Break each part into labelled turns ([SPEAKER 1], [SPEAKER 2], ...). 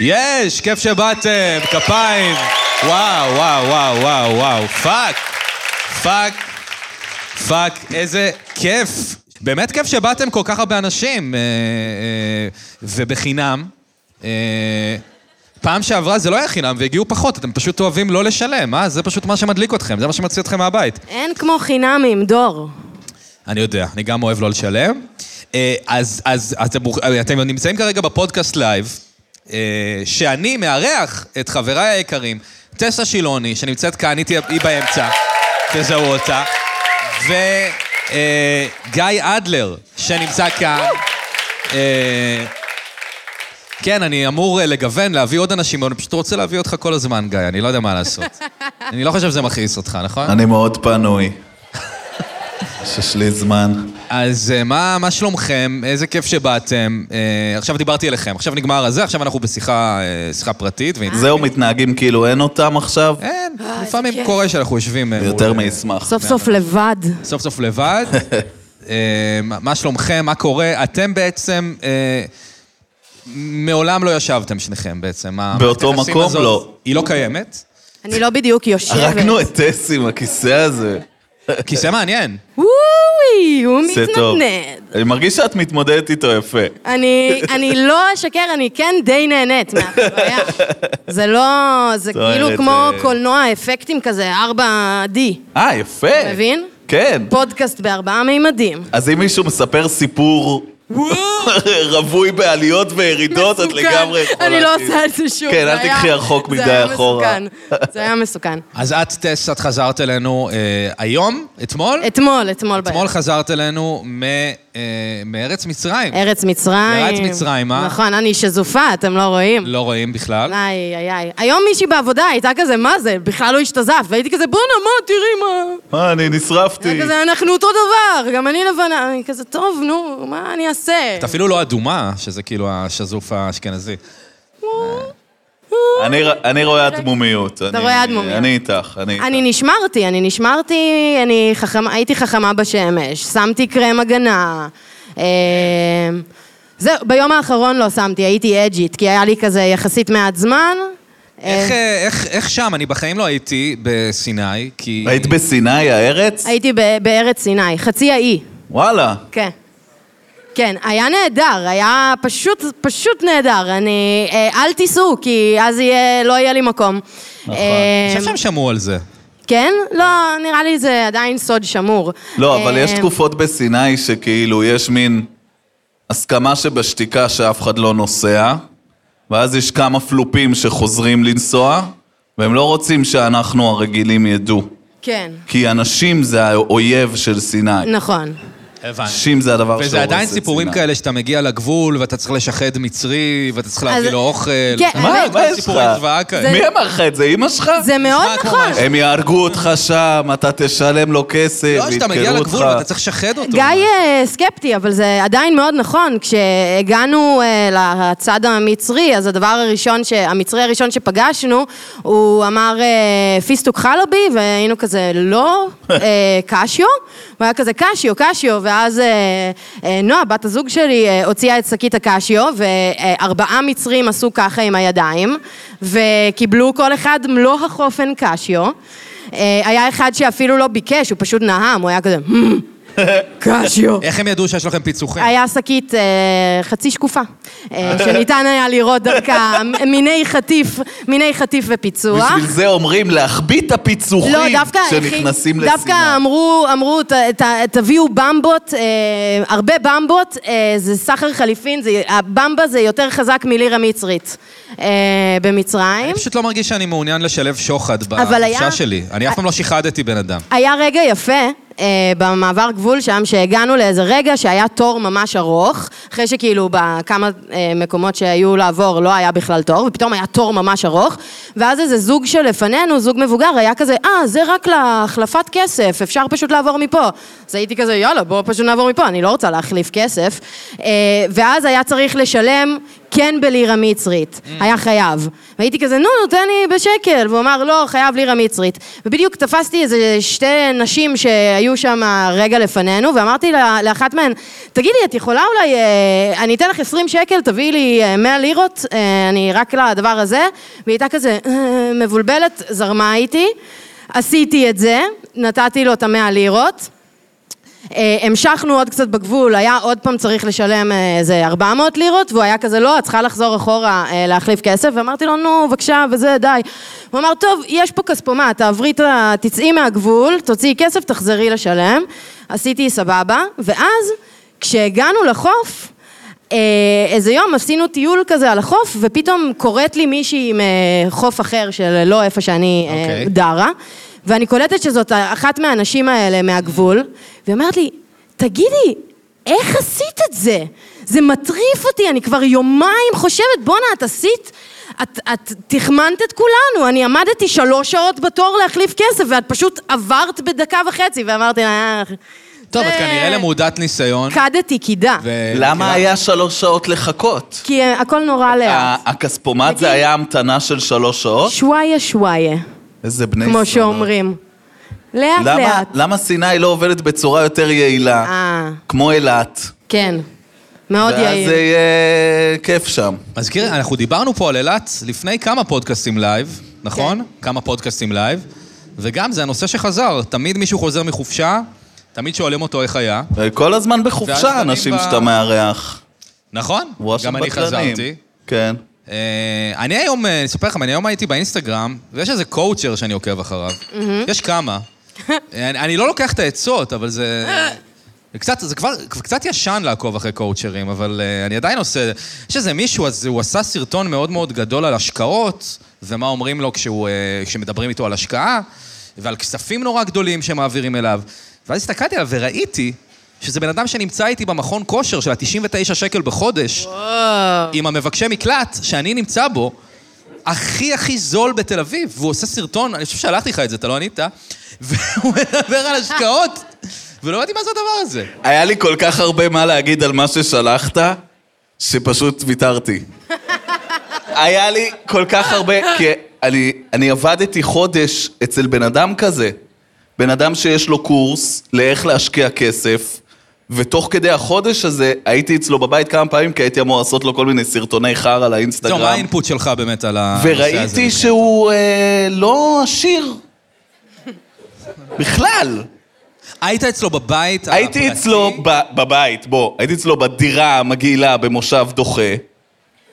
[SPEAKER 1] יש, כיף שבאתם, כפיים. וואו, וואו, וואו, וואו, וואו. פאק, פאק, פאק, איזה כיף. באמת כיף שבאתם כל כך הרבה אנשים, אה, אה, ובחינם. אה, פעם שעברה זה לא היה חינם והגיעו פחות, אתם פשוט אוהבים לא לשלם, אה? זה פשוט מה שמדליק אתכם, זה מה שמוציא אתכם מהבית.
[SPEAKER 2] אין כמו חינמים, דור.
[SPEAKER 1] אני יודע, אני גם אוהב לא לשלם. אה, אז, אז, אז אתם, אה, אתם נמצאים כרגע בפודקאסט לייב, אה, שאני מארח את חבריי היקרים, טסה שילוני, שנמצאת כאן, היא, תהיה- היא באמצע, תזהו אותה, וגיא אה, גיא אדלר, שנמצא כאן. אה, כן, אני אמור אה, לגוון, להביא עוד אנשים, אבל אני פשוט רוצה להביא אותך כל הזמן, גיא, אני לא יודע מה לעשות. אני לא חושב שזה מכעיס אותך, נכון?
[SPEAKER 3] אני מאוד פנוי. יש לי זמן.
[SPEAKER 1] אז אה, מה, מה שלומכם? איזה כיף שבאתם. אה, עכשיו דיברתי אליכם, עכשיו נגמר הזה, עכשיו אנחנו בשיחה אה, שיחה פרטית. ואינ-
[SPEAKER 3] זהו, מתנהגים כאילו אין אותם עכשיו?
[SPEAKER 1] אין, לפעמים קורה שאנחנו יושבים... אה,
[SPEAKER 3] אה, יותר
[SPEAKER 1] מול-
[SPEAKER 3] מאשמח.
[SPEAKER 2] סוף סוף לבד.
[SPEAKER 1] סוף סוף לבד. אה, מה- מה שלומכם? מה קורה? אתם בעצם... אה, מעולם לא ישבתם שניכם בעצם. ה-
[SPEAKER 3] באותו
[SPEAKER 1] המערכת היחסים
[SPEAKER 3] מקום?
[SPEAKER 1] הזאת,
[SPEAKER 3] לא.
[SPEAKER 1] היא לא קיימת.
[SPEAKER 2] אני לא בדיוק יושבת.
[SPEAKER 3] הרגנו את טס עם הכיסא הזה.
[SPEAKER 1] כיסא מעניין.
[SPEAKER 2] וואי, הוא
[SPEAKER 3] זה טוב.
[SPEAKER 2] מתנדנד.
[SPEAKER 3] אני מרגיש שאת מתמודדת איתו יפה.
[SPEAKER 2] אני, אני לא אשקר, אני כן די נהנית מהחוויה. זה לא, זה
[SPEAKER 3] טוב,
[SPEAKER 2] כאילו
[SPEAKER 3] את,
[SPEAKER 2] כמו
[SPEAKER 3] אה,
[SPEAKER 2] קולנוע אפקטים כזה, 4D.
[SPEAKER 3] אה, יפה.
[SPEAKER 2] מבין?
[SPEAKER 3] כן.
[SPEAKER 2] פודקאסט בארבעה מימדים.
[SPEAKER 3] אז אם מישהו מספר סיפור רווי בעליות וירידות, את
[SPEAKER 2] מסוכן.
[SPEAKER 3] לגמרי יכולה...
[SPEAKER 2] אני לא
[SPEAKER 3] כאילו-
[SPEAKER 2] עושה את זה שוב.
[SPEAKER 3] כן,
[SPEAKER 2] זה
[SPEAKER 3] אל
[SPEAKER 2] היה-
[SPEAKER 3] תיקחי רחוק
[SPEAKER 2] זה היה
[SPEAKER 3] מדי אחורה.
[SPEAKER 2] מסוכן. זה היה מסוכן.
[SPEAKER 1] אז את, טס, את חזרת אלינו אה, היום? אתמול?
[SPEAKER 2] אתמול, אתמול בערב.
[SPEAKER 1] אתמול חזרת אלינו מ- אה, מארץ מצרים.
[SPEAKER 2] ארץ מצרים.
[SPEAKER 1] ארץ מצרים, אה?
[SPEAKER 2] נכון, אני שזופה, אתם לא רואים.
[SPEAKER 1] לא רואים בכלל.
[SPEAKER 2] איי, איי, איי. היום מישהי בעבודה הייתה כזה, מה זה? בכלל לא השתזף. והייתי כזה, בואנה, מה, תראי מה...
[SPEAKER 3] אה, אני נשרפתי.
[SPEAKER 2] היה כזה, אנחנו אותו דבר, גם אני לבנה. אני כזה, טוב, נו, מה אני אעשה?
[SPEAKER 1] את אפילו לא אדומה, שזה כאילו השזוף האשכנזי.
[SPEAKER 2] אה.
[SPEAKER 3] אני ר- אני רואה אדמומיות. אני-
[SPEAKER 2] רואה אדמומיות.
[SPEAKER 3] אני איתך, אני איתך.
[SPEAKER 2] אני נשמרתי, אני נשמרתי, אני חכמה, הייתי חכמה בשמש, שמתי קרם הגנה. אה, זהו, ביום האחרון לא שמתי, הייתי אג'ית, כי היה לי כזה יחסית מעט זמן.
[SPEAKER 1] איך,
[SPEAKER 2] אה,
[SPEAKER 1] אה, איך, איך שם? אני בחיים לא הייתי בסיני, כי...
[SPEAKER 3] היית בסיני, הארץ?
[SPEAKER 2] הייתי ב- בארץ סיני, חצי האי.
[SPEAKER 3] וואלה.
[SPEAKER 2] כן. כן, היה נהדר, היה פשוט, פשוט נהדר. אני... אה, אל תיסעו, כי אז יהיה, לא יהיה לי מקום. נכון.
[SPEAKER 1] אני חושב שהם שמעו על זה.
[SPEAKER 2] כן? לא, נראה לי זה עדיין סוד שמור.
[SPEAKER 3] לא, אבל יש
[SPEAKER 2] אה,
[SPEAKER 3] תקופות בסיני שכאילו יש מין הסכמה שבשתיקה שאף אחד לא נוסע, ואז יש כמה פלופים שחוזרים לנסוע, והם לא רוצים שאנחנו הרגילים ידעו.
[SPEAKER 2] כן,
[SPEAKER 3] כי אנשים זה האויב של סיני.
[SPEAKER 2] נכון.
[SPEAKER 1] הבנתי.
[SPEAKER 3] אנשים זה לא. הדבר שהורס את סיני.
[SPEAKER 1] וזה עדיין סיפורים כאלה שאתה מגיע לגבול ואתה צריך לשחד מצרי ואתה צריך להביא
[SPEAKER 2] אז-
[SPEAKER 1] לו אוכל.
[SPEAKER 2] כן,
[SPEAKER 1] אתה
[SPEAKER 2] מה-
[SPEAKER 1] יודע,
[SPEAKER 3] מה,
[SPEAKER 2] אה,
[SPEAKER 1] כל
[SPEAKER 3] מה יש לך?
[SPEAKER 1] סיפורי זוועה כאלה.
[SPEAKER 3] מי אמר לך את זה? אימא שלך?
[SPEAKER 2] זה מאוד
[SPEAKER 1] כמו
[SPEAKER 2] נכון.
[SPEAKER 1] משהו.
[SPEAKER 3] הם יהרגו אותך שם, אתה תשלם לו כסף,
[SPEAKER 1] לא, שאתה מגיע
[SPEAKER 3] ידקרו
[SPEAKER 1] לגבול
[SPEAKER 3] אותך.
[SPEAKER 1] ואתה צריך לשחד אותו.
[SPEAKER 2] גיא אה, סקפטי, אבל זה עדיין מאוד נכון. כשהגענו אה, לצד המצרי, אז הדבר הראשון, ש... המצרי הראשון שפגשנו, הוא אמר אה, פיסטוק חלבי, והיינו כזה, לא, אה, קשיו. הוא היה כזה קשיו, קשיו, ואז אה, אה, נועה, בת הזוג שלי, אה, הוציאה את שקית הקשיו, וארבעה מצרים עשו ככה עם הידיים, וקיבלו כל אחד מלוא החופן קשיו. אה, היה אחד שאפילו לא ביקש, הוא פשוט נהם, הוא היה כזה... "מ, קשיו.
[SPEAKER 1] איך הם ידעו שיש לכם פיצוחים?
[SPEAKER 3] כן.
[SPEAKER 2] היה שקית אה, חצי שקופה, אה, שניתן היה לראות דרכה מ- מיני חטיף, מיני חטיף ופיצוח.
[SPEAKER 3] בשביל זה אומרים להחביא את הפיצוחים
[SPEAKER 2] לא, דווקא,
[SPEAKER 3] שנכנסים
[SPEAKER 2] הכי-
[SPEAKER 3] לסיני.
[SPEAKER 2] דווקא אמרו, אמרו, ת, ת, תביאו במבות, אה, הרבה במבות, אה, זה סחר חליפין, זה, הבמבה זה יותר חזק מלירה מצרית אה, במצרים.
[SPEAKER 1] אני פשוט לא מרגיש שאני מעוניין לשלב שוחד
[SPEAKER 2] אבל היה-
[SPEAKER 1] בחופשה שלי. אני אף פעם לא שיחדתי בן אדם.
[SPEAKER 2] היה רגע יפה אה, במעבר גבול שם, שהגענו לאיזה רגע שהיה תור ממש ארוך, אחרי שכאילו בכמה אה, מקומות שהיו לעבור לא היה בכלל תור, ופתאום היה תור ממש ארוך, ואז איזה זוג שלפנינו, זוג מבוגר, היה כזה, אה, זה רק להחלפת כסף, אפשר פשוט לעבור מפה. אז הייתי כזה, יאללה, בואו פשוט נעבור מפה, אני לא רוצה להחליף כסף. אה, ואז היה צריך לשלם כן בלירה מצרית, היה חייב. והייתי כזה, נו, נו, תן לי בשקל. והוא אמר, לא, חייב לירה מצרית. ובדיוק תפסתי איזה שתי נשים שהיו שם רגע לפנינו, ואמרתי לה- לאחת מהן, תגידי, את יכולה אולי, אה, אני אתן לך 20 שקל, תביאי לי אה, 100 לירות, אה, אני רק לדבר הזה. והיא הייתה כזה אה, מבולבלת, זרמה איתי. עשיתי את זה, נתתי לו את המאה לירות. אה, המשכנו עוד קצת בגבול, היה עוד פעם צריך לשלם אה, איזה 400 לירות, והוא היה כזה, לא, את צריכה לחזור אחורה אה, להחליף כסף, ואמרתי לו, נו, בבקשה, וזה, די. הוא אמר, טוב, יש פה כספומט, תעברי, את ה- תצאי מהגבול, תוציאי כסף, תחזרי לשלם. עשיתי סבבה, ואז כשהגענו לחוף, אה, איזה יום עשינו טיול כזה על החוף, ופתאום קוראת לי מישהי מחוף אחר של לא איפה שאני
[SPEAKER 1] אוקיי.
[SPEAKER 2] okay. דרה, ואני קולטת שזאת אחת מהנשים האלה מהגבול, והיא אומרת לי, תגידי, איך עשית את זה? זה מטריף אותי, אני כבר יומיים חושבת, בואנה, את עשית? את, את תחמנת את כולנו, אני עמדתי שלוש שעות בתור להחליף כסף, ואת פשוט עברת בדקה וחצי, ואמרתי לה, "אה,
[SPEAKER 1] טוב, את
[SPEAKER 2] זה-
[SPEAKER 1] כנראה למודת ניסיון.
[SPEAKER 2] כדתי קידה. ו...
[SPEAKER 1] ו-
[SPEAKER 3] למה היה שלוש שעות לחכות?
[SPEAKER 2] כי אה, הכל נורא לאט.
[SPEAKER 3] ה- הכספומט זה
[SPEAKER 2] תגיד.
[SPEAKER 3] היה המתנה של שלוש שעות?
[SPEAKER 2] שוואיה שוואיה,
[SPEAKER 3] איזה בני
[SPEAKER 2] כמו
[SPEAKER 3] זונות.
[SPEAKER 2] שאומרים. לאט
[SPEAKER 3] למה-
[SPEAKER 2] לאט.
[SPEAKER 3] למה סיני לא עובדת בצורה יותר יעילה?
[SPEAKER 2] אה,
[SPEAKER 3] כמו אילת.
[SPEAKER 2] כן. מאוד
[SPEAKER 3] ואז
[SPEAKER 2] יעיל.
[SPEAKER 3] זה יהיה כיף שם.
[SPEAKER 1] אז קירי, אנחנו דיברנו פה על אילת לפני כמה פודקאסטים לייב, נכון? כמה פודקאסטים לייב, וגם זה הנושא שחזר, תמיד מישהו חוזר מחופשה, תמיד שואלים אותו איך היה,
[SPEAKER 3] כל הזמן
[SPEAKER 1] ואז דנים
[SPEAKER 3] בחופשה אנשים
[SPEAKER 1] ב-
[SPEAKER 3] שאתה מארח.
[SPEAKER 1] נכון?
[SPEAKER 3] הוא אשם
[SPEAKER 1] גם אני
[SPEAKER 3] בטלנים.
[SPEAKER 1] חזרתי.
[SPEAKER 3] כן.
[SPEAKER 1] אה, אני היום, אה, אני אספר לכם, אני היום הייתי באינסטגרם, ויש איזה קואוצ'ר שאני עוקב אחריו. יש כמה. אה, אני אני לא לוקח את העצות, אבל זה... זה קצת, זה כבר, כבר קצת ישן לעקוב אחרי קואוצ'רים, אבל uh, אני עדיין עושה... יש איזה מישהו, אז הוא עשה סרטון מאוד מאוד גדול על השקעות, ומה אומרים לו כשהוא, uh, כשמדברים איתו על השקעה, ועל כספים נורא גדולים שמעבירים אליו. ואז הסתכלתי עליו וראיתי שזה בן אדם שנמצא איתי במכון כושר של ה-99 שקל בחודש, עם המבקשי מקלט שאני נמצא בו, הכי הכי זול בתל אביב, והוא עושה סרטון, אני חושב שלחתי לך את זה, אתה לא ענית, והוא מדבר על השקעות, ולא ידעתי מה זה הדבר הזה.
[SPEAKER 3] היה לי כל כך הרבה מה להגיד על מה ששלחת, שפשוט ויתרתי. היה לי כל כך הרבה, כי אני, אני עבדתי חודש אצל בן אדם כזה. בן אדם שיש לו קורס לאיך להשקיע כסף, ותוך כדי החודש הזה הייתי אצלו בבית כמה פעמים, כי הייתי אמור לעשות לו כל מיני סרטוני חרא
[SPEAKER 1] זהו, מה
[SPEAKER 3] לאינסטגרם.
[SPEAKER 1] האינפוט שלך באמת על הנושא הזה?
[SPEAKER 3] וראיתי שהוא אה, לא עשיר. בכלל.
[SPEAKER 1] היית אצלו בבית
[SPEAKER 3] הייתי
[SPEAKER 1] הפרטי?
[SPEAKER 3] אצלו ב- בבית, בוא, הייתי אצלו בדירה המגעילה במושב דוחה,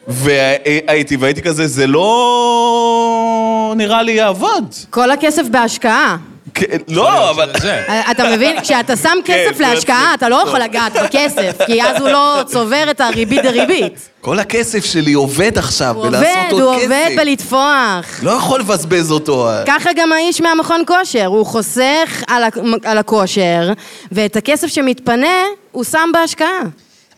[SPEAKER 3] והייתי, והייתי כזה, זה לא נראה לי יעבוד.
[SPEAKER 2] כל הכסף בהשקעה.
[SPEAKER 3] כ- לא, אבל...
[SPEAKER 1] זה.
[SPEAKER 2] אתה מבין? כשאתה שם כסף
[SPEAKER 3] כן, זה
[SPEAKER 2] להשקעה,
[SPEAKER 3] מצחיק.
[SPEAKER 2] אתה לא יכול לגעת בכסף, כי אז הוא לא צובר את הריבית דריבית.
[SPEAKER 3] כל הכסף שלי עובד עכשיו
[SPEAKER 2] הוא
[SPEAKER 3] בלעשות
[SPEAKER 2] עובד,
[SPEAKER 3] עוד
[SPEAKER 2] הוא
[SPEAKER 3] כסף.
[SPEAKER 2] עובד בלטפוח.
[SPEAKER 3] לא יכול לבזבז אותו.
[SPEAKER 2] ככה גם האיש מהמכון כושר, הוא חוסך על ה- על הכושר, ואת הכסף שמתפנה, הוא שם בהשקעה.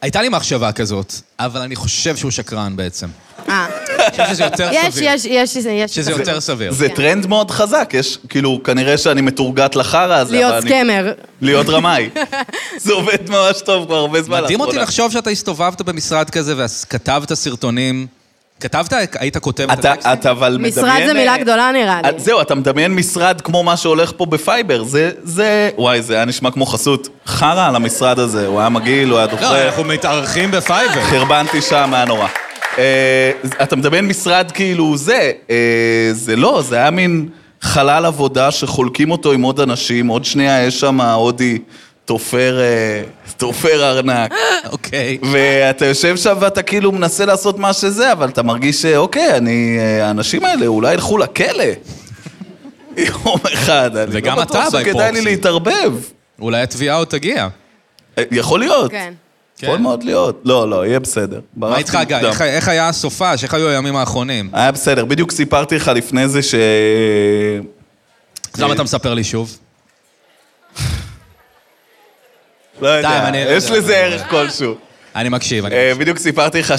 [SPEAKER 1] הייתה לי מחשבה כזאת, אבל אני חושב שהוא שקרן בעצם.
[SPEAKER 2] אה,
[SPEAKER 1] אני חושב שזה יותר
[SPEAKER 2] יש,
[SPEAKER 1] סביר.
[SPEAKER 2] יש, יש, יש.
[SPEAKER 1] שזה יותר סביר.
[SPEAKER 3] זה טרנד מאוד חזק, יש, כאילו, כנראה שאני מתורגת לחרא הזה, אבל
[SPEAKER 2] להיות
[SPEAKER 3] אני-
[SPEAKER 2] סקמר.
[SPEAKER 3] להיות רמאי. זה עובד ממש טוב כבר הרבה זמן.
[SPEAKER 1] מדהים אותי
[SPEAKER 3] לאחרונה.
[SPEAKER 1] לחשוב שאתה הסתובבת במשרד כזה וכתבת סרטונים. כתבת? היית כותב את הטקסטים?
[SPEAKER 3] אתה, אתה אבל מדמיין... אה,
[SPEAKER 2] משרד זה מילה גדולה, נראה לי.
[SPEAKER 3] את- זהו, אתה מדמיין משרד כמו מה שהולך פה בפייבר. זה, זה... וואי, זה היה נשמע כמו חסות. חרא על המשרד הזה, הוא היה מגעיל, הוא היה
[SPEAKER 1] לא,
[SPEAKER 3] דוחה.
[SPEAKER 1] אנחנו מתארחים בפייבר.
[SPEAKER 3] חרבנתי שם, היה נורא. אה, אתה מדמיין משרד כאילו זה. אה, זה לא, זה היה מין חלל עבודה שחולקים אותו עם עוד אנשים, עוד שנייה יש שם הודי תופר, אה, תופר ארנק.
[SPEAKER 1] אוקיי.
[SPEAKER 3] ואתה יושב שם ואתה כאילו מנסה לעשות מה שזה, אבל אתה מרגיש שאוקיי, אני... אה, האנשים האלה אולי ילכו לכלא. יום אחד, אני
[SPEAKER 1] וגם
[SPEAKER 3] לא בטוח
[SPEAKER 1] אתה by
[SPEAKER 3] שכדאי לי
[SPEAKER 1] proxy.
[SPEAKER 3] להתערבב.
[SPEAKER 1] אולי התביעה עוד תגיע.
[SPEAKER 3] אה, יכול להיות.
[SPEAKER 2] כן.
[SPEAKER 3] יכול
[SPEAKER 1] כן.
[SPEAKER 3] מאוד להיות. לא, לא, יהיה בסדר.
[SPEAKER 1] מה איתך, גיא? איך- איך היה הסופש? איך היו הימים האחרונים?
[SPEAKER 3] היה בסדר. בדיוק סיפרתי לך לפני זה ש...
[SPEAKER 1] אז למה אתה מספר לי שוב?
[SPEAKER 3] לא יודע,
[SPEAKER 1] אני- לא,
[SPEAKER 3] יש לזה ערך כלשהו.
[SPEAKER 1] אני מקשיב. אני-
[SPEAKER 3] אה, בדיוק סיפרתי לך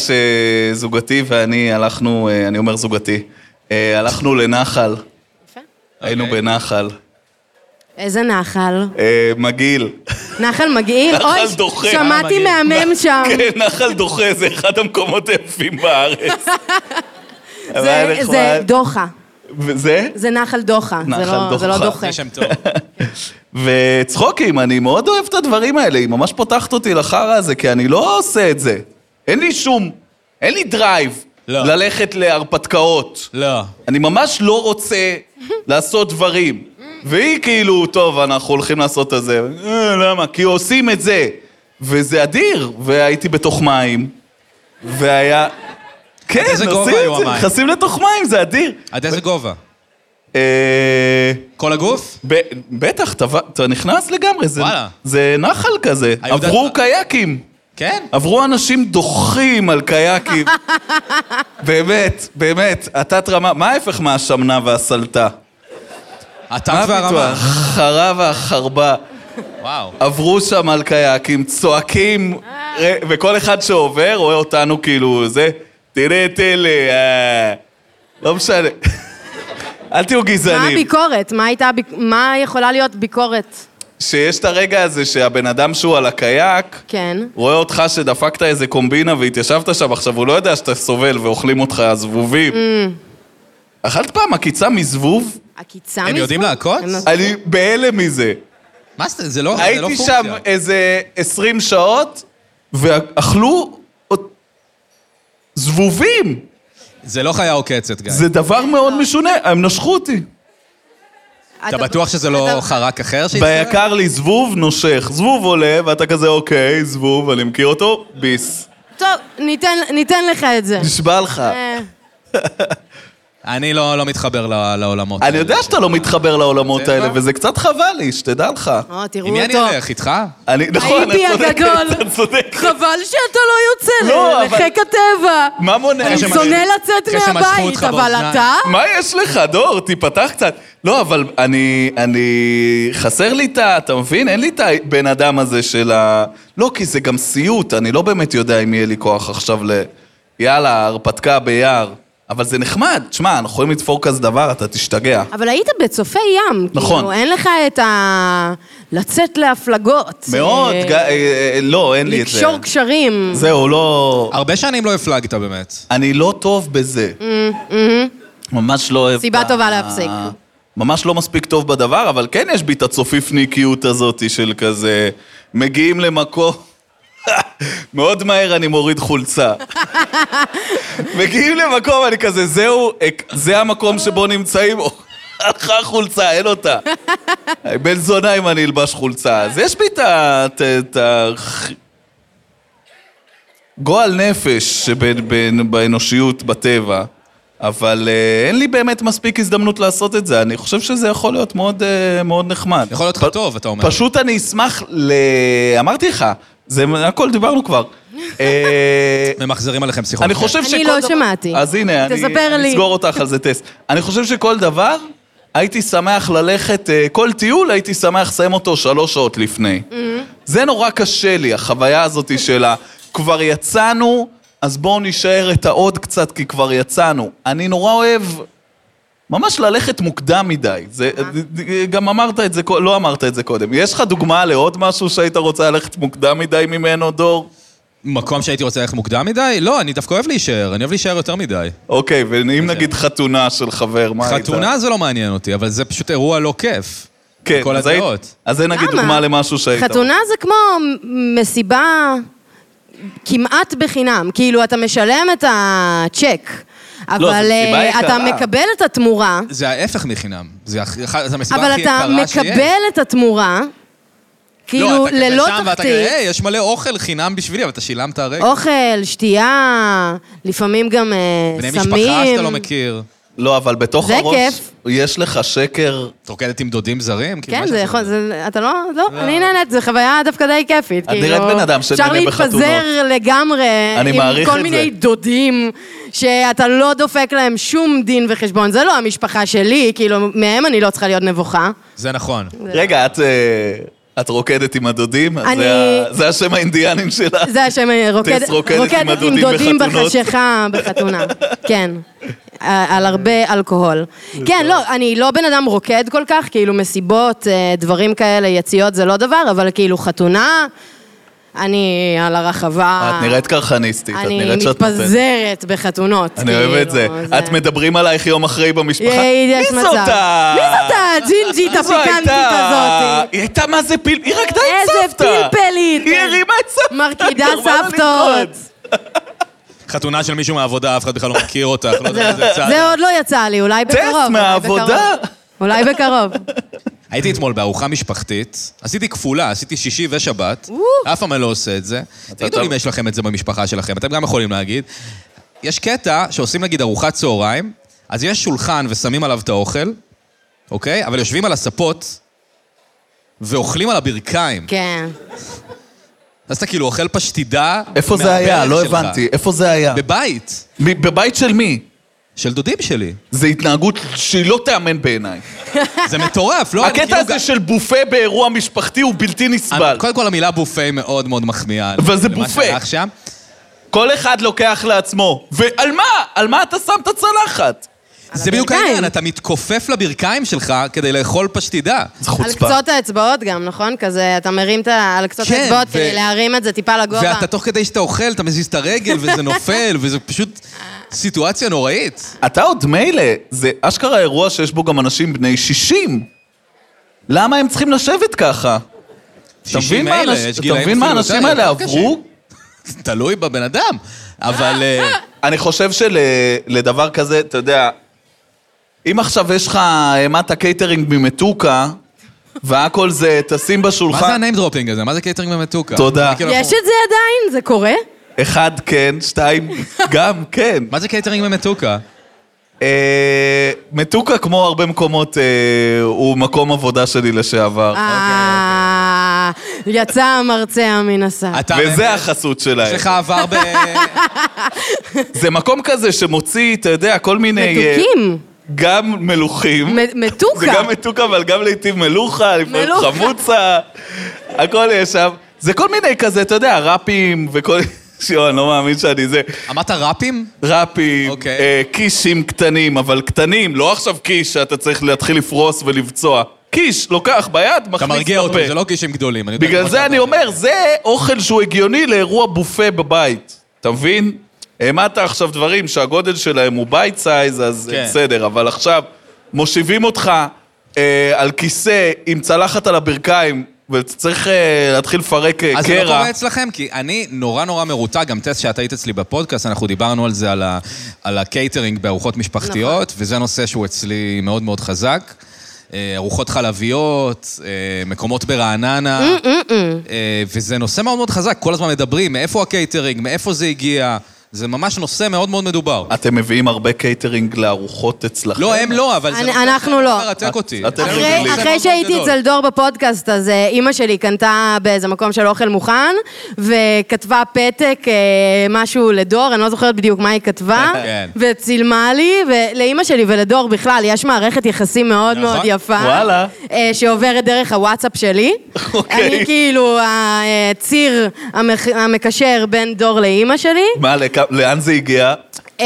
[SPEAKER 3] שזוגתי ואני הלכנו, אה, אני אומר זוגתי, אה, הלכנו לנחל, היינו
[SPEAKER 1] אוקיי.
[SPEAKER 3] בנחל.
[SPEAKER 2] איזה נחל.
[SPEAKER 3] אה, מגעיל.
[SPEAKER 2] נחל מגעיל.
[SPEAKER 3] נחל
[SPEAKER 2] אוי,
[SPEAKER 3] דוחה.
[SPEAKER 2] שמעתי
[SPEAKER 1] אה, מגעיל.
[SPEAKER 2] מהמם שם.
[SPEAKER 3] כן, נחל דוחה זה אחד המקומות היפים בארץ.
[SPEAKER 2] זה-
[SPEAKER 3] אבל היה נחמד.
[SPEAKER 2] זה דוחה.
[SPEAKER 3] וזה?
[SPEAKER 2] זה נחל דוחה. זה
[SPEAKER 3] נחל
[SPEAKER 2] לא- זה לא
[SPEAKER 3] דוחה.
[SPEAKER 2] דוחה.
[SPEAKER 1] יש שם טוב.
[SPEAKER 3] וצחוקים, אני מאוד אוהב את הדברים האלה, היא ממש פותחת אותי לחרא הזה, כי אני לא עושה את זה. אין לי שום, אין לי דרייב
[SPEAKER 1] לא.
[SPEAKER 3] ללכת להרפתקאות.
[SPEAKER 1] לא.
[SPEAKER 3] אני ממש לא רוצה לעשות דברים. והיא כאילו, טוב, אנחנו הולכים לעשות את זה. "אה, למה? כי עושים את זה. וזה אדיר. והייתי בתוך מים, והיה... כן,
[SPEAKER 1] איזה גובה
[SPEAKER 3] עושים
[SPEAKER 1] היו
[SPEAKER 3] את זה,
[SPEAKER 1] המים?
[SPEAKER 3] נכנסים לתוך מים, זה אדיר.
[SPEAKER 1] עד איזה גובה?
[SPEAKER 3] אה,
[SPEAKER 1] כל הגוף?
[SPEAKER 3] ב- בטח, אתה ו- אתה נכנס לגמרי, זה-
[SPEAKER 1] וואלה.
[SPEAKER 3] זה נחל כזה.
[SPEAKER 1] היו דת-
[SPEAKER 3] עברו קייקים.
[SPEAKER 1] כן.
[SPEAKER 3] עברו אנשים דוחים על קייקים. באמת, באמת, התת רמה, מה ההפך מהשמנה והסלטה?
[SPEAKER 1] הטם
[SPEAKER 3] מה
[SPEAKER 1] והרמה.
[SPEAKER 3] פתאום? חרה והחרבה.
[SPEAKER 1] וואו.
[SPEAKER 3] עברו שם על קייקים, צועקים, ר- וכל אחד שעובר רואה אותנו כאילו, זה, תראה את אלה, אה." לא משנה. אל תהיו
[SPEAKER 2] מה
[SPEAKER 3] גזענים.
[SPEAKER 2] הביקורת? מה הייתה, הביק- מה יכולה להיות ביקורת?
[SPEAKER 3] שיש את הרגע הזה שהבן אדם שהוא על הקייק,
[SPEAKER 2] כן.
[SPEAKER 3] רואה אותך שדפקת איזה קומבינה והתיישבת שם, עכשיו הוא לא יודע שאתה סובל ואוכלים אותך זבובים. אכלת פעם עקיצה מזבוב?
[SPEAKER 2] עקיצה
[SPEAKER 1] הם
[SPEAKER 2] מזמן?
[SPEAKER 1] יודעים לעקוץ?
[SPEAKER 2] הם-
[SPEAKER 3] אני בהלם מזה.
[SPEAKER 1] מה זה? זה לא זה לא
[SPEAKER 3] הייתי
[SPEAKER 1] פונקציה.
[SPEAKER 3] שם איזה 20 שעות, ואכלו אות- זבובים.
[SPEAKER 1] זה לא חיה עוקצת, גיא.
[SPEAKER 3] זה דבר מאוד משונה, הם נשכו אותי.
[SPEAKER 1] אתה בטוח שזה לא חרק אחר שהצטרף?
[SPEAKER 3] ביקר לי זבוב נושך. זבוב עולה, ואתה כזה, אוקיי, זבוב, אני מכיר אותו, ביס.
[SPEAKER 2] טוב, ניתן, ניתן לך את זה.
[SPEAKER 3] נשבע לך.
[SPEAKER 2] אה,
[SPEAKER 1] אני לא לא מתחבר ל- לעולמות.
[SPEAKER 3] אני
[SPEAKER 1] האלה.
[SPEAKER 3] יודע שאתה לא מתחבר לעולמות
[SPEAKER 1] בסדר.
[SPEAKER 3] האלה, וזה קצת חבל לי, שתדע לך.
[SPEAKER 2] או, תראו
[SPEAKER 1] עם מי אני
[SPEAKER 2] אותו.
[SPEAKER 1] אלך? איתך?
[SPEAKER 3] אני, נכון, את
[SPEAKER 2] אה? הייתי
[SPEAKER 3] צודקת,
[SPEAKER 2] הגדול.
[SPEAKER 3] את צודקת.
[SPEAKER 2] חבל שאתה לא יוצא
[SPEAKER 3] לא, אבל-
[SPEAKER 2] לחיק הטבע.
[SPEAKER 3] מה מונע?
[SPEAKER 2] אני
[SPEAKER 1] אחרי
[SPEAKER 2] שונא
[SPEAKER 1] שמשכו-
[SPEAKER 2] לצאת
[SPEAKER 1] אחרי שמשכו
[SPEAKER 2] מהבית,
[SPEAKER 1] אותך
[SPEAKER 2] אבל
[SPEAKER 1] באוזניים.
[SPEAKER 2] אתה...
[SPEAKER 3] מה יש לך, דור? תיפתח קצת. לא, אבל אני... אני... חסר לי את ה... אתה מבין? אין לי את הבן אדם הזה של ה... לא, כי זה גם סיוט, אני לא באמת יודע אם יהיה לי כוח עכשיו ל... יאללה, הרפתקה ביער. אבל זה נחמד. תשמע, אנחנו יכולים לתפור כזה דבר, אתה תשתגע.
[SPEAKER 2] אבל היית בצופי ים.
[SPEAKER 3] נכון.
[SPEAKER 2] כאילו, אין לך את ה... לצאת להפלגות.
[SPEAKER 3] מאוד,
[SPEAKER 2] אה,
[SPEAKER 3] ג... אה, אה, לא, אין לי את זה.
[SPEAKER 2] לקשור קשרים.
[SPEAKER 3] זהו, לא...
[SPEAKER 1] הרבה שנים לא הפלגת באמת.
[SPEAKER 3] אני לא טוב בזה.
[SPEAKER 2] Mm, mm-hmm.
[SPEAKER 3] ממש לא אוהב...
[SPEAKER 2] סיבה
[SPEAKER 3] את ה-
[SPEAKER 2] טובה להפסיק.
[SPEAKER 1] אה,
[SPEAKER 3] ממש לא מספיק טוב בדבר, אבל כן יש בי את הצופיפניקיות הזאת של כזה... מגיעים למקום... מאוד מהר אני מוריד חולצה. מגיעים למקום, אני כזה, זהו, אק- זה המקום שבו נמצאים. הלכה חולצה, אין אותה. בן זונה אם אני אלבש חולצה. אז יש בי את ה... את- את ה... גועל נפש שבאנושיות, בטבע, אבל אה, אין לי באמת מספיק הזדמנות לעשות את זה. אני חושב שזה יכול להיות מאוד, אה, מאוד נחמד.
[SPEAKER 1] יכול להיות לך
[SPEAKER 3] פ-
[SPEAKER 1] טוב, אתה אומר.
[SPEAKER 3] פשוט אני אשמח ל... אמרתי לך, זה הכל דיברנו כבר. אה,
[SPEAKER 1] ממחזרים עליכם שיחות.
[SPEAKER 3] אני חושב
[SPEAKER 2] אני
[SPEAKER 3] שכל
[SPEAKER 2] לא
[SPEAKER 3] דבר-
[SPEAKER 2] שמעתי.
[SPEAKER 3] אז הנה, אני
[SPEAKER 2] תספר
[SPEAKER 3] אני
[SPEAKER 2] לי.
[SPEAKER 3] אסגור אותך על זה טסט. אני חושב שכל דבר, הייתי שמח ללכת, אה, כל טיול הייתי שמח לסיים אותו שלוש שעות לפני.
[SPEAKER 2] Mm-hmm.
[SPEAKER 3] זה נורא קשה לי, החוויה הזאת של ה... כבר יצאנו, אז בואו נשאר את העוד קצת, כי כבר יצאנו. אני נורא אוהב... ממש ללכת מוקדם מדי, זה, גם אמרת את זה, קו- לא אמרת את זה קודם. יש לך דוגמה לעוד משהו שהיית רוצה ללכת מוקדם מדי ממנו, דור?
[SPEAKER 1] מקום שהייתי רוצה ללכת מוקדם מדי? לא, אני דווקא אוהב להישאר, אני אוהב להישאר יותר מדי.
[SPEAKER 3] אוקיי, ואם נגיד חתונה של חבר, מה היית?
[SPEAKER 1] חתונה זה לא מעניין אותי, אבל זה פשוט אירוע לא כיף.
[SPEAKER 3] כן,
[SPEAKER 1] כל
[SPEAKER 3] אז היית-
[SPEAKER 1] הדעות.
[SPEAKER 3] אז זה נגיד
[SPEAKER 2] למה?
[SPEAKER 3] דוגמה למשהו שהיית.
[SPEAKER 2] חתונה זה כמו מסיבה כמעט בחינם. כאילו, אתה משלם את הצ'ק,
[SPEAKER 1] לא,
[SPEAKER 3] זו
[SPEAKER 2] אבל
[SPEAKER 3] מסיבה
[SPEAKER 2] אה,
[SPEAKER 3] יקרה.
[SPEAKER 2] אתה מקבל את התמורה,
[SPEAKER 1] זה ההפך מחינם. זה הכ- אחת- זו המסיבה
[SPEAKER 2] אבל
[SPEAKER 1] הכי
[SPEAKER 2] אתה
[SPEAKER 1] יקרה שיש.
[SPEAKER 2] מקבל את התמורה, כאילו,
[SPEAKER 1] לא, אתה כזה
[SPEAKER 2] ללא
[SPEAKER 1] שם ואתה כזה, אה,
[SPEAKER 2] תחתית. אוקיי,
[SPEAKER 1] "היי, יש מלא אוכל חינם בשבילי, אבל אתה שילמת הרגע.
[SPEAKER 2] אוכל, שתייה, לפעמים גם אה,
[SPEAKER 1] בני
[SPEAKER 2] סמים.
[SPEAKER 1] משפחה שאתה לא מכיר.
[SPEAKER 3] לא, אבל בתוך
[SPEAKER 2] זה
[SPEAKER 3] הראש...
[SPEAKER 2] כיף.
[SPEAKER 3] יש לך שקר...
[SPEAKER 1] את רוקדת עם דודים זרים? כאילו,
[SPEAKER 2] כן,
[SPEAKER 1] מה
[SPEAKER 2] זה
[SPEAKER 1] שזה?
[SPEAKER 2] יכול, זה, אתה לא, לא, אני נהנית, זו חוויה דווקא די כיפית. כאילו,
[SPEAKER 3] את נראית בן אדם שנהנה
[SPEAKER 2] אפשר להתפזר
[SPEAKER 3] בחתונות.
[SPEAKER 2] לגמרי,
[SPEAKER 3] אני מעריך
[SPEAKER 2] עם
[SPEAKER 3] את
[SPEAKER 2] כל
[SPEAKER 3] זה.
[SPEAKER 2] מיני דודים, שאתה לא דופק להם שום דין וחשבון. זה לא המשפחה שלי, כאילו, מהם אני לא צריכה להיות נבוכה.
[SPEAKER 1] זה נכון.
[SPEAKER 3] רגע, את... אה, את רוקדת עם הדודים? אז
[SPEAKER 2] אני-
[SPEAKER 3] זה ה- זה השם האינדיאנים שלך.
[SPEAKER 2] זה השם, אה, רוקדת
[SPEAKER 3] רוקדת עם הדודים
[SPEAKER 2] עם דודים
[SPEAKER 3] בחתונות.
[SPEAKER 2] בחשיכה בחתונה. כן. אה, על הרבה אלכוהול. כן, לא, אני לא בן אדם רוקד כל כך, כאילו מסיבות, אה, דברים כאלה, יציאות זה לא דבר, אבל כאילו חתונה, אני על הרחבה.
[SPEAKER 3] את נראית קרחניסטית, את
[SPEAKER 2] אני
[SPEAKER 3] נראית שאת נותנת.
[SPEAKER 2] מתפזרת בחתונות.
[SPEAKER 3] אני אוהב את זה.
[SPEAKER 2] כאילו,
[SPEAKER 3] את מדברים עלייך יום אחרי במשפחה?
[SPEAKER 2] יהיה- יש
[SPEAKER 3] מי
[SPEAKER 2] מצב.
[SPEAKER 3] זאת ה...
[SPEAKER 2] מי זאת הג'ינג'ית
[SPEAKER 3] מי זו
[SPEAKER 2] הפיקנטית
[SPEAKER 3] הייתה?
[SPEAKER 2] הזאת?
[SPEAKER 3] היא הייתה מה זה פיל... היא רקדה את
[SPEAKER 2] איזה
[SPEAKER 3] סבתא! לא
[SPEAKER 2] פלפלית.
[SPEAKER 3] היא הרימה את סבתא!
[SPEAKER 2] מרקידה
[SPEAKER 3] גרמה לה
[SPEAKER 2] סבתות.
[SPEAKER 3] לבכות.
[SPEAKER 1] חתונה של מישהו מהעבודה, אף אחד בכלל לא מכיר אותך, לא יודע איזה צד.
[SPEAKER 2] זה עוד לא יצא לי, אולי בקרוב. אולי
[SPEAKER 3] מהעבודה.
[SPEAKER 2] בקרוב. אולי בקרוב.
[SPEAKER 1] הייתי אתמול בארוחה משפחתית, עשיתי כפולה, עשיתי שישי ושבת, אף פעם אני לא עושה את זה. תגידו לי
[SPEAKER 3] אתה-
[SPEAKER 1] אם יש לכם את זה במשפחה שלכם, אתם גם יכולים להגיד. יש קטע שעושים נגיד ארוחת צהריים, אז יש שולחן ושמים עליו את האוכל, אוקיי? אבל יושבים על הספות ואוכלים על הברכיים.
[SPEAKER 2] כן.
[SPEAKER 1] אז אתה כאילו אוכל פשטידה
[SPEAKER 3] איפה זה
[SPEAKER 1] מהברך
[SPEAKER 3] היה? לא
[SPEAKER 1] שלך.
[SPEAKER 3] הבנתי. איפה זה היה?
[SPEAKER 1] בבית,
[SPEAKER 3] מ- בבית של מי?
[SPEAKER 1] של דודים שלי.
[SPEAKER 3] זו התנהגות שהיא לא תיאמן בעיניי.
[SPEAKER 1] זה מטורף, לא? אני
[SPEAKER 3] הקטע
[SPEAKER 1] כאילו
[SPEAKER 3] הזה
[SPEAKER 1] גם-
[SPEAKER 3] של בופה באירוע משפחתי הוא בלתי נסבל.
[SPEAKER 1] אני- קודם כל המילה בופה היא מאוד מאוד מחמיאה.
[SPEAKER 3] אבל זה
[SPEAKER 1] למה
[SPEAKER 3] בופה.
[SPEAKER 1] שהלך שם.
[SPEAKER 3] כל אחד לוקח לעצמו. ועל מה? על מה אתה שם את הצלחת?
[SPEAKER 1] זה בדיוק
[SPEAKER 2] הברכיים.
[SPEAKER 1] העניין, אתה מתכופף לברכיים שלך כדי לאכול פשטידה.
[SPEAKER 3] זה
[SPEAKER 2] על
[SPEAKER 3] חוצפה.
[SPEAKER 2] קצות האצבעות גם, נכון? כזה, אתה מרים את ה... על קצות
[SPEAKER 1] כן,
[SPEAKER 2] האצבעות
[SPEAKER 1] ו-
[SPEAKER 2] כדי להרים את זה טיפה לגובה.
[SPEAKER 1] ואתה תוך כדי שאתה אוכל, אתה מזיז את הרגל וזה נופל, וזה פשוט סיטואציה נוראית.
[SPEAKER 3] אתה עוד מילא, זה אשכרה אירוע שיש בו גם אנשים בני 60. למה הם צריכים לשבת ככה? אתה מבין
[SPEAKER 1] 60
[SPEAKER 3] מה
[SPEAKER 1] האלה,
[SPEAKER 3] האנש-
[SPEAKER 1] יש
[SPEAKER 3] אתה
[SPEAKER 1] גילאים
[SPEAKER 3] מבין מה
[SPEAKER 1] אפילו
[SPEAKER 3] האנשים
[SPEAKER 1] יותר,
[SPEAKER 3] האלה
[SPEAKER 1] יותר קשים.
[SPEAKER 3] עברו?
[SPEAKER 1] תלוי בבן אדם, אבל... אה,
[SPEAKER 3] אני חושב שלדבר כזה, אתה יודע, אם עכשיו יש לך אימת הקייטרינג ממטוקה, והכל זה, תשים
[SPEAKER 1] מה זה
[SPEAKER 3] בשולחן,
[SPEAKER 1] הניים דרופינג הזה? מה זה קייטרינג במתוקה?
[SPEAKER 3] תודה.
[SPEAKER 1] אני כאילו-
[SPEAKER 2] יש את זה עדיין? זה קורה?
[SPEAKER 3] אוקיי, אחד כן, שתיים גם כן.
[SPEAKER 1] מה זה קייטרינג במתוקה?
[SPEAKER 3] אה, מטוקה, כמו הרבה מקומות, אה, הוא מקום עבודה שלי לשעבר.
[SPEAKER 2] אה... יצא המרצע מן השק.
[SPEAKER 1] אתה-
[SPEAKER 3] וזה החסות
[SPEAKER 1] יש
[SPEAKER 3] שלהם.
[SPEAKER 1] לך עבר ב...
[SPEAKER 3] זה מקום כזה שמוציא, אתה יודע, כל מיני... אה,
[SPEAKER 2] מתוקים.
[SPEAKER 3] גם מלוכים.
[SPEAKER 2] מ- מתוקה.
[SPEAKER 3] זה גם מתוק, אבל גם לעיתים מלוכה, לפעמים
[SPEAKER 2] מלוכה.
[SPEAKER 3] חמוצה, הכל יש שם. זה כל מיני כזה, אתה יודע, ראפים וכל... שיו, אני לא מאמין שאני זה.
[SPEAKER 1] אמרת ראפים?
[SPEAKER 3] ראפים,
[SPEAKER 1] אוקיי.
[SPEAKER 3] אה, קישים קטנים, אבל קטנים, לא עכשיו קיש שאתה צריך להתחיל לפרוס ולבצוע. קיש, לוקח ביד, מכניס
[SPEAKER 1] אתה מרגיע
[SPEAKER 3] לפה.
[SPEAKER 1] אותי, זה לא קישים גדולים. אני יודע
[SPEAKER 3] בגלל
[SPEAKER 1] כמו
[SPEAKER 3] זה
[SPEAKER 1] שאתה
[SPEAKER 3] אני
[SPEAKER 1] אומר.
[SPEAKER 3] אומר, זה אוכל שהוא הגיוני לאירוע בופה בבית. אתה מבין? העמדת עכשיו דברים שהגודל שלהם הוא בייט סייז, אז
[SPEAKER 1] כן.
[SPEAKER 3] בסדר, אבל עכשיו מושיבים אותך אה, על כיסא עם צלחת על הברכיים, וצריך אה, להתחיל לפרק אה,
[SPEAKER 1] אז זה לא
[SPEAKER 3] קרע.
[SPEAKER 1] קורה אצלכם? כי אני נורא נורא מרותק, גם טס שאת היית אצלי בפודקאסט, אנחנו דיברנו על זה, על, ה, על הקייטרינג בארוחות משפחתיות,
[SPEAKER 2] נכון.
[SPEAKER 1] וזה נושא שהוא אצלי מאוד מאוד חזק. אה, ארוחות חלביות, אה, מקומות
[SPEAKER 2] Mm,
[SPEAKER 1] ברעננה, אה, וזה נושא מאוד מאוד חזק, כל הזמן מדברים, מאיפה הקייטרינג, מאיפה זה הגיע, זה ממש נושא מאוד מאוד מדובר.
[SPEAKER 3] אתם מביאים הרבה קייטרינג לארוחות אצלכם?
[SPEAKER 1] לא, הם לא, אבל זה
[SPEAKER 2] אני-
[SPEAKER 1] נושא
[SPEAKER 2] אנחנו
[SPEAKER 1] שמאוד
[SPEAKER 2] לא.
[SPEAKER 1] מרתק אותי.
[SPEAKER 3] אתם
[SPEAKER 1] אצלנו זה
[SPEAKER 3] רגילים.
[SPEAKER 2] אחרי,
[SPEAKER 1] נושא
[SPEAKER 2] אחרי
[SPEAKER 1] מאוד
[SPEAKER 2] שהייתי
[SPEAKER 1] גדול.
[SPEAKER 2] אצל דור בפודקאסט, אז אה, אימא שלי קנתה באיזה מקום של אוכל מוכן, וכתבה פתק, אה, משהו לדור, אני לא זוכרת בדיוק מה היא כתבה,
[SPEAKER 1] כן.
[SPEAKER 2] וצילמה לי, ולאימא שלי ולדור בכלל, יש מערכת יחסים מאוד
[SPEAKER 1] נכון.
[SPEAKER 2] מאוד יפה.
[SPEAKER 3] וואלה.
[SPEAKER 2] אה, שעוברת דרך הוואטסאפ שלי.
[SPEAKER 3] אוקיי.
[SPEAKER 2] אני כאילו הציר המח- המקשר בין דור לאימא שלי.
[SPEAKER 3] מה, לכ- לאן זה הגיע?
[SPEAKER 2] אמ,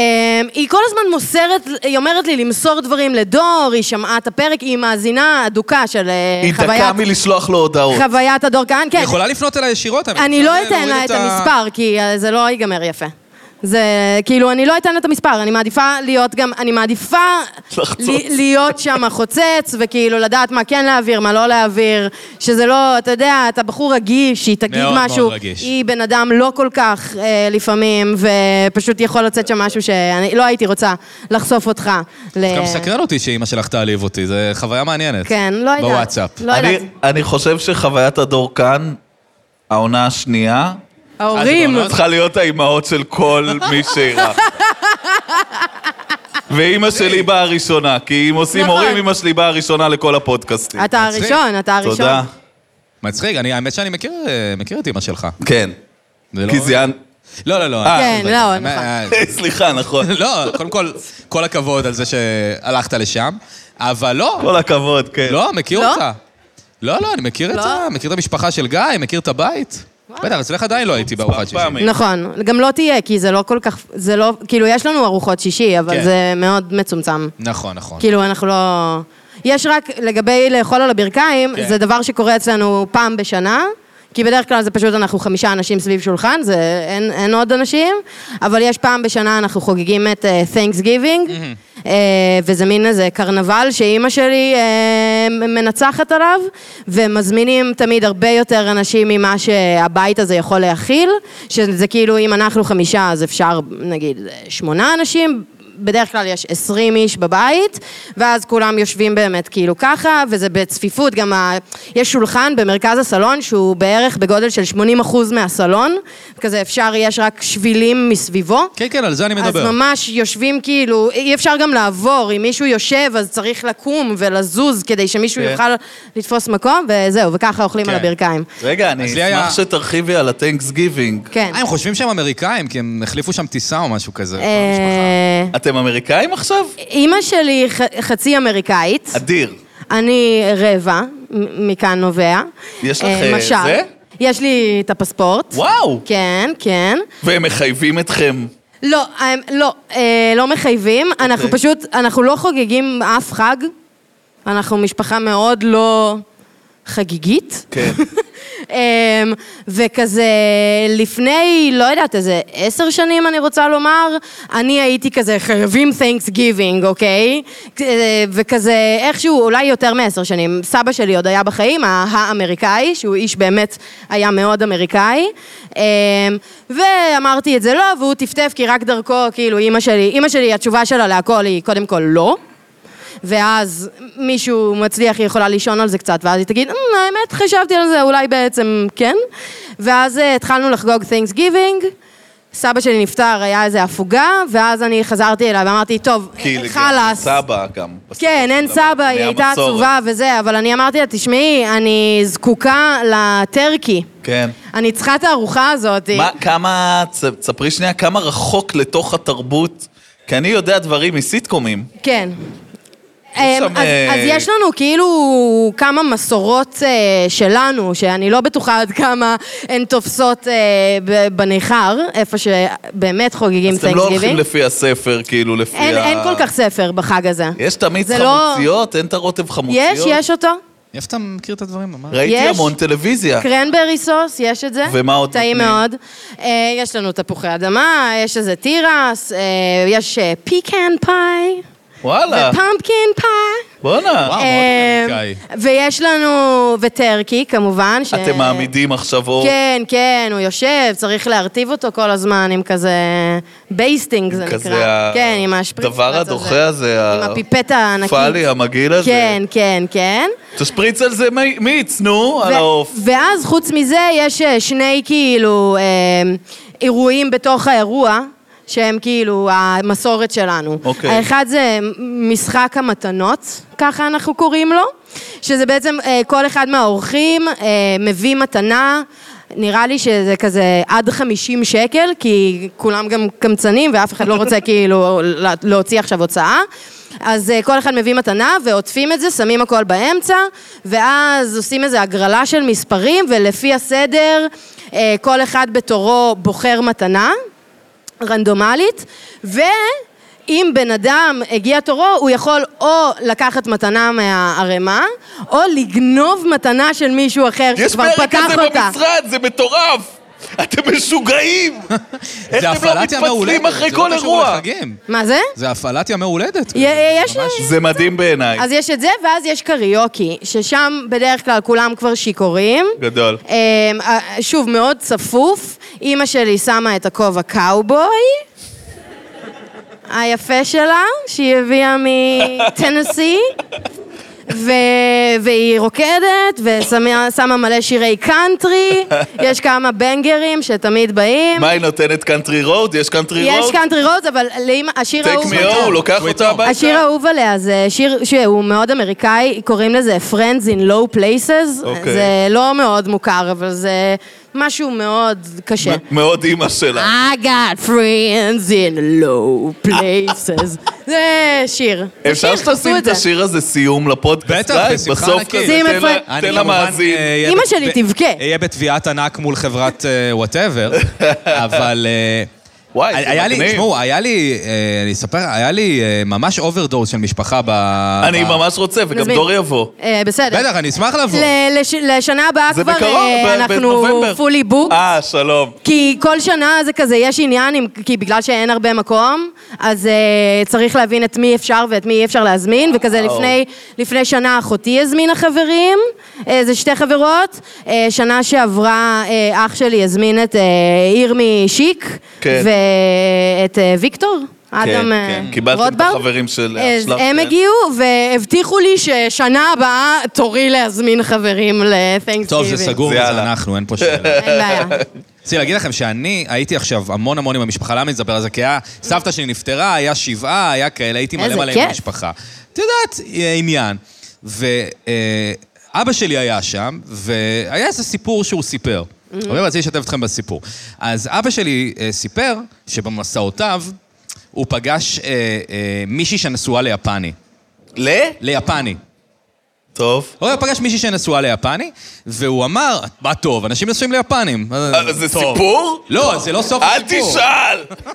[SPEAKER 2] היא כל הזמן מוסרת, היא אומרת לי למסור דברים לדור, היא שמעה את הפרק, היא מאזינה אדוקה של אה,
[SPEAKER 3] היא דקה
[SPEAKER 2] חוויית,
[SPEAKER 3] מלשלוח לו הודעות.
[SPEAKER 2] חוויית הדור כהן,
[SPEAKER 1] היא
[SPEAKER 2] כן.
[SPEAKER 1] יכולה לפנות אליי ישירות, האמת.
[SPEAKER 2] אני לא
[SPEAKER 1] אפשר
[SPEAKER 2] אתן
[SPEAKER 1] להוריד
[SPEAKER 2] לה את המספר, כי אה, זה לא ייגמר יפה. זה, כאילו, אני לא אתן לה את המספר, אני מעדיפה להיות גם, אני מעדיפה
[SPEAKER 3] לחצוץ.
[SPEAKER 2] לי- להיות שם חוצץ, וכאילו לדעת מה כן להעביר, מה לא להעביר, שזה לא, אתה יודע, אתה בחור רגיש, היא תגיד
[SPEAKER 1] מאוד מאוד
[SPEAKER 2] משהו,
[SPEAKER 1] רגיש.
[SPEAKER 2] היא בן אדם לא כל כך אה, לפעמים, ופשוט יכול לצאת שם משהו שאני לא הייתי רוצה לחשוף אותך. ל-
[SPEAKER 1] גם סקרן אותי שאימא שלך תעליב אותי, זו חוויה מעניינת.
[SPEAKER 2] אה, כן, לא יודעת.
[SPEAKER 1] בוואטסאפ. אה,
[SPEAKER 2] לא
[SPEAKER 3] אני-
[SPEAKER 2] יודעת.
[SPEAKER 3] אני חושב שחוויית הדור כאן, העונה השנייה,
[SPEAKER 2] ההורים,
[SPEAKER 1] אז
[SPEAKER 3] צריכה להיות האימהות של כל מי שאירח. ואימא שלי באה הראשונה, כי אם עושים
[SPEAKER 2] אוקיי. נכון.
[SPEAKER 3] הורים, אימא שלי באה הראשונה לכל הפודקאסטים.
[SPEAKER 2] אתה
[SPEAKER 1] מצחיק.
[SPEAKER 2] הראשון, אתה הראשון.
[SPEAKER 3] תודה.
[SPEAKER 1] מצחיק, אני, האמת שאני מכיר, אה, מכיר את אמא שלך.
[SPEAKER 3] כן.
[SPEAKER 1] זה לא-
[SPEAKER 3] כי זיין...
[SPEAKER 1] לא, לא, לא.
[SPEAKER 3] אה,
[SPEAKER 1] אני-
[SPEAKER 2] כן,
[SPEAKER 1] אני-
[SPEAKER 2] לא,
[SPEAKER 1] אני-
[SPEAKER 2] נכון.
[SPEAKER 1] אה,
[SPEAKER 3] סליחה, נכון.
[SPEAKER 1] לא, קודם כל, כל הכבוד על זה שהלכת לשם, אבל לא,
[SPEAKER 3] כל הכבוד, כן.
[SPEAKER 1] לא, מכיר
[SPEAKER 2] לא?
[SPEAKER 1] אותך. לא, לא, אני מכיר את
[SPEAKER 2] לא?
[SPEAKER 1] ה... מכיר את המשפחה של גיא, מכיר את הבית. בטח, אצלך עדיין לא הייתי בארוחת שישי.
[SPEAKER 3] פעמים.
[SPEAKER 2] נכון, גם לא תהיה, כי זה לא כל כך, זה לא, כאילו, יש לנו ארוחות שישי, אבל
[SPEAKER 1] כן.
[SPEAKER 2] זה מאוד מצומצם.
[SPEAKER 1] נכון, נכון.
[SPEAKER 2] כאילו, אנחנו לא... יש רק לגבי לאכול על הברכיים,
[SPEAKER 1] כן.
[SPEAKER 2] זה דבר שקורה אצלנו פעם בשנה. כי בדרך כלל זה פשוט אנחנו חמישה אנשים סביב שולחן, זה אין, אין עוד אנשים, אבל יש פעם בשנה אנחנו חוגגים את תנקס גיבינג, וזה מין איזה קרנבל שאימא שלי אה, מנצחת עליו, ומזמינים תמיד הרבה יותר אנשים ממה שהבית הזה יכול להכיל, שזה כאילו אם אנחנו חמישה אז אפשר נגיד אה, שמונה אנשים, בדרך כלל יש 20 איש בבית, ואז כולם יושבים באמת כאילו ככה, וזה בצפיפות, גם ה... יש שולחן במרכז הסלון שהוא בערך בגודל של 80 אחוז מהסלון, כזה אפשר, יש רק שבילים מסביבו.
[SPEAKER 1] כן, כן, על זה אני
[SPEAKER 2] אז
[SPEAKER 1] מדבר.
[SPEAKER 2] ממש יושבים כאילו, אי אפשר גם לעבור, אם מישהו יושב אז צריך לקום ולזוז כדי שמישהו
[SPEAKER 3] כן.
[SPEAKER 2] יוכל לתפוס מקום, וזהו, וככה אוכלים
[SPEAKER 1] כן.
[SPEAKER 2] על הברכיים.
[SPEAKER 3] רגע, אני
[SPEAKER 1] אז לי היה-
[SPEAKER 3] אשמח שתרחיבי על הטנקס גיבינג.
[SPEAKER 2] כן.
[SPEAKER 1] אה, הם חושבים שהם אמריקאים, כי הם החליפו שם טיסה או משהו כזה. כל המשפחה.
[SPEAKER 2] אה,
[SPEAKER 3] אתם אמריקאים עכשיו?
[SPEAKER 2] אימא שלי ח- חצי אמריקאית.
[SPEAKER 3] אדיר.
[SPEAKER 2] אני רבע, מ- מכאן נובע.
[SPEAKER 3] יש לך,
[SPEAKER 2] אה,
[SPEAKER 3] אה,
[SPEAKER 2] משל.
[SPEAKER 3] זה?
[SPEAKER 2] יש לי את הפספורט.
[SPEAKER 3] וואו!
[SPEAKER 2] כן, כן.
[SPEAKER 3] והם מחייבים אתכם.
[SPEAKER 2] לא, אה, לא, אה, לא מחייבים.
[SPEAKER 3] אוקיי.
[SPEAKER 2] אנחנו פשוט, אנחנו לא חוגגים אף חג. אנחנו משפחה מאוד לא חגיגית.
[SPEAKER 3] כן.
[SPEAKER 2] אמ, וכזה, לפני, לא יודעת, איזה עשר שנים אני רוצה לומר, אני הייתי כזה, חייבים תנקס גיבינג, אוקיי? כ- אה, וכזה, איכשהו, אולי יותר מעשר שנים, סבא שלי עוד היה בחיים, ה- האמריקאי, שהוא איש באמת היה מאוד אמריקאי, אמ, ואמרתי את זה לא, והוא טפטף, כי רק דרכו, כאילו, אימא שלי, אימא שלי, התשובה שלה להכל היא, קודם כל, לא. ואז מישהו מצליח, היא יכולה לישון על זה קצת, ואז היא תגיד, "אמ, האמת, חשבתי על זה, אולי בעצם כן. ואז אה, התחלנו לחגוג תינקס גיבינג. סבא שלי נפטר, היה איזה הפוגה, ואז אני חזרתי אליו ואמרתי, טוב,
[SPEAKER 3] כי לגמרי,
[SPEAKER 2] חלאס.
[SPEAKER 3] סבא גם.
[SPEAKER 2] כן, אין סבא, היא הייתה
[SPEAKER 3] מהמסורת.
[SPEAKER 2] עצובה וזה, אבל אני אמרתי לה, תשמעי, אני זקוקה לטרקי.
[SPEAKER 3] כן.
[SPEAKER 2] אני צריכה את הארוחה הזאת.
[SPEAKER 3] מה, כמה, צ- ספרי שנייה, כמה רחוק לתוך התרבות? כי אני יודע דברים מסיטקומים.
[SPEAKER 2] כן. אמ,
[SPEAKER 3] שם,
[SPEAKER 2] אז,
[SPEAKER 3] אה,
[SPEAKER 2] אז יש לנו כאילו כמה מסורות אה, שלנו, שאני לא בטוחה עד כמה הן תופסות אה, ב- בניכר, איפה שבאמת חוגגים
[SPEAKER 3] אז אתם לא הולכים
[SPEAKER 2] תנקסגיבינג.
[SPEAKER 3] לפי הספר, כאילו, לפי
[SPEAKER 2] אין,
[SPEAKER 3] ה...
[SPEAKER 2] אין כל כך ספר בחג הזה.
[SPEAKER 3] יש תמיד
[SPEAKER 2] זה לא-
[SPEAKER 3] חמוציות? אין את הרוטב חמוציות?
[SPEAKER 2] יש, יש אותו.
[SPEAKER 1] איפה אתה מכיר את הדברים? אמר?
[SPEAKER 3] ראיתי
[SPEAKER 2] יש.
[SPEAKER 3] המון טלוויזיה.
[SPEAKER 2] קרנברי סוס, יש את זה.
[SPEAKER 3] ומה עוד
[SPEAKER 2] טעים
[SPEAKER 3] נותנים?
[SPEAKER 2] מאוד. אה, יש לנו תפוחי אדמה, יש איזה תירס, אה, יש אה, פיקן פאי,
[SPEAKER 3] וואלה,
[SPEAKER 2] ופמפקין פאי.
[SPEAKER 3] בואנה.
[SPEAKER 1] וואו. אה, מאוד אמריקאי.
[SPEAKER 2] אמ, ויש לנו, וטרקי כמובן, ש...
[SPEAKER 3] אתם מעמידים עכשיו אור.
[SPEAKER 2] כן, כן, הוא יושב, צריך להרטיב אותו כל הזמן עם כזה בייסטינג זה
[SPEAKER 3] כזה
[SPEAKER 2] נקרא.
[SPEAKER 3] ה-
[SPEAKER 2] כן, עם השפריץ.
[SPEAKER 3] הדבר
[SPEAKER 2] הזה.
[SPEAKER 3] הדוחה הזה,
[SPEAKER 2] עם
[SPEAKER 3] ה-
[SPEAKER 2] הפיפטה הענקית.
[SPEAKER 3] פאלי, המגעיל הזה.
[SPEAKER 2] כן, כן, כן.
[SPEAKER 3] תשפריץ על זה מי- מיץ, נו, על
[SPEAKER 2] ו-
[SPEAKER 3] העוף.
[SPEAKER 2] ואז חוץ מזה יש אה, שני כאילו אה, אירועים בתוך האירוע. שהם כאילו המסורת שלנו.
[SPEAKER 3] אוקיי.
[SPEAKER 2] האחד זה משחק המתנות, ככה אנחנו קוראים לו, שזה בעצם אה, כל אחד מהאורחים אה, מביא מתנה, נראה לי שזה כזה עד 50 שקל, כי כולם גם קמצנים ואף אחד לא רוצה כאילו לה- להוציא עכשיו הוצאה. אז אה, כל אחד מביא מתנה ועוטפים את זה, שמים הכל באמצע, ואז עושים איזו הגרלה של מספרים, ולפי הסדר אה, כל אחד בתורו בוחר מתנה. רנדומלית, ואם בן אדם הגיע תורו, הוא יכול או לקחת מתנה מהערימה, או לגנוב מתנה של מישהו אחר
[SPEAKER 3] יש
[SPEAKER 2] שכבר
[SPEAKER 3] פרק
[SPEAKER 2] פתח
[SPEAKER 3] כזה
[SPEAKER 2] אותה.
[SPEAKER 3] במשרד, זה מטורף! אתם משוגעים! איך
[SPEAKER 1] זה
[SPEAKER 3] אתם לא
[SPEAKER 1] הפעלת ימי הולדת.
[SPEAKER 3] מתפצלים אחרי
[SPEAKER 1] זה
[SPEAKER 3] כל
[SPEAKER 1] לא קשור
[SPEAKER 3] אירוע?
[SPEAKER 1] לחגים.
[SPEAKER 2] מה זה?
[SPEAKER 1] זה הפעלת ימי הולדת.
[SPEAKER 2] יה- אה,
[SPEAKER 1] זה
[SPEAKER 2] יש לי-
[SPEAKER 1] ממש-
[SPEAKER 3] זה מדהים בעיניי.
[SPEAKER 2] אז יש את זה, ואז יש קריוקי, ששם בדרך כלל כולם כבר שיכורים.
[SPEAKER 3] גדול.
[SPEAKER 2] אמ, אה, שוב, מאוד צפוף. אימא שלי שמה את הכובע קאובוי. היפה שלה, שהיא הביאה מטנסי. ו... והיא רוקדת, ושמה שמה מלא שירי קאנטרי, יש כמה בנגרים שתמיד באים.
[SPEAKER 3] מה היא נותנת? קאנטרי רוד? יש קאנטרי
[SPEAKER 2] יש
[SPEAKER 3] רוד?
[SPEAKER 2] קאנטרי רודס, אבל לאמא, השיר
[SPEAKER 3] טייק
[SPEAKER 2] האהוב...
[SPEAKER 3] מי
[SPEAKER 2] עליה-
[SPEAKER 3] הוא לוקח
[SPEAKER 1] Sweet
[SPEAKER 3] אותה
[SPEAKER 1] home.
[SPEAKER 3] הביתה?
[SPEAKER 2] השיר האהוב עליה זה שיר שהוא מאוד אמריקאי, קוראים לזה Friends in Low Places.
[SPEAKER 3] אוקיי.
[SPEAKER 2] זה לא מאוד מוכר, אבל זה משהו מאוד קשה.
[SPEAKER 3] מאוד אימא
[SPEAKER 1] אה,
[SPEAKER 3] שלה.
[SPEAKER 2] I got friends in low places. זה שיר. זה
[SPEAKER 3] אפשר
[SPEAKER 2] שיר,
[SPEAKER 3] שתשים
[SPEAKER 2] חפשו
[SPEAKER 3] את השיר הזה סיום לפודקאסט
[SPEAKER 1] בטח,
[SPEAKER 3] לייב?
[SPEAKER 1] בשמחה
[SPEAKER 3] בסוף
[SPEAKER 1] ענקית.
[SPEAKER 3] כזה,
[SPEAKER 2] שים
[SPEAKER 3] תן
[SPEAKER 2] את
[SPEAKER 3] לה-
[SPEAKER 2] פר-
[SPEAKER 1] אני
[SPEAKER 3] תן לה
[SPEAKER 1] כמובן,
[SPEAKER 3] מאזין.
[SPEAKER 1] אה, אהיה
[SPEAKER 2] אמא
[SPEAKER 1] ב-
[SPEAKER 2] שלי
[SPEAKER 1] ב-
[SPEAKER 2] תבכה.
[SPEAKER 1] אהיה בתביעת ענק מול חברת וואטאבר, אבל... אה,
[SPEAKER 3] וואי, זה
[SPEAKER 1] היה לי,
[SPEAKER 3] מגניב.
[SPEAKER 1] תשמעו, היה לי, אה, אני אספר, היה לי אה, ממש אוברדורס של משפחה ב...
[SPEAKER 3] אני
[SPEAKER 1] ב-
[SPEAKER 3] ממש רוצה, וגם
[SPEAKER 2] נזמין.
[SPEAKER 3] דור יבוא.
[SPEAKER 2] אה, בסדר.
[SPEAKER 1] בטח, אני אשמח לבוא.
[SPEAKER 2] ל- לש- לשנה הבאה
[SPEAKER 3] זה
[SPEAKER 2] כבר
[SPEAKER 3] בקרוב,
[SPEAKER 2] אה,
[SPEAKER 3] ב-
[SPEAKER 2] אנחנו
[SPEAKER 3] בנובמבר.
[SPEAKER 2] fully booked.
[SPEAKER 3] אה, שלום.
[SPEAKER 2] כי כל שנה זה כזה, יש עניין, עם, כי בגלל שאין הרבה מקום, אז uh, צריך להבין את מי אפשר ואת מי אי אפשר להזמין, וכזה
[SPEAKER 3] וואו.
[SPEAKER 2] לפני, לפני שנה אחותי הזמינה חברים, uh, זה שתי חברות, uh, שנה שעברה uh, אח שלי הזמין את uh, ירמי שיק,
[SPEAKER 3] כן.
[SPEAKER 2] ואת uh, ויקטור. אדם אה,
[SPEAKER 3] כן. קיבלתם את
[SPEAKER 2] רוטברג.
[SPEAKER 3] החברים של אח
[SPEAKER 2] אז
[SPEAKER 3] שלך,
[SPEAKER 2] הם
[SPEAKER 3] כן.
[SPEAKER 2] הגיעו והבטיחו לי ששנה הבאה תורי להזמין חברים ל-thanksgiving.
[SPEAKER 1] טוב, זה סגור,
[SPEAKER 3] זה
[SPEAKER 1] זה
[SPEAKER 3] יאללה.
[SPEAKER 1] אנחנו, אין פה שאלה.
[SPEAKER 2] אין בעיה.
[SPEAKER 1] רציתי להגיד לכם שאני הייתי עכשיו המון המון עם המשפחה, למה אני אספר על זה? כי היה, סבתא שלי נפטרה, היה שבעה, היה כאלה, הייתי מלא
[SPEAKER 2] איזה
[SPEAKER 1] מלא עם
[SPEAKER 2] כיף.
[SPEAKER 1] המשפחה. את יודעת, אה, עניין. ואבא שלי היה שם, והיה איזה סיפור שהוא סיפר.
[SPEAKER 2] Mm-hmm.
[SPEAKER 1] אבל רציתי לשתף אתכם בסיפור. אז אבא שלי אה, סיפר שבמסעותיו הוא פגש אה, אה, מישהי שנשואה ליפני.
[SPEAKER 3] ל?
[SPEAKER 1] ליפני.
[SPEAKER 3] טוב.
[SPEAKER 1] הוא היה פגש מישהי שנשואה ליפני, והוא אמר, מה טוב, אנשים נשואים ליפנים.
[SPEAKER 3] אה, זה
[SPEAKER 1] טוב."
[SPEAKER 3] סיפור?
[SPEAKER 1] לא, זה לא סוף
[SPEAKER 3] אל
[SPEAKER 1] הסיפור.
[SPEAKER 3] תשאל!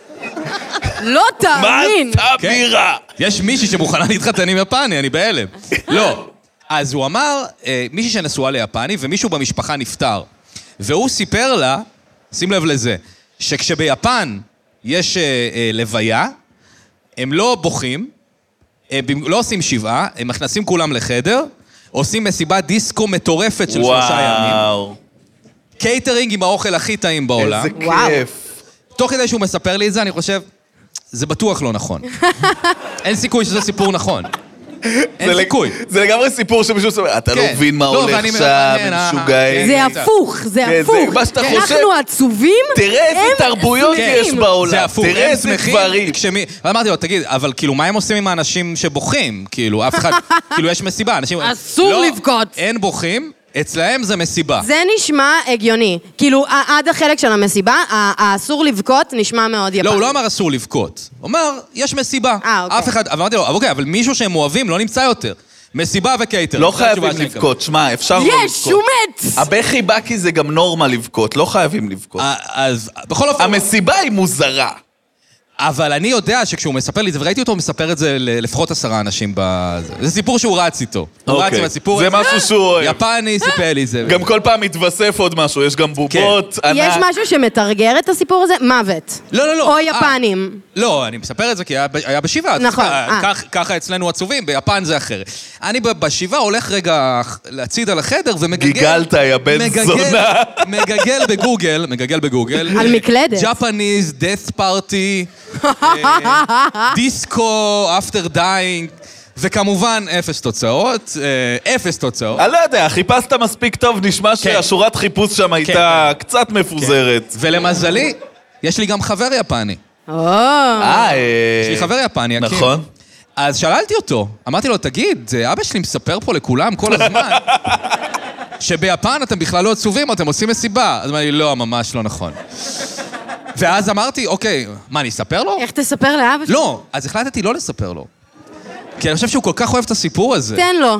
[SPEAKER 2] לא
[SPEAKER 3] מה
[SPEAKER 2] תאמין.
[SPEAKER 3] עשתה
[SPEAKER 1] כן.
[SPEAKER 3] בירה?
[SPEAKER 1] יש מישהי שמוכנה להתחתן עם יפני, אני בהלם. לא. אז הוא אמר, אה, מישהי שנשואה ליפני ומישהו במשפחה נפטר. והוא סיפר לה, שים לב לזה, שכשביפן יש אה, אה, לוויה, הם לא בוכים, הם במ- לא עושים שבעה, הם מכנסים כולם לחדר, עושים מסיבת דיסקו מטורפת של שלושה ימים.
[SPEAKER 3] וואו.
[SPEAKER 1] קייטרינג עם האוכל הכי טעים בעולם.
[SPEAKER 3] איזה
[SPEAKER 2] וואו.
[SPEAKER 3] כיף.
[SPEAKER 1] תוך כדי שהוא מספר לי את זה, אני חושב, זה בטוח לא נכון. אין סיכוי שזה סיפור נכון.
[SPEAKER 3] זה
[SPEAKER 1] אין
[SPEAKER 3] לג-
[SPEAKER 1] סיכוי.
[SPEAKER 3] זה לגמרי סיפור שמישהו אומר, אתה לא
[SPEAKER 1] כן.
[SPEAKER 3] מבין מה
[SPEAKER 1] לא,
[SPEAKER 3] הולך
[SPEAKER 1] ואני
[SPEAKER 3] שם,
[SPEAKER 1] מבין,
[SPEAKER 3] הם
[SPEAKER 1] אה,
[SPEAKER 3] משוגעים.
[SPEAKER 1] כן.
[SPEAKER 2] זה הפוך,
[SPEAKER 3] כן,
[SPEAKER 2] זה
[SPEAKER 3] זה
[SPEAKER 2] הפוך.
[SPEAKER 3] מה שאתה חושב.
[SPEAKER 2] אנחנו עצובים,
[SPEAKER 3] תראה איזה
[SPEAKER 2] הם
[SPEAKER 3] תרבויות
[SPEAKER 2] שמחים.
[SPEAKER 3] יש בעולם.
[SPEAKER 1] זה הפוך,
[SPEAKER 3] תראה
[SPEAKER 1] הם
[SPEAKER 3] איזה
[SPEAKER 1] שמחים
[SPEAKER 3] גברים.
[SPEAKER 1] כשמי... אמרתי לו, תגיד, אבל כאילו, מה הם עושים עם האנשים שבוכים? כאילו, אף אחד... כאילו, יש מסיבה, אנשים...
[SPEAKER 2] אסור
[SPEAKER 1] לא,
[SPEAKER 2] לבכות.
[SPEAKER 1] אין בוכים, אצלהם זה מסיבה.
[SPEAKER 2] זה נשמע הגיוני. כאילו, ע- עד החלק של המסיבה, ה- האסור לבכות נשמע מאוד יפני.
[SPEAKER 1] לא, הוא לא אמר אסור לבכות. הוא אמר, יש מסיבה.
[SPEAKER 2] אה, אוקיי.
[SPEAKER 1] אף אחד... אמרתי לו, אוקיי, אבל מישהו שהם אוהבים לא נמצא יותר. מסיבה וקייטר.
[SPEAKER 3] לא
[SPEAKER 1] כן. זו התשובה
[SPEAKER 3] חייבים
[SPEAKER 1] שאני
[SPEAKER 3] לבכות, שמע, אפשר לא לבכות.
[SPEAKER 2] יש, הוא מת!
[SPEAKER 3] הבכי בא כי זה גם נורמה לבכות, לא חייבים לבכות.
[SPEAKER 1] מקבל. אה, אז בכל אופן...
[SPEAKER 3] המסיבה היא מוזרה.
[SPEAKER 1] אבל אני יודע שכשהוא מספר לי את זה, וראיתי אותו מספר את זה ל- לפחות עשרה אנשים בזה. זה סיפור שהוא רץ איתו. הוא רץ
[SPEAKER 3] אוקיי.
[SPEAKER 1] עם הסיפור
[SPEAKER 3] זה
[SPEAKER 1] הזה.
[SPEAKER 3] משהו שהוא אוהב.
[SPEAKER 1] יפני סיפר לי את זה.
[SPEAKER 3] גם כל פעם מתווסף עוד משהו, יש גם בובות,
[SPEAKER 1] כן.
[SPEAKER 3] ענק.
[SPEAKER 2] יש משהו שמתרגר את הסיפור הזה? מוות.
[SPEAKER 1] לא, לא, לא.
[SPEAKER 2] או
[SPEAKER 1] אה,
[SPEAKER 2] יפנים.
[SPEAKER 1] לא, אני מספר את זה כי היה ב- היה בשבעה. אז
[SPEAKER 2] נכון,
[SPEAKER 1] ככה-
[SPEAKER 2] אה.
[SPEAKER 1] כך- ככה אצלנו עצובים, ביפן זה אחרת. אני ב- בשבעה הולך רגע הצידה לחדר ומגגל...
[SPEAKER 3] גיגלת, יא בן
[SPEAKER 1] מגגל-
[SPEAKER 3] זונה.
[SPEAKER 1] מגגל בגוגל, מגגל בגוגל.
[SPEAKER 2] על מקלדת.
[SPEAKER 1] Japanese death party. אה, דיסקו, אפטר דיינג, וכמובן אפס תוצאות, אה, אפס תוצאות.
[SPEAKER 3] אני לא יודע, חיפשת מספיק טוב,
[SPEAKER 1] כן.
[SPEAKER 3] נשמע שהשורת חיפוש שם הייתה קצת מפוזרת.
[SPEAKER 1] ולמזלי, יש לי גם חבר יפני.
[SPEAKER 2] או,
[SPEAKER 3] אה, אה,
[SPEAKER 1] יש לי חבר יפני, יקים.
[SPEAKER 3] נכון.
[SPEAKER 1] אז שאלתי אותו, אמרתי לו, תגיד, אה, אבא שלי מספר פה לכולם כל הזמן, שביפן אתם בכלל לא עצובים, אתם עושים מסיבה. אז הוא אמר לי, לא, ממש לא נכון. ואז אמרתי, אוקיי, מה, אני אספר לו?
[SPEAKER 2] איך תספר לאבא שלך?
[SPEAKER 1] לא, אז החלטתי לא לספר לו. כי אני חושב שהוא כל כך אוהב את הסיפור הזה.
[SPEAKER 2] תן לו.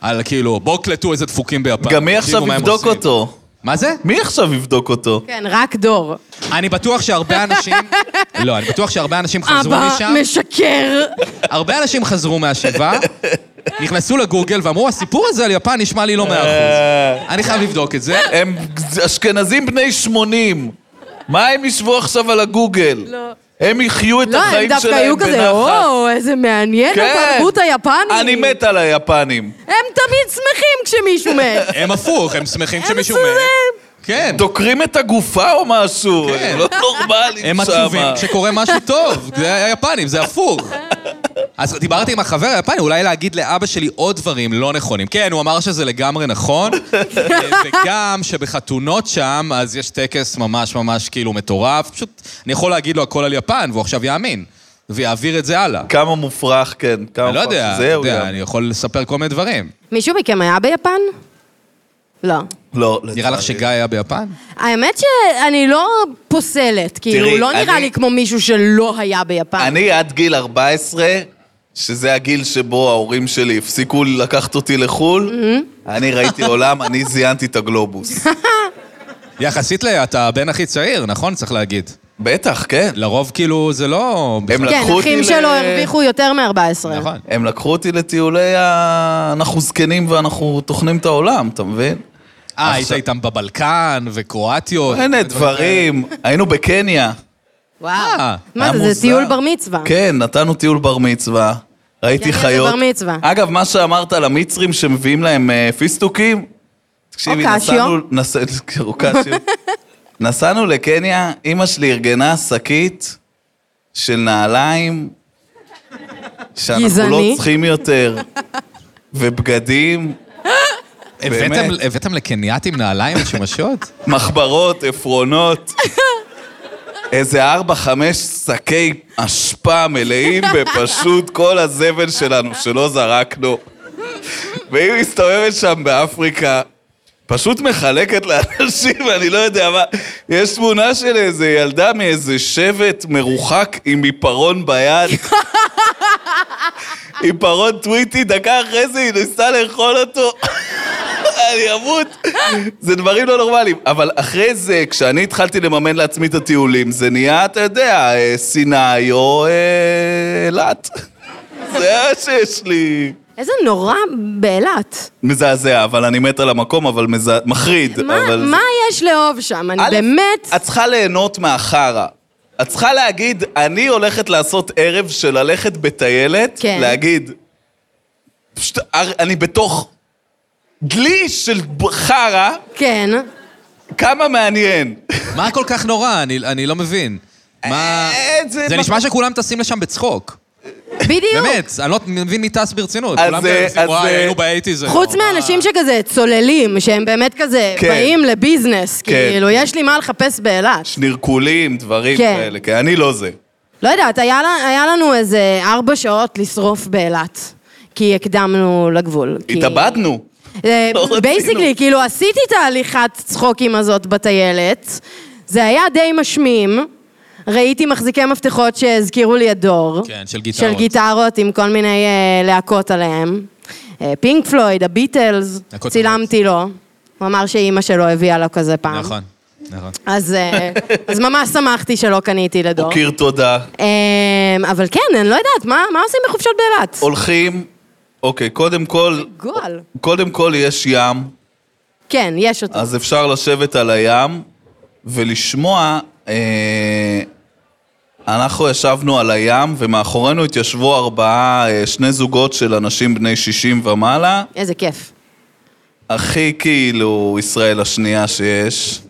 [SPEAKER 1] על כאילו, בואו קלטו איזה דפוקים ביפן.
[SPEAKER 3] גם מי
[SPEAKER 1] תקשיבו
[SPEAKER 3] עכשיו
[SPEAKER 1] מה הם
[SPEAKER 3] יבדוק
[SPEAKER 1] עושים."
[SPEAKER 3] אותו?
[SPEAKER 1] מה זה?
[SPEAKER 3] מי עכשיו יבדוק אותו?
[SPEAKER 2] כן, רק דור.
[SPEAKER 1] אני בטוח שהרבה אנשים... לא, אני בטוח שהרבה אנשים חזרו
[SPEAKER 2] אבא
[SPEAKER 1] משם.
[SPEAKER 2] משקר.
[SPEAKER 1] הרבה אנשים חזרו מהשבעה, נכנסו לגוגל ואמרו, הסיפור הזה על יפן נשמע לי לא מאה אחוז.
[SPEAKER 3] אה,
[SPEAKER 1] אני חייב לבדוק את זה.
[SPEAKER 3] הם אשכנזים בני 80. מה הם ישבו עכשיו על הגוגל?
[SPEAKER 2] לא.
[SPEAKER 3] הם יחיו את
[SPEAKER 2] לא, הם
[SPEAKER 3] החיים
[SPEAKER 2] דווקא
[SPEAKER 3] שלהם
[SPEAKER 2] היו
[SPEAKER 3] בנחת. כן.
[SPEAKER 2] כזה, או, איזה מעניין התרבות היפנית.
[SPEAKER 3] אני מת על היפנים.
[SPEAKER 2] הם תמיד שמחים כשמישהו מת.
[SPEAKER 1] הם הפוך, הם שמחים
[SPEAKER 2] הם
[SPEAKER 1] כשמישהו
[SPEAKER 2] עשו
[SPEAKER 1] מת.
[SPEAKER 2] זה.
[SPEAKER 1] כן.
[SPEAKER 3] דוקרים את הגופה או משהו?
[SPEAKER 1] כן.
[SPEAKER 3] הם לא נורמליים שם.
[SPEAKER 1] הם עצובים כשקורה משהו טוב. זה היה יפנים, זה הפוך. אז דיברתי עם החבר היפני, אולי להגיד לאבא שלי עוד דברים לא נכונים. כן, הוא אמר שזה לגמרי נכון, וגם שבחתונות שם, אז יש טקס ממש ממש כאילו מטורף. פשוט, אני יכול להגיד לו הכל על יפן, והוא עכשיו יאמין, ויעביר את זה הלאה.
[SPEAKER 3] כמה מופרך, כן. כמה
[SPEAKER 1] אני לא
[SPEAKER 3] מופרך
[SPEAKER 1] יודע,
[SPEAKER 3] שזהו
[SPEAKER 1] יודע,
[SPEAKER 3] גם.
[SPEAKER 1] אני יכול לספר כל מיני דברים.
[SPEAKER 2] מישהו מכם היה ביפן? לא.
[SPEAKER 3] לא,
[SPEAKER 1] נראה לך שגיא היה ביפן?
[SPEAKER 2] האמת שאני לא פוסלת, כאילו,
[SPEAKER 3] תראי,
[SPEAKER 2] הוא לא נראה
[SPEAKER 3] אני-
[SPEAKER 2] לי כמו מישהו שלא היה ביפן.
[SPEAKER 3] אני עד גיל 14, שזה הגיל שבו ההורים שלי הפסיקו לקחת אותי לחו"ל,
[SPEAKER 2] Mm-hmm.
[SPEAKER 3] אני ראיתי עולם, אני זיינתי את הגלובוס.
[SPEAKER 1] יחסית ל... אתה הבן הכי צעיר, נכון? צריך להגיד.
[SPEAKER 3] בטח, כן.
[SPEAKER 1] לרוב, כאילו, זה לא...
[SPEAKER 3] הם לא-
[SPEAKER 1] בכלל-
[SPEAKER 2] כן,
[SPEAKER 3] לקחו אותי
[SPEAKER 2] אחים
[SPEAKER 3] ל-
[SPEAKER 2] שלו הרוויחו יותר מ-14.
[SPEAKER 1] נכון.
[SPEAKER 3] הם לקחו אותי לטיולי ה... אנחנו זקנים ואנחנו טוחנים את העולם, אתה מבין?
[SPEAKER 1] אה, היית
[SPEAKER 3] עכשיו-
[SPEAKER 1] איתם בבלקן, וקרואטיות.
[SPEAKER 3] הנה, דברים. היינו בקניה.
[SPEAKER 1] אה,
[SPEAKER 2] וואו. מה
[SPEAKER 3] היה
[SPEAKER 2] זה,
[SPEAKER 3] מוזר.
[SPEAKER 2] זה טיול בר מצווה.
[SPEAKER 3] כן, נתנו טיול בר מצווה. ראיתי
[SPEAKER 2] קניה זה
[SPEAKER 3] חיות.
[SPEAKER 2] בר מצווה.
[SPEAKER 3] אגב, מה שאמרת על המצרים שמביאים להם אה, פיסטוקים, תקשיבי,
[SPEAKER 2] או
[SPEAKER 3] נסענו... נס... או קשיו. נסענו לקניה, אימא שלי ארגנה שקית של נעליים, שאנחנו לא
[SPEAKER 2] גזעני.
[SPEAKER 3] צריכים יותר, ובגדים,
[SPEAKER 1] הבאתם-
[SPEAKER 3] באמת.
[SPEAKER 1] הבאתם לקנייתים נעליים משומשות?
[SPEAKER 3] מחברות, עפרונות. איזה ארבע, חמש שקי אשפה מלאים בפשוט כל הזבל שלנו שלא זרקנו. והיא מסתובבת שם באפריקה, פשוט מחלקת לאנשים, אני לא יודע מה. יש תמונה של איזה ילדה מאיזה שבט מרוחק עם עיפרון ביד. עיפרון טוויטי, דקה אחרי זה היא ניסתה לאכול אותו. אני אמות. זה דברים לא נורמליים. אבל אחרי זה, כשאני התחלתי לממן לעצמי את הטיולים, זה נהיה, אתה יודע, אה, סיני או אה, אילת. זה היה שיש לי...
[SPEAKER 2] איזה נורא באילת.
[SPEAKER 3] מזעזע, אבל אני מת על המקום, אבל מזע... מחריד.
[SPEAKER 2] מה-
[SPEAKER 3] אבל...
[SPEAKER 2] מה יש לאהוב שם? אני
[SPEAKER 3] א',
[SPEAKER 2] באמת...
[SPEAKER 3] את צריכה ליהנות מהחרא. את צריכה להגיד, אני הולכת לעשות ערב של ללכת בטיילת,
[SPEAKER 2] כן.
[SPEAKER 3] להגיד, פשוט, "אר- אני בתוך דלי של ב- חרא,
[SPEAKER 2] כן.
[SPEAKER 3] כמה מעניין.
[SPEAKER 1] מה כל כך נורא? אני, אני לא מבין. מה...
[SPEAKER 3] אה, זה-
[SPEAKER 1] זה, נשמע שכולם טסים לשם בצחוק.
[SPEAKER 2] בדיוק.
[SPEAKER 1] באמת, אני לא מבין מי טס ברצינות.
[SPEAKER 3] אז,
[SPEAKER 1] כולם
[SPEAKER 3] אה,
[SPEAKER 1] כזה,
[SPEAKER 3] אז,
[SPEAKER 1] וואי,
[SPEAKER 3] אה,
[SPEAKER 1] היינו באייטיז היום.
[SPEAKER 2] חוץ
[SPEAKER 1] מה?"
[SPEAKER 2] מאנשים שכזה צוללים, שהם באמת כזה
[SPEAKER 3] כן.
[SPEAKER 2] באים לביזנס,
[SPEAKER 3] כן.
[SPEAKER 2] כאילו, יש לי מה לחפש באילת.
[SPEAKER 3] נרקולים, דברים
[SPEAKER 2] כן.
[SPEAKER 3] כאלה, כי אני לא זה.
[SPEAKER 2] לא יודעת, היה, לה- היה לנו איזה ארבע שעות לשרוף באילת. כי הקדמנו לגבול. כי-
[SPEAKER 3] התאבדנו.
[SPEAKER 2] אה,
[SPEAKER 3] לא רצינו.
[SPEAKER 2] בייסיקלי, כאילו, עשיתי את ההליכת צחוקים הזאת בטיילת, זה היה די משמים, ראיתי מחזיקי מפתחות שהזכירו לי את דור.
[SPEAKER 1] כן, של גיטרות.
[SPEAKER 2] של גיטרות עם כל מיני אה, להקות עליהם. אה, פינק פלויד, הביטלס,
[SPEAKER 1] להקות
[SPEAKER 2] צילמתי לו. הוא אמר שאימא שלו הביאה לו כזה פעם.
[SPEAKER 1] נכון, נכון.
[SPEAKER 2] אז, אה, אז ממש שמחתי שלא קניתי לדור.
[SPEAKER 3] הוקיר תודה.
[SPEAKER 2] אמ, אבל כן, אני לא יודעת, מה, מה עושים בחופשות באילת?
[SPEAKER 3] הולכים, אוקיי, קודם כל,
[SPEAKER 2] גועל.
[SPEAKER 3] קודם כל יש ים,
[SPEAKER 2] כן, יש אותו.
[SPEAKER 3] אז אפשר לשבת על הים ולשמוע, אה, אנחנו ישבנו על הים ומאחורינו התיישבו ארבעה, אה, שני זוגות של אנשים בני 60 ומעלה,
[SPEAKER 2] איזה כיף.
[SPEAKER 3] הכי כאילו ישראל השנייה שיש.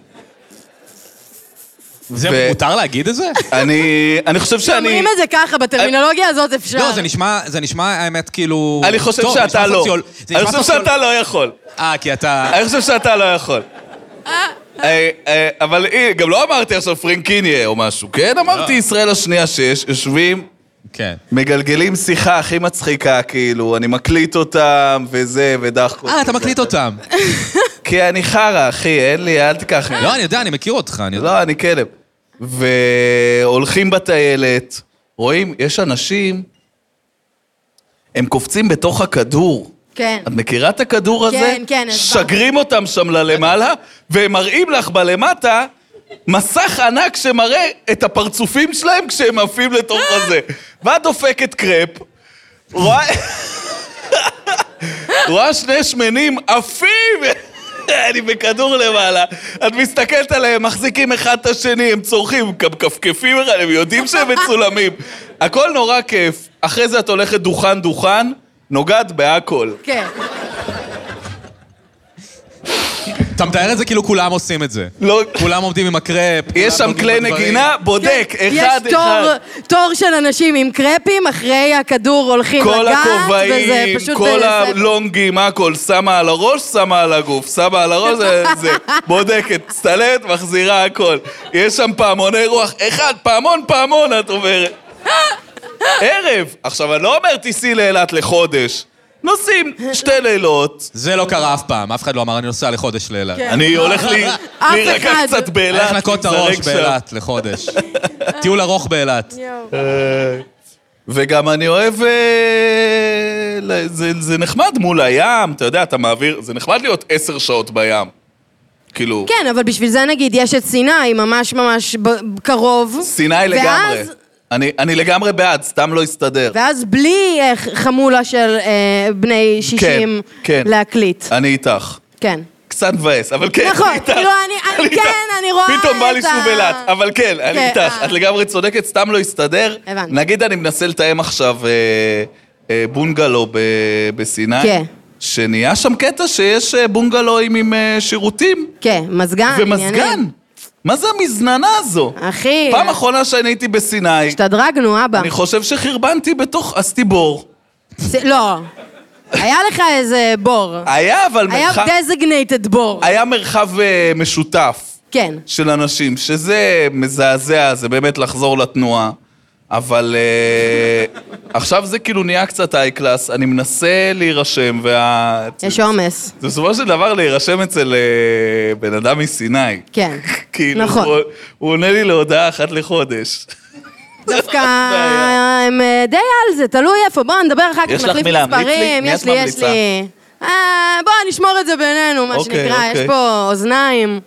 [SPEAKER 1] זה, מותר להגיד את זה?
[SPEAKER 3] אני, אני חושב שאני...
[SPEAKER 2] אומרים את זה
[SPEAKER 3] אה,
[SPEAKER 2] ככה, בטרמינולוגיה הזאת אפשר.
[SPEAKER 1] לא, זה נשמע, זה נשמע, האמת, כאילו...
[SPEAKER 3] אני חושב
[SPEAKER 1] טוב, זה נשמע
[SPEAKER 3] שאתה לא.
[SPEAKER 1] סוציול- זה
[SPEAKER 3] אני
[SPEAKER 1] נשמע
[SPEAKER 3] חושב
[SPEAKER 1] סוציול-
[SPEAKER 3] שאתה לא יכול.
[SPEAKER 1] אה, כי אתה...
[SPEAKER 3] אני חושב שאתה לא יכול. אה, אה, אבל אה, גם לא אמרתי עכשיו פרנקיניה או משהו,
[SPEAKER 1] לא.
[SPEAKER 3] כן? אמרתי ישראל השנייה שיש, יושבים,
[SPEAKER 1] כן.
[SPEAKER 3] מגלגלים שיחה הכי מצחיקה, כאילו, אני מקליט אותם, וזה, ודחקו.
[SPEAKER 1] אה, אתה מקליט אותם.
[SPEAKER 3] כי אני חרא, אחי, אין לי, אל תיקח לי.
[SPEAKER 1] לא, אני יודע, אני מכיר אותך, אני יודע.
[SPEAKER 3] לא, אני כלב. והולכים בטיילת, רואים, יש אנשים, הם קופצים בתוך הכדור.
[SPEAKER 2] כן.
[SPEAKER 3] את מכירה את הכדור הזה?
[SPEAKER 2] כן, כן, הסברתי.
[SPEAKER 3] שגרים אותם שם ללמעלה, והם מראים לך בלמטה מסך ענק שמראה את הפרצופים שלהם כשהם עפים לתוך הזה. ואת דופקת קרפ, רואה... רואה שני שמנים עפים! אני בכדור למעלה, את מסתכלת עליהם, מחזיקים אחד את השני, הם צורכים, גם כפכפים אחד, הם יודעים שהם מצולמים. הכל נורא כיף. אחרי זה את הולכת דוכן-דוכן, נוגעת בהכל.
[SPEAKER 2] כן.
[SPEAKER 1] אתה מתאר את זה כאילו כולם עושים את זה.
[SPEAKER 3] לא...
[SPEAKER 1] כולם עומדים עם הקרפ.
[SPEAKER 3] יש
[SPEAKER 1] כולם
[SPEAKER 3] שם
[SPEAKER 1] נוגעים
[SPEAKER 3] כלי
[SPEAKER 1] בדברים.
[SPEAKER 3] נגינה, בודק, אחד-אחד.
[SPEAKER 2] כן. יש תור, תור של אנשים עם קרפים, אחרי הכדור הולכים
[SPEAKER 3] כל
[SPEAKER 2] לגעת, וזה
[SPEAKER 3] הכובעים,
[SPEAKER 2] פשוט...
[SPEAKER 3] כל
[SPEAKER 2] זה-
[SPEAKER 3] הלונגים, הכל, שמה על הראש, שמה על הגוף, שמה על הראש, זה, זה, בודקת, מצטלמת, מחזירה הכל. יש שם פעמוני רוח, אחד, פעמון, פעמון, את אומרת. ערב. עכשיו, אני לא אומר תיסעי לאילת לחודש. נוסעים שתי לילות.
[SPEAKER 1] זה לא קרה אף פעם, אף אחד לא אמר, אני נוסע לחודש לאילת.
[SPEAKER 2] כן.
[SPEAKER 3] אני הולך לי-
[SPEAKER 2] אף
[SPEAKER 3] להירקע
[SPEAKER 2] אחד.
[SPEAKER 3] קצת באילת.
[SPEAKER 1] איך לנקות את הראש
[SPEAKER 3] להתזרק שם.
[SPEAKER 1] באילת לחודש. טיול ארוך באילת.
[SPEAKER 3] לא- וגם אני אוהב... אה, ל- זה, זה נחמד מול הים, אתה יודע, אתה מעביר... זה נחמד להיות עשר שעות בים. כאילו,
[SPEAKER 2] כן, אבל בשביל זה נגיד יש את סיני, ממש ממש ב- קרוב.
[SPEAKER 3] סיני לגמרי.
[SPEAKER 2] ואז-
[SPEAKER 3] אני, אני לגמרי בעד, סתם לא הסתדר.
[SPEAKER 2] ואז בלי אה, ח- חמולה של אה, בני 60
[SPEAKER 3] כן.
[SPEAKER 2] להקליט.
[SPEAKER 3] אני איתך.
[SPEAKER 2] כן.
[SPEAKER 3] קצת מבאס, אבל כן,
[SPEAKER 2] נכון,
[SPEAKER 3] אני איתך.
[SPEAKER 2] כאילו, אני- אני-
[SPEAKER 3] איתך.
[SPEAKER 2] כן, אני רואה
[SPEAKER 3] פתאום בא לי
[SPEAKER 2] את ה-
[SPEAKER 3] שוב אילת, אבל כן, אני
[SPEAKER 2] כן,
[SPEAKER 3] איתך.
[SPEAKER 2] אה.
[SPEAKER 3] את לגמרי צודקת, סתם לא הסתדר.
[SPEAKER 2] הבנתי.
[SPEAKER 3] נגיד אני מנסה לתאם עכשיו אה, אה, בונגלו ב- בסיני.
[SPEAKER 2] כן.
[SPEAKER 3] שנהיה שם קטע שיש אה, בונגלואים עם אה, שירותים
[SPEAKER 2] כן, מזגן.
[SPEAKER 3] ומזגן.
[SPEAKER 2] עניינים.
[SPEAKER 3] מה זה המזננה הזו?
[SPEAKER 2] אחי,
[SPEAKER 3] פעם אחרונה שאני הייתי בסיני,
[SPEAKER 2] השתדרגנו, אבא.
[SPEAKER 3] אני חושב שחרבנתי בתוך הסטיבור.
[SPEAKER 2] זה- לא. היה לך איזה בור.
[SPEAKER 3] היה אבל
[SPEAKER 2] היה
[SPEAKER 3] מרחב...
[SPEAKER 2] דזגנייטד בור.
[SPEAKER 3] היה מרחב אה, משותף.
[SPEAKER 2] כן.
[SPEAKER 3] של אנשים, שזה מזעזע, זה באמת לחזור לתנועה, אבל אה, עכשיו זה כאילו נהיה קצת איי-קלאס, אני מנסה להירשם, וה...
[SPEAKER 2] יש עומס.
[SPEAKER 3] זה בסופו של דבר להירשם אצל אה, בן אדם מסיני.
[SPEAKER 2] כן.
[SPEAKER 3] כאילו,
[SPEAKER 2] נכון.
[SPEAKER 3] הוא, הוא עונה לי להודעה אחת לחודש.
[SPEAKER 2] דווקא
[SPEAKER 3] בעיה.
[SPEAKER 2] הם אה, די על זה, תלוי איפה. בואו נדבר אחר
[SPEAKER 3] יש
[SPEAKER 2] כך,
[SPEAKER 3] לך
[SPEAKER 2] נחליף
[SPEAKER 3] מי להמליץ לי?
[SPEAKER 2] מספרים.
[SPEAKER 3] מי
[SPEAKER 2] יש
[SPEAKER 3] את
[SPEAKER 2] לי, יש
[SPEAKER 3] ממליצה?
[SPEAKER 2] לי. אה, בואו נשמור את זה בינינו, מה
[SPEAKER 3] אוקיי,
[SPEAKER 2] שנקרא.
[SPEAKER 3] אוקיי.
[SPEAKER 2] יש פה אוזניים.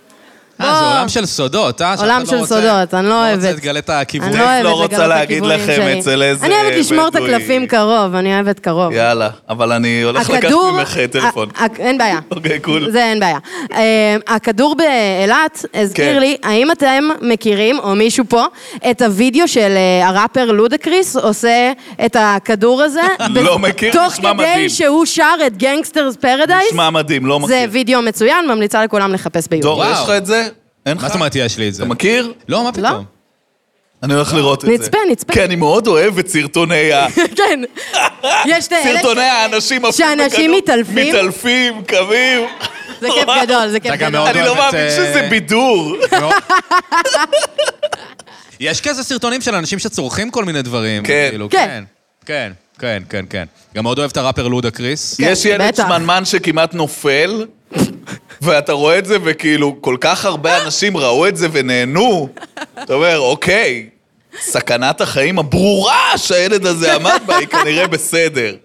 [SPEAKER 1] אה, זה
[SPEAKER 2] בוא.
[SPEAKER 1] עולם של סודות, אה? שאף
[SPEAKER 2] עולם
[SPEAKER 1] אחד
[SPEAKER 2] של
[SPEAKER 1] לא רוצה-
[SPEAKER 2] סודות, אני לא
[SPEAKER 1] רוצה
[SPEAKER 2] אוהבת.
[SPEAKER 1] לגלה את הכיוון.
[SPEAKER 2] אני לא אוהבת
[SPEAKER 3] לא רוצה
[SPEAKER 2] לגלות את
[SPEAKER 3] להגיד
[SPEAKER 2] הכיוונים
[SPEAKER 3] לכם
[SPEAKER 2] שלי.
[SPEAKER 3] אצל איזה
[SPEAKER 2] אני אוהבת לשמור את
[SPEAKER 3] בדואי.
[SPEAKER 2] הקלפים קרוב, אני אוהבת קרוב.
[SPEAKER 3] יאללה, אבל אני הולך לקחת
[SPEAKER 2] הכדור...
[SPEAKER 3] ממך אה, טלפון.
[SPEAKER 2] ה- ה- אין בעיה.
[SPEAKER 3] אוקיי, קול.
[SPEAKER 2] זה אין בעיה. אה, הכדור באילת הזכיר
[SPEAKER 3] כן.
[SPEAKER 2] לי, האם אתם מכירים, או מישהו פה, את הוידאו של אה, הראפר לודקריס עושה את הכדור הזה?
[SPEAKER 3] לא מכיר,
[SPEAKER 2] תוך
[SPEAKER 3] נשמע מדהים.
[SPEAKER 2] כדי שהוא שר את גנגסטרס פרדייס?
[SPEAKER 3] נשמע מדהים, לא מכיר.
[SPEAKER 2] זה וידאו מצוין, ממליצה לכולם לחפש ביוטיוב.
[SPEAKER 3] דור,
[SPEAKER 1] וואו.
[SPEAKER 3] יש לך את זה? אין לך?
[SPEAKER 1] מה זאת אומרת יש לי את זה?
[SPEAKER 3] אתה מכיר?
[SPEAKER 1] לא, מה
[SPEAKER 2] לא?
[SPEAKER 1] פתאום?
[SPEAKER 3] אני הולך לראות את זה.
[SPEAKER 2] נצפה, נצפה.
[SPEAKER 3] כי אני מאוד אוהב את סרטוני ה...
[SPEAKER 2] כן. יש את אלה
[SPEAKER 3] סרטוני האנשים עפים
[SPEAKER 2] שאנשים
[SPEAKER 3] בכדור,
[SPEAKER 2] מתעלפים.
[SPEAKER 3] מתעלפים, קמים.
[SPEAKER 2] זה כיף גדול, זה כיף
[SPEAKER 1] אתה גם
[SPEAKER 2] גדול.
[SPEAKER 1] מאוד
[SPEAKER 3] אני לא
[SPEAKER 1] אוהב את,
[SPEAKER 3] מאמין
[SPEAKER 1] אה,
[SPEAKER 3] שזה בידור.
[SPEAKER 1] יש כזה סרטונים של אנשים שצורכים כל מיני דברים.
[SPEAKER 3] כן.
[SPEAKER 1] כאילו,
[SPEAKER 2] כן.
[SPEAKER 1] כן. כן, כן, כן, כן. גם מאוד אוהב את הראפר לודה קריס.
[SPEAKER 2] כן.
[SPEAKER 3] יש ילד
[SPEAKER 2] בטח.
[SPEAKER 3] שמנמן שכמעט נופל, ואתה רואה את זה, וכאילו, כל כך הרבה אנשים ראו את זה ונהנו. אתה אומר, אוקיי, סכנת החיים הברורה שהילד הזה עמד בה, היא כנראה בסדר.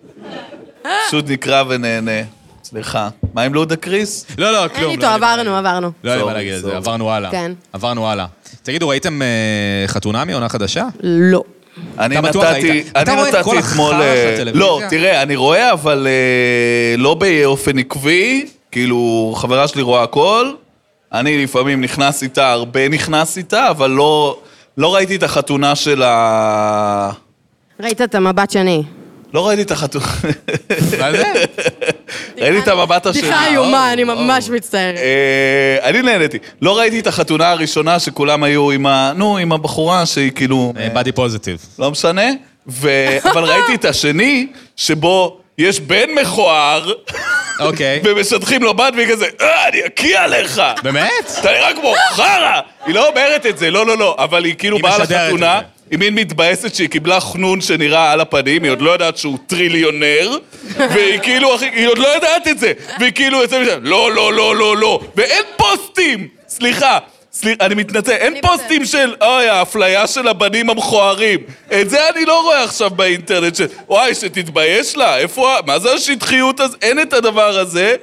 [SPEAKER 3] פשוט נקרא ונהנה. סליחה, מה עם לודה קריס?
[SPEAKER 1] לא, לא, כלום.
[SPEAKER 2] אין
[SPEAKER 1] לא
[SPEAKER 2] איתו,
[SPEAKER 1] היה לי מה
[SPEAKER 2] עברנו,
[SPEAKER 1] להגיד. לא
[SPEAKER 2] עברנו.
[SPEAKER 1] היה לי מה
[SPEAKER 3] Sorry,
[SPEAKER 1] להגיד על
[SPEAKER 3] sorry.
[SPEAKER 1] זה, עברנו הלאה.
[SPEAKER 2] כן.
[SPEAKER 1] עברנו הלאה. תגידו, ראיתם אה, חתונמי עונה חדשה?
[SPEAKER 2] לא.
[SPEAKER 3] אני
[SPEAKER 1] אתה בטוח
[SPEAKER 3] נתתי,
[SPEAKER 1] היית. אתה
[SPEAKER 3] אני
[SPEAKER 1] רואה את כל
[SPEAKER 3] נתתי אתמול...
[SPEAKER 1] החרא של
[SPEAKER 3] אה,
[SPEAKER 1] הטלוויזיה?
[SPEAKER 3] לא, תראה, אני רואה, אבל אה, לא באופן עקבי. כאילו, חברה שלי רואה הכל. אני לפעמים נכנס איתה, הרבה נכנס איתה, אבל לא, לא ראיתי את החתונה של ה...
[SPEAKER 2] ראית את המבט שני.
[SPEAKER 3] לא ראיתי את החתונה...
[SPEAKER 1] מה זה?
[SPEAKER 3] ראיתי את המבט השני.
[SPEAKER 2] בדיחה איומה, אני ממש מצטערת.
[SPEAKER 3] אה, אני נהניתי. לא ראיתי את החתונה הראשונה שכולם היו עם ה... נו, עם הבחורה שהיא כאילו...
[SPEAKER 1] באדי פוזיטיב.
[SPEAKER 3] לא משנה. ו... אבל ראיתי את השני, שבו יש בן מכוער,
[SPEAKER 1] אוקיי.
[SPEAKER 3] ומשטחים לו בת, והיא כזה, אה, אני אקיא עליך!
[SPEAKER 1] באמת?
[SPEAKER 3] אתה נראה כמו חרא! היא לא אומרת את זה, לא, לא, לא, אבל היא כאילו
[SPEAKER 1] היא
[SPEAKER 3] באה
[SPEAKER 1] משדרת
[SPEAKER 3] לחתונה,
[SPEAKER 1] את זה.
[SPEAKER 3] היא מין מתבאסת שהיא קיבלה חנון שנראה על הפנים, היא עוד לא יודעת שהוא טריליונר, והיא כאילו, אחי, היא עוד לא יודעת את זה, והיא כאילו יוצאת משם, לא, לא, לא, לא, לא, ואין פוסטים! סליחה. סליח, אני מתנצל, אין
[SPEAKER 2] אני
[SPEAKER 3] פוסטים של, אוי, האפליה של הבנים המכוערים. את זה אני לא רואה עכשיו באינטרנט, של, וואי, שתתבייש לה, איפה, ה- מה זה השטחיות הזאת? אין את הדבר הזה.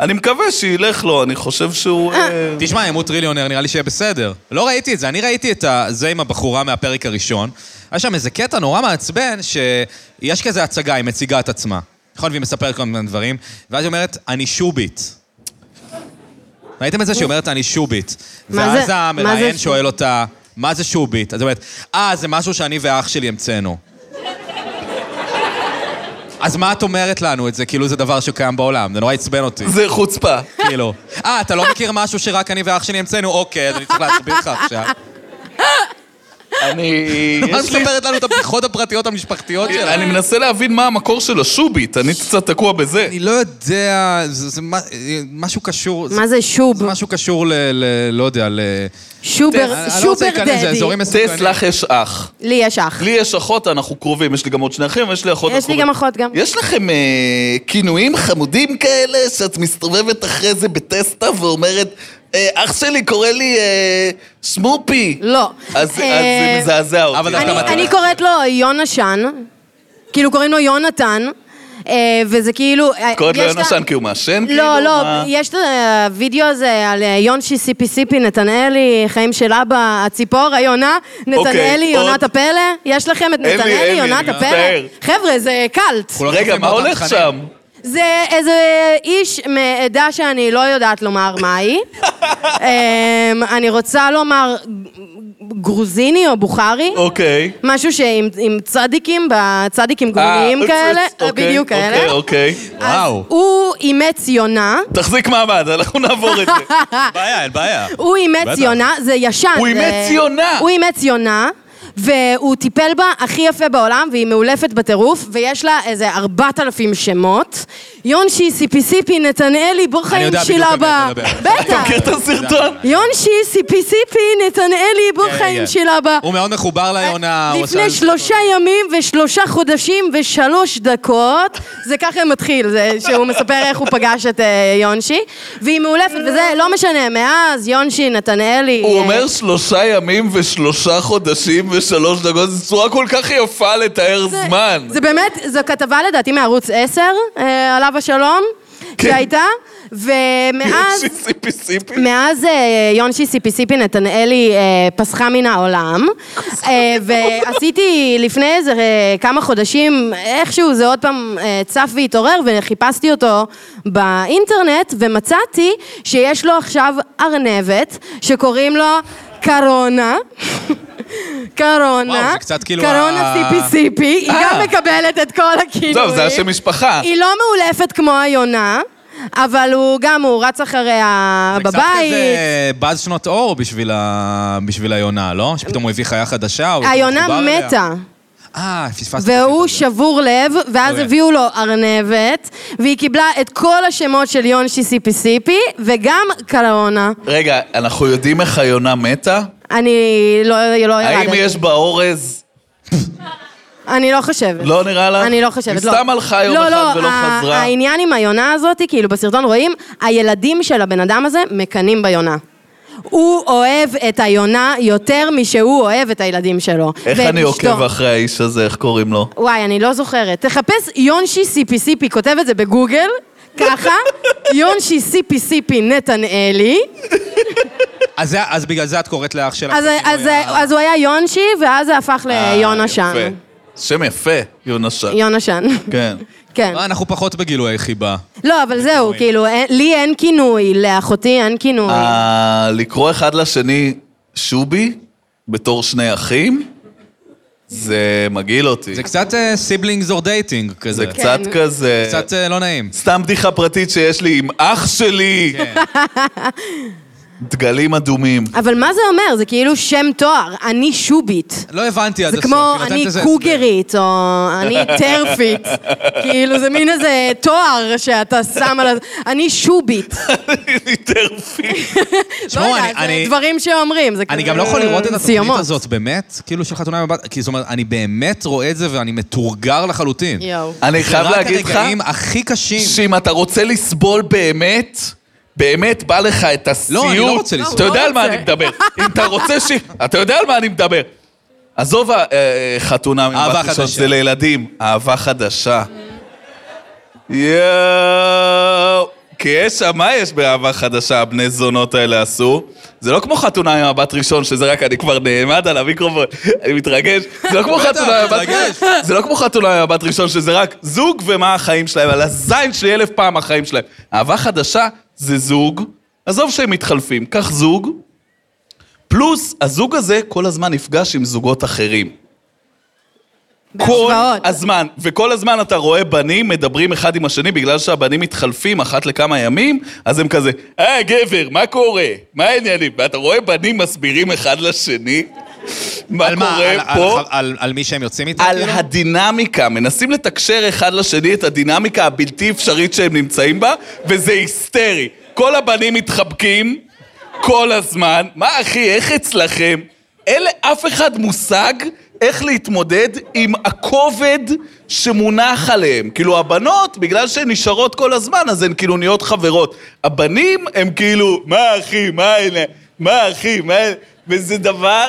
[SPEAKER 3] אני מקווה שילך לו, אני חושב שהוא... אה,
[SPEAKER 1] תשמע, ימות טריליונר, נראה לי שיהיה בסדר. לא ראיתי את זה, אני ראיתי את ה- זה עם הבחורה מהפרק הראשון. היה שם איזה קטע נורא מעצבן, שיש כזה הצגה, היא מציגה את עצמה. נכון? והיא מספרת כל מיני דברים, ואז היא אומרת, אני שוביט. ראיתם את זה שהיא אומרת, אני שוביט.
[SPEAKER 2] מה
[SPEAKER 1] ואז
[SPEAKER 2] זה- מה
[SPEAKER 1] המראיין
[SPEAKER 2] זה
[SPEAKER 1] שואל אותה, מה זה שוביט? אז היא אומרת, אה, זה משהו שאני ואח שלי המצאנו. אז מה את אומרת לנו את זה? כאילו זה דבר שקיים בעולם, זה נורא עצבן אותי.
[SPEAKER 3] זה חוצפה.
[SPEAKER 1] כאילו, אה, אתה לא מכיר משהו שרק אני ואח שלי המצאנו? אוקיי, אז אני צריך להסביר לך עכשיו.
[SPEAKER 3] אני...
[SPEAKER 1] מה את
[SPEAKER 3] יש לי...
[SPEAKER 1] מספרת לנו את הבדיחות הפרטיות המשפחתיות שלה?
[SPEAKER 3] אני מנסה להבין מה המקור של השובית, אני קצת תקוע בזה.
[SPEAKER 1] אני לא יודע, זה זה מה- משהו קשור...
[SPEAKER 2] מה זה שוב?
[SPEAKER 1] זה משהו קשור ל... ל- לא יודע, ל...
[SPEAKER 2] שובר,
[SPEAKER 1] אני לא רוצה
[SPEAKER 2] שובר
[SPEAKER 1] להיכנס, זה
[SPEAKER 2] דדי.
[SPEAKER 1] אזורים
[SPEAKER 3] טס,
[SPEAKER 1] מסוכנים.
[SPEAKER 3] לך יש אח.
[SPEAKER 2] לי יש אח.
[SPEAKER 3] לי יש אחות, אנחנו קרובים, יש לי גם עוד שני אחים, ויש לי אחות.
[SPEAKER 2] יש לי
[SPEAKER 3] אנחנו-
[SPEAKER 2] גם אחות גם.
[SPEAKER 3] יש לכם אה, כינויים חמודים כאלה, שאת מסתובבת אחרי זה בטסטה ואומרת, "אה, אח שלי קורא לי אה, שמופי.
[SPEAKER 2] לא.
[SPEAKER 3] אז אז זה
[SPEAKER 2] אה,
[SPEAKER 3] מזעזע אותי.
[SPEAKER 1] אבל אתה
[SPEAKER 2] אני-
[SPEAKER 1] מתאים.
[SPEAKER 2] אני קוראת לו יונשן, כאילו קוראים לו יונתן, אה, וזה כאילו... אה,
[SPEAKER 3] קוראת לו
[SPEAKER 2] יש לה-
[SPEAKER 3] יונשן לא כי הוא מעשן? כאילו?
[SPEAKER 2] לא, לא,
[SPEAKER 3] מה?
[SPEAKER 2] יש את הווידאו הזה על אה, יונשי סיפי סיפי, נתנאלי, חיים של אבא, הציפור, היונה, נתנאלי,
[SPEAKER 3] אוקיי, עוד.
[SPEAKER 2] יונת הפלא. יש לכם את
[SPEAKER 3] אין לי,
[SPEAKER 2] נתנאלי,
[SPEAKER 3] אין לי,
[SPEAKER 2] יונת
[SPEAKER 3] מצטער.
[SPEAKER 2] הפלא? חבר'ה, זה קאלט.
[SPEAKER 1] אנחנו לא
[SPEAKER 3] רגע,
[SPEAKER 1] זוכרים
[SPEAKER 3] מה
[SPEAKER 1] אותם
[SPEAKER 3] הולך
[SPEAKER 1] תכנים.
[SPEAKER 3] שם?
[SPEAKER 2] זה איזה איש מעדה שאני לא יודעת לומר מה היא. אמ, אני רוצה לומר גרוזיני או בוכרי.
[SPEAKER 3] אוקיי.
[SPEAKER 2] משהו שעם עם צדיקים, בצדיקים גרוניים
[SPEAKER 3] אה,
[SPEAKER 2] כאלה,
[SPEAKER 3] אוקיי,
[SPEAKER 2] בדיוק כאלה.
[SPEAKER 3] אוקיי, אוקיי.
[SPEAKER 2] אז
[SPEAKER 1] וואו.
[SPEAKER 2] הוא אימץ יונה.
[SPEAKER 3] תחזיק מעמד, אנחנו נעבור את זה.
[SPEAKER 1] בעיה, אין בעיה.
[SPEAKER 2] אה, הוא אימץ
[SPEAKER 1] בטח.
[SPEAKER 2] יונה, זה ישן.
[SPEAKER 3] הוא
[SPEAKER 2] זה-
[SPEAKER 3] אימץ יונה!
[SPEAKER 2] הוא אימץ יונה. והוא טיפל בה הכי יפה בעולם, והיא מאולפת בטירוף, ויש לה איזה 4,000 שמות. יונשי, סיפי סיפי, נתנאלי, בור חיים
[SPEAKER 1] יודע בדיוק
[SPEAKER 2] שלה
[SPEAKER 1] על מי
[SPEAKER 2] ב...
[SPEAKER 1] אתה מדבר.
[SPEAKER 3] אתה
[SPEAKER 2] בטח.
[SPEAKER 3] מכיר את
[SPEAKER 2] לא.
[SPEAKER 3] הסרטון?
[SPEAKER 2] יונשי, סיפי סיפי, נתנאלי, בור
[SPEAKER 1] כן,
[SPEAKER 2] חיים
[SPEAKER 1] כן.
[SPEAKER 2] שלה ב...
[SPEAKER 1] הוא מאוד מחובר
[SPEAKER 3] אה,
[SPEAKER 1] ליונה. הוא
[SPEAKER 2] אה, לפני
[SPEAKER 1] עשה-
[SPEAKER 2] שלושה ימים ושלושה חודשים ושלוש דקות, זה ככה מתחיל, זה שהוא מספר איך הוא פגש את אה, יונשי, והיא מאולפת, וזה לא משנה, מאז יונשי, נתנאלי...
[SPEAKER 3] הוא
[SPEAKER 2] אה,
[SPEAKER 3] אומר שלושה ימים ושלושה חודשים ושלוש דקות, זו צורה כל כך יפה לתאר
[SPEAKER 2] זה-
[SPEAKER 3] זמן.
[SPEAKER 2] זה באמת, זו כתבה לדעתי מערוץ 10, אה, עליו השלום,
[SPEAKER 3] כן.
[SPEAKER 2] שהייתה, ומאז...
[SPEAKER 3] יש לי סיפי סיפי.
[SPEAKER 2] מאז אה, יונשי סיפי סיפי נתנאלי אה, פסחה מן העולם, אה, ועשיתי לפני איזה אה, כמה חודשים, איכשהו זה עוד פעם אה, צף והתעורר, וחיפשתי אותו באינטרנט, ומצאתי שיש לו עכשיו ארנבת, שקוראים לו קרונה.
[SPEAKER 1] וואו,
[SPEAKER 2] קרונה,
[SPEAKER 1] זה קצת כאילו
[SPEAKER 2] קרונה
[SPEAKER 1] ה-
[SPEAKER 2] סיפי סיפי, היא
[SPEAKER 3] אה.
[SPEAKER 2] גם מקבלת את כל הכינויים.
[SPEAKER 3] טוב, זה השם משפחה.
[SPEAKER 2] היא לא מאולפת כמו היונה, אבל הוא גם, הוא רץ אחריה
[SPEAKER 1] זה קצת
[SPEAKER 2] בבית.
[SPEAKER 1] כזה באז שנות אור בשביל ה- בשביל היונה, לא? שפתאום הוא הביא חיה חדשה. הוא
[SPEAKER 2] היונה
[SPEAKER 1] מחובר אליה.
[SPEAKER 2] מתה,
[SPEAKER 1] אה, פספסתי. את הקטע
[SPEAKER 2] והוא
[SPEAKER 1] הזה.
[SPEAKER 2] שבור לב, ואז
[SPEAKER 1] אוקיי.
[SPEAKER 2] הביאו לו ארנבת, והיא קיבלה את כל השמות של יונשי סיפי סיפי, וגם קלאונה.
[SPEAKER 3] רגע, אנחנו יודעים איך היונה מתה?
[SPEAKER 2] אני לא לא
[SPEAKER 3] האם
[SPEAKER 2] ירדתי.
[SPEAKER 3] יש בה אורז?
[SPEAKER 2] אני לא חושבת.
[SPEAKER 3] לא נראה לך?
[SPEAKER 2] אני לא חושבת, לא.
[SPEAKER 3] היא סתם הלכה יום
[SPEAKER 2] לא,
[SPEAKER 3] אחד
[SPEAKER 2] לא,
[SPEAKER 3] ולא
[SPEAKER 2] ה-
[SPEAKER 3] חזרה.
[SPEAKER 2] העניין עם היונה הזאת, כאילו בסרטון רואים, הילדים של הבן אדם הזה מקנאים ביונה. הוא אוהב את היונה יותר משהוא אוהב את הילדים שלו.
[SPEAKER 3] איך
[SPEAKER 2] ואת
[SPEAKER 3] אני
[SPEAKER 2] אשתו.
[SPEAKER 3] עוקב אחרי האיש הזה, איך קוראים לו?
[SPEAKER 2] וואי, אני לא זוכרת. תחפש יונשי סיפי סיפי, כותב את זה בגוגל, ככה, יונשי סיפי סיפי נתנאלי.
[SPEAKER 1] אז זה- אז בגלל זה את קוראת לאח שלך.
[SPEAKER 2] אז-
[SPEAKER 1] כאילו,
[SPEAKER 2] אז-
[SPEAKER 1] היה-
[SPEAKER 2] אז הוא היה יונשי, ואז זה הפך
[SPEAKER 3] אה,
[SPEAKER 2] ליונשן.
[SPEAKER 3] יפה. שם יפה, יונשן.
[SPEAKER 2] יונשן.
[SPEAKER 3] כן.
[SPEAKER 2] כן.
[SPEAKER 1] אה, אנחנו פחות בגילויי חיבה.
[SPEAKER 2] לא, אבל זהו, כאילו, אין- לי אין כינוי, לאחותי אין כינוי.
[SPEAKER 3] אה, לקרוא אחד לשני שובי, בתור שני אחים, זה מגעיל אותי.
[SPEAKER 1] זה קצת אה, סיבלינגס אור דייטינג כזה.
[SPEAKER 3] זה קצת
[SPEAKER 2] כן.
[SPEAKER 3] כזה...
[SPEAKER 1] קצת אה, לא נעים.
[SPEAKER 3] סתם בדיחה פרטית שיש לי עם אח שלי!
[SPEAKER 1] כן.
[SPEAKER 3] דגלים אדומים.
[SPEAKER 2] אבל מה זה אומר? זה כאילו שם תואר, אני שובית.
[SPEAKER 1] לא הבנתי עד
[SPEAKER 2] זה
[SPEAKER 1] הסוף.
[SPEAKER 2] כמו
[SPEAKER 1] היא נותנת
[SPEAKER 2] אני
[SPEAKER 1] איזה הסבר.
[SPEAKER 2] קוגרית, או אני טרפית. כאילו, זה מין איזה תואר שאתה שם על ה... אני שובית.
[SPEAKER 3] אני טרפי.
[SPEAKER 1] תשמעו,
[SPEAKER 2] לא
[SPEAKER 1] אני-
[SPEAKER 2] יודעת, זה
[SPEAKER 1] אני-
[SPEAKER 2] דברים שאומרים, זה
[SPEAKER 1] אני
[SPEAKER 2] כזה
[SPEAKER 1] גם לא יכול לראות את התוכנית
[SPEAKER 2] סיומות.
[SPEAKER 1] הזאת, באמת, כאילו של חתונה מבט, כי זאת אומרת, אני באמת רואה את זה ואני מתורגר לחלוטין.
[SPEAKER 2] יואו.
[SPEAKER 3] אני חייב להגיד
[SPEAKER 1] זה רק
[SPEAKER 3] לך,
[SPEAKER 1] הרגעים הכי קשים.
[SPEAKER 3] שאם אתה רוצה לסבול באמת, באמת בא לך את הסיוט.
[SPEAKER 1] לא, אני לא רוצה לסבול.
[SPEAKER 3] אתה יודע
[SPEAKER 2] לא
[SPEAKER 3] על מה
[SPEAKER 2] רוצה.
[SPEAKER 3] אני מדבר. אם אתה רוצה ש... אתה יודע על מה אני מדבר. עזוב אה, אה, חתונה
[SPEAKER 1] אהבה
[SPEAKER 3] ממבט ראשון,
[SPEAKER 1] חדשה.
[SPEAKER 3] זה לילדים. אהבה חדשה. יואו. כי יש שם, מה יש באהבה חדשה, הבני זונות האלה עשו? זה לא כמו חתונה עם הבת ראשון, שזה רק אני כבר נעמד על המיקרופון, אני מתרגש. זה לא כמו
[SPEAKER 1] בטח,
[SPEAKER 3] חתונה עם הבת
[SPEAKER 1] מתרגש.
[SPEAKER 3] זה לא כמו חתונה עם הבת ראשון, שזה רק זוג ומה החיים שלהם, על הזין שלי אלף פעם החיים שלהם. אהבה חדשה זה זוג, עזוב שהם מתחלפים, קח זוג, פלוס הזוג הזה כל הזמן נפגש עם זוגות אחרים. כל
[SPEAKER 2] בהשוואות.
[SPEAKER 3] הזמן, וכל הזמן אתה רואה בנים מדברים אחד עם השני בגלל שהבנים מתחלפים אחת לכמה ימים, אז הם כזה, אה, גבר, מה קורה? מה העניינים? ואתה רואה בנים מסבירים אחד לשני? מה
[SPEAKER 1] על מה? על-
[SPEAKER 3] קורה
[SPEAKER 1] על-
[SPEAKER 3] פה?
[SPEAKER 1] על- על- על מי שהם יוצאים איתם?
[SPEAKER 3] על
[SPEAKER 1] כאילו?
[SPEAKER 3] הדינמיקה, מנסים לתקשר אחד לשני את הדינמיקה הבלתי אפשרית שהם נמצאים בה, וזה היסטרי. כל הבנים מתחבקים כל הזמן. מה אחי, איך אצלכם? אין לאף אחד מושג איך להתמודד עם הכובד שמונח עליהם. כאילו הבנות, בגלל שהן נשארות כל הזמן, אז הן כאילו נהיות חברות. הבנים הם כאילו, מה אחי, מה אלה, מה אחי, מה אלה, וזה דבר...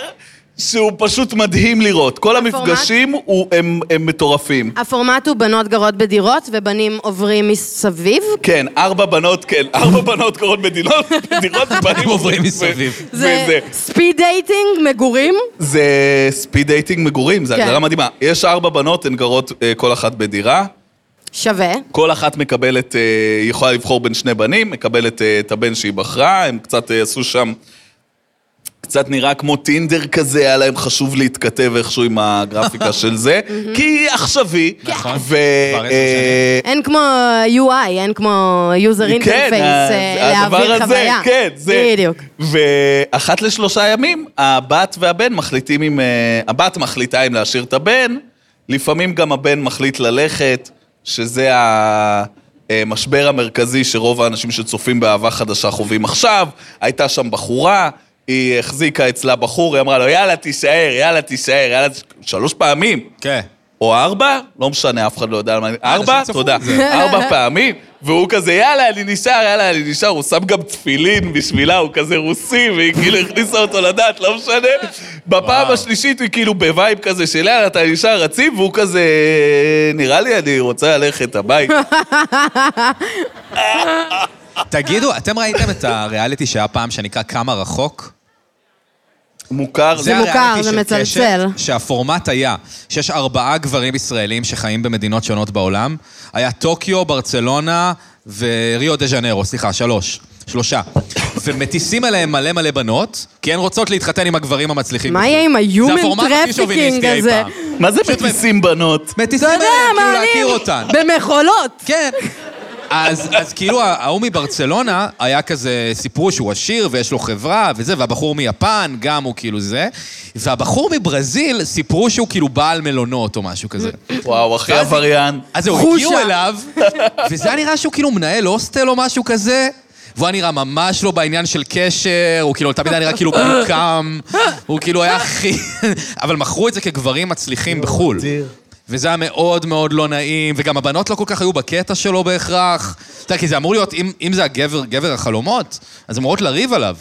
[SPEAKER 3] שהוא פשוט מדהים לראות. כל
[SPEAKER 2] הפורמט?
[SPEAKER 3] המפגשים אנשים הוא- הם, הם מטורפים.
[SPEAKER 2] הפורמט הוא בנות גרות בדירות ובנים עוברים מסביב.
[SPEAKER 3] כן, ארבע בנות, כן, ארבע בנות קוראות מדינות, מדינות, בנים
[SPEAKER 1] עוברים מסביב.
[SPEAKER 3] ו-
[SPEAKER 2] זה
[SPEAKER 3] וזה-
[SPEAKER 2] ספיד דייטינג, מגורים.
[SPEAKER 3] זה ספיד דייטינג מגורים, זו
[SPEAKER 2] כן.
[SPEAKER 3] הגדרה מדהימה. יש ארבע בנות, הן גרות אה, כל אחת בדירה.
[SPEAKER 2] שווה.
[SPEAKER 3] כל אחת מקבלת, אה, היא יכולה לבחור בין שני בנים, מקבלת אה, את הבן שהיא בחרה, הם קצת אה, עשו שם, קצת נראה כמו טינדר כזה, היה להם חשוב להתכתב איכשהו עם הגרפיקה של זה, כי עכשווי.
[SPEAKER 1] נכון.
[SPEAKER 3] ו-
[SPEAKER 1] כבר עשר
[SPEAKER 3] אה,
[SPEAKER 2] אין כמו UI, אין כמו user interface אה, להעביר חוויה.
[SPEAKER 3] כן, זה.
[SPEAKER 2] בדיוק.
[SPEAKER 3] ואחת לשלושה ימים, הבת והבן מחליטים אם... אה, הבת מחליטה אם להשאיר את הבן, לפעמים גם הבן מחליט ללכת, שזה המשבר המרכזי שרוב האנשים שצופים באהבה חדשה חווים עכשיו. הייתה שם בחורה, היא החזיקה אצלה בחור, היא אמרה לו, יאללה, תישאר, יאללה, תישאר, יאללה, תש-" שלוש פעמים.
[SPEAKER 1] כן.
[SPEAKER 3] או ארבע, לא משנה, אף אחד לא יודע על מה... ארבע?
[SPEAKER 1] אה, צפו
[SPEAKER 3] תודה.
[SPEAKER 1] את זה.
[SPEAKER 3] ארבע פעמים, והוא כזה, יאללה, אני נשאר, יאללה, אני נשאר, הוא שם גם תפילין בשבילה, הוא כזה רוסי, והיא כאילו הכניסה אותו לדת, לא משנה. בפעם
[SPEAKER 1] וואו.
[SPEAKER 3] השלישית היא כאילו בווייב כזה של יאללה, אתה נשאר רציף, והוא כזה, נראה לי אני רוצה ללכת הביתה.
[SPEAKER 1] תגידו, אתם ראיתם את הריאליטי שהיה פעם שנקרא כמה רחוק?
[SPEAKER 3] מוכר.
[SPEAKER 2] זה מוכר,
[SPEAKER 1] הריאליטי
[SPEAKER 2] זה
[SPEAKER 1] של
[SPEAKER 2] מצלצל.
[SPEAKER 1] קשת, שהפורמט היה שיש ארבעה גברים ישראלים שחיים במדינות שונות בעולם. היה טוקיו, ברצלונה וריו דה ז'נרו, סליחה, שלוש. שלושה. ומטיסים עליהם מלא מלא בנות, כי הן רוצות להתחתן עם הגברים המצליחים.
[SPEAKER 2] מה
[SPEAKER 1] בחו"ל.
[SPEAKER 2] יהיה עם ה-human
[SPEAKER 1] זה הפורמט הכי
[SPEAKER 2] trafficking
[SPEAKER 1] שוביניסטי אי
[SPEAKER 2] הזה?
[SPEAKER 1] פעם.
[SPEAKER 3] מה זה מטיסים בנות?
[SPEAKER 1] מטיסים
[SPEAKER 2] אתה יודע,
[SPEAKER 1] עליהם, כאילו
[SPEAKER 2] מעלים
[SPEAKER 1] להכיר אותן.
[SPEAKER 2] במכולות.
[SPEAKER 1] כן. אז, אז כאילו ההוא מברצלונה היה כזה, סיפרו שהוא עשיר ויש לו חברה וזה, והבחור מיפן גם הוא כאילו זה, והבחור מברזיל סיפרו שהוא כאילו בעל מלונות או משהו כזה.
[SPEAKER 3] וואו, אחי
[SPEAKER 1] ואז-
[SPEAKER 3] עבריין.
[SPEAKER 1] אז זהו,
[SPEAKER 2] חושה.
[SPEAKER 1] הגיעו אליו, וזה היה נראה שהוא כאילו מנהל הוסטל או משהו כזה. והוא היה נראה ממש לא בעניין של קשר, הוא כאילו תמיד היה נראה כאילו מוקם, הוא כאילו היה הכי... אבל מכרו את זה כגברים מצליחים בחו"ל. וזה היה מאוד מאוד לא נעים, וגם הבנות לא כל כך היו בקטע שלו בהכרח. אתה יודע, כי זה אמור להיות, אם, אם זה הגבר, גבר החלומות, אז אמורות לריב עליו.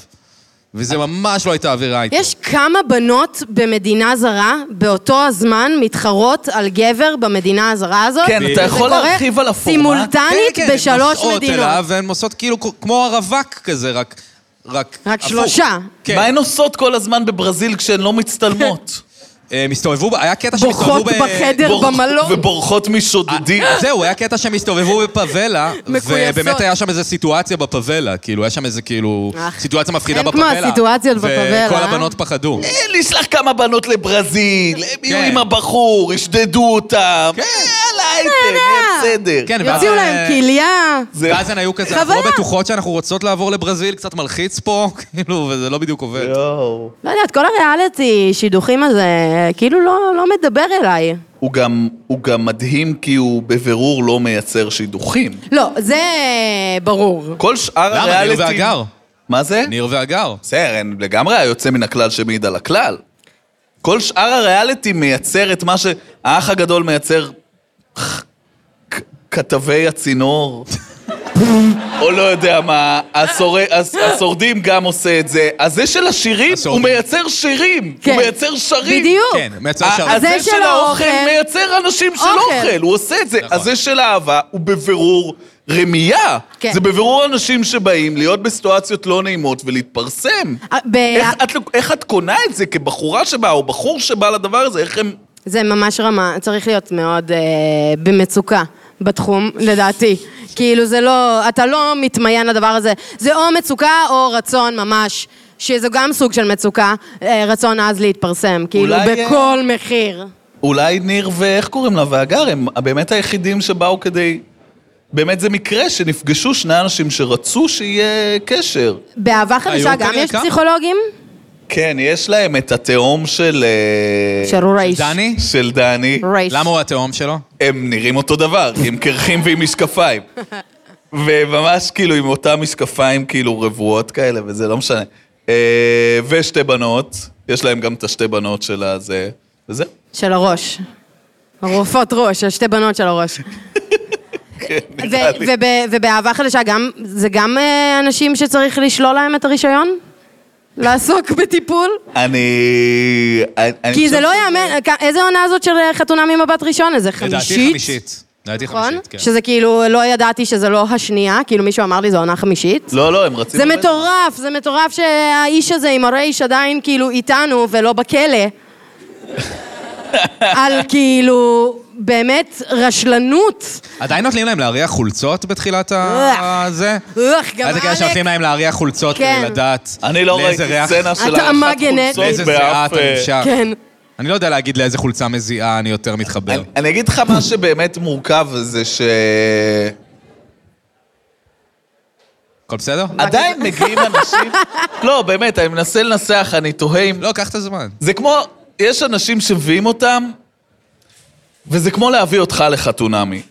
[SPEAKER 1] וזה ממש לא הייתה אווירה איתו.
[SPEAKER 2] יש כמה בנות במדינה זרה, באותו הזמן, מתחרות על גבר במדינה הזרה הזאת.
[SPEAKER 3] כן, אתה
[SPEAKER 2] וזה
[SPEAKER 3] יכול
[SPEAKER 2] קורה
[SPEAKER 3] להרחיב על הפורמט?
[SPEAKER 2] סימולטנית
[SPEAKER 1] כן, כן, הן
[SPEAKER 2] בשלוש
[SPEAKER 1] נוסעות
[SPEAKER 2] מדינות.
[SPEAKER 1] אליו, והן עושות כאילו כמו הרווק כזה, רק... רק...
[SPEAKER 2] רק
[SPEAKER 1] הפוך.
[SPEAKER 2] שלושה.
[SPEAKER 1] כן.
[SPEAKER 3] מה הן עושות כל הזמן בברזיל כשהן לא מצטלמות?
[SPEAKER 1] אה, הם הסתובבו, ב- היה קטע שהם
[SPEAKER 2] בוכות
[SPEAKER 1] הסתובבו... ב-
[SPEAKER 2] בחדר
[SPEAKER 3] בורח-
[SPEAKER 2] במלון.
[SPEAKER 3] ובורחות משודדים.
[SPEAKER 1] כן, אה, זהו, היה קטע שהם הסתובבו בפאבלה,
[SPEAKER 2] מכויסות.
[SPEAKER 1] ובאמת היה שם איזו סיטואציה בפאבלה, כאילו, היה שם איזה כאילו...
[SPEAKER 2] אך,
[SPEAKER 1] סיטואציה מפחידה
[SPEAKER 2] אין כמו
[SPEAKER 1] בפאבלה.
[SPEAKER 2] הסיטואציות בפאבלה,
[SPEAKER 1] וכל
[SPEAKER 2] אה?
[SPEAKER 1] הבנות פחדו.
[SPEAKER 3] אה, נשלח כמה בנות לברזיל, הם יהיו
[SPEAKER 1] כן.
[SPEAKER 3] עם הבחור, ישדדו אותם.
[SPEAKER 1] כן.
[SPEAKER 3] יאללה, הייתם, יהיה בסדר.
[SPEAKER 1] כן, ואז-
[SPEAKER 2] יוציאו להם כאילו. כליה.
[SPEAKER 3] זה-
[SPEAKER 1] ואז הן היו כזה, אנחנו
[SPEAKER 2] חוויה.
[SPEAKER 1] לא בטוחות שאנחנו רוצות לעבור לברזיל, קצת מלחיץ פה, כאילו, וזה לא בדיוק עובד.
[SPEAKER 3] יואו.
[SPEAKER 2] לא יודעת, כל הריאליטי שידוכים הזה, כאילו לא, לא מדבר אליי.
[SPEAKER 3] הוא גם- הוא גם מדהים כי הוא בבירור לא מייצר שידוכים.
[SPEAKER 2] לא, זה ברור.
[SPEAKER 3] כל שאר
[SPEAKER 1] למה? לא ניר
[SPEAKER 3] הריאליטים...
[SPEAKER 1] והגר.
[SPEAKER 3] מה זה?
[SPEAKER 1] ניר והגר.
[SPEAKER 3] בסדר, אין- לגמרי היוצא מן הכלל שמעיד על הכלל. כל שאר הריאליטי מייצר את מה ש... האח הגדול מייצר כ- כתבי הצינור, או לא יודע מה, השור... הס- השורדים גם עושה את זה. הזה של השירים, הוא
[SPEAKER 1] השורדים.
[SPEAKER 3] מייצר שירים,
[SPEAKER 2] כן.
[SPEAKER 3] הוא מייצר שרים.
[SPEAKER 2] בדיוק. אה,
[SPEAKER 1] כן, מייצר
[SPEAKER 3] ה-
[SPEAKER 1] שם.
[SPEAKER 2] אז-
[SPEAKER 3] הזה
[SPEAKER 2] הזה
[SPEAKER 3] של
[SPEAKER 2] של
[SPEAKER 3] האוכל
[SPEAKER 2] האוכל-
[SPEAKER 3] מייצר אנשים של
[SPEAKER 2] אוכל.
[SPEAKER 3] אוכל, הוא עושה את זה.
[SPEAKER 1] נכון.
[SPEAKER 3] הזה של האהבה הוא בבירור רמייה.
[SPEAKER 2] כן.
[SPEAKER 3] זה בבירור אנשים שבאים להיות בסיטואציות לא נעימות ולהתפרסם.
[SPEAKER 2] אה, ב-
[SPEAKER 3] איך את, איך את קונה את זה כבחורה שבאה, או בחור שבא לדבר הזה, איך הם...
[SPEAKER 2] זה ממש רמה, צריך להיות מאוד אה, במצוקה בתחום, לדעתי. כאילו זה לא, אתה לא מתמיין לדבר הזה. זה או מצוקה או רצון ממש, שזה גם סוג של מצוקה, אה, רצון אז להתפרסם, כאילו
[SPEAKER 3] אולי, אה,
[SPEAKER 2] בכל מחיר.
[SPEAKER 3] אולי ניר ואיך קוראים לה, והגר, הם באמת היחידים שבאו כדי... באמת זה מקרה שנפגשו שני אנשים שרצו שיהיה קשר.
[SPEAKER 2] באהבה חדשה
[SPEAKER 1] היו
[SPEAKER 2] גם
[SPEAKER 1] כאלה
[SPEAKER 2] יש
[SPEAKER 1] כמה?
[SPEAKER 2] פסיכולוגים?
[SPEAKER 3] כן, יש להם את התהום של... אה,
[SPEAKER 2] של רייש.
[SPEAKER 1] דני?
[SPEAKER 3] של דני.
[SPEAKER 2] רייש.
[SPEAKER 1] למה הוא התהום שלו?
[SPEAKER 3] הם נראים אותו דבר, כי הם קרחים ועם משקפיים. וממש כאילו עם אותם משקפיים כאילו רבועות כאלה, וזה לא משנה. אה, ושתי בנות, יש להם גם את השתי בנות של הזה, וזהו.
[SPEAKER 2] של הראש. הרופאות ראש, השתי בנות של הראש.
[SPEAKER 3] כן, נראה
[SPEAKER 2] ו-
[SPEAKER 3] לי.
[SPEAKER 2] וב- ובאהבה חדשה, גם, זה גם אה, אנשים שצריך לשלול להם את הרישיון? לעסוק בטיפול?
[SPEAKER 3] אני... אני
[SPEAKER 2] כי
[SPEAKER 3] חושב
[SPEAKER 2] זה לא
[SPEAKER 3] ש-
[SPEAKER 2] יאמן, כ- איזה עונה זאת של אה, חתונה ממבט ראשון? איזה חמישית?
[SPEAKER 1] לדעתי חמישית. לדעתי
[SPEAKER 2] נכון?
[SPEAKER 1] חמישית, כן.
[SPEAKER 2] שזה כאילו, לא ידעתי שזה לא השנייה, כאילו מישהו אמר לי זו עונה חמישית.
[SPEAKER 3] לא, לא, הם רצים...
[SPEAKER 2] זה
[SPEAKER 3] באמת.
[SPEAKER 2] מטורף, זה מטורף שהאיש הזה עם הרייש עדיין כאילו איתנו ולא בכלא. על כאילו, באמת, רשלנות.
[SPEAKER 1] עדיין נותנים להם להריח חולצות בתחילת ה-
[SPEAKER 2] אוח.
[SPEAKER 1] הזה?
[SPEAKER 2] אוח, אה. גם
[SPEAKER 1] היה זה כאלה
[SPEAKER 2] אלק.
[SPEAKER 1] שנותנים להם להריח חולצות
[SPEAKER 2] כן.
[SPEAKER 1] כדי לדעת
[SPEAKER 3] אני לא
[SPEAKER 1] לאיזה
[SPEAKER 3] ראיתי
[SPEAKER 1] ריח-
[SPEAKER 3] סצנה של
[SPEAKER 2] התאמה
[SPEAKER 3] הערכת
[SPEAKER 2] גנטית.
[SPEAKER 3] חולצות
[SPEAKER 1] לאיזה זיעה
[SPEAKER 3] באף,
[SPEAKER 1] אתה
[SPEAKER 3] אה,
[SPEAKER 1] נמשך.
[SPEAKER 2] כן.
[SPEAKER 1] אני לא יודע להגיד לאיזה חולצה מזיעה אני יותר מתחבר.
[SPEAKER 3] אני- אני אגיד לך מה שבאמת מורכב זה ש...
[SPEAKER 1] הכל בסדר?
[SPEAKER 3] עדיין מגיעים אנשים... לא, באמת, אני מנסה לנסח, אני תוהה אם...
[SPEAKER 1] לא, קח את הזמן.
[SPEAKER 3] זה כמו, יש אנשים שמביאים אותם, וזה כמו להביא אותך לחתונמי.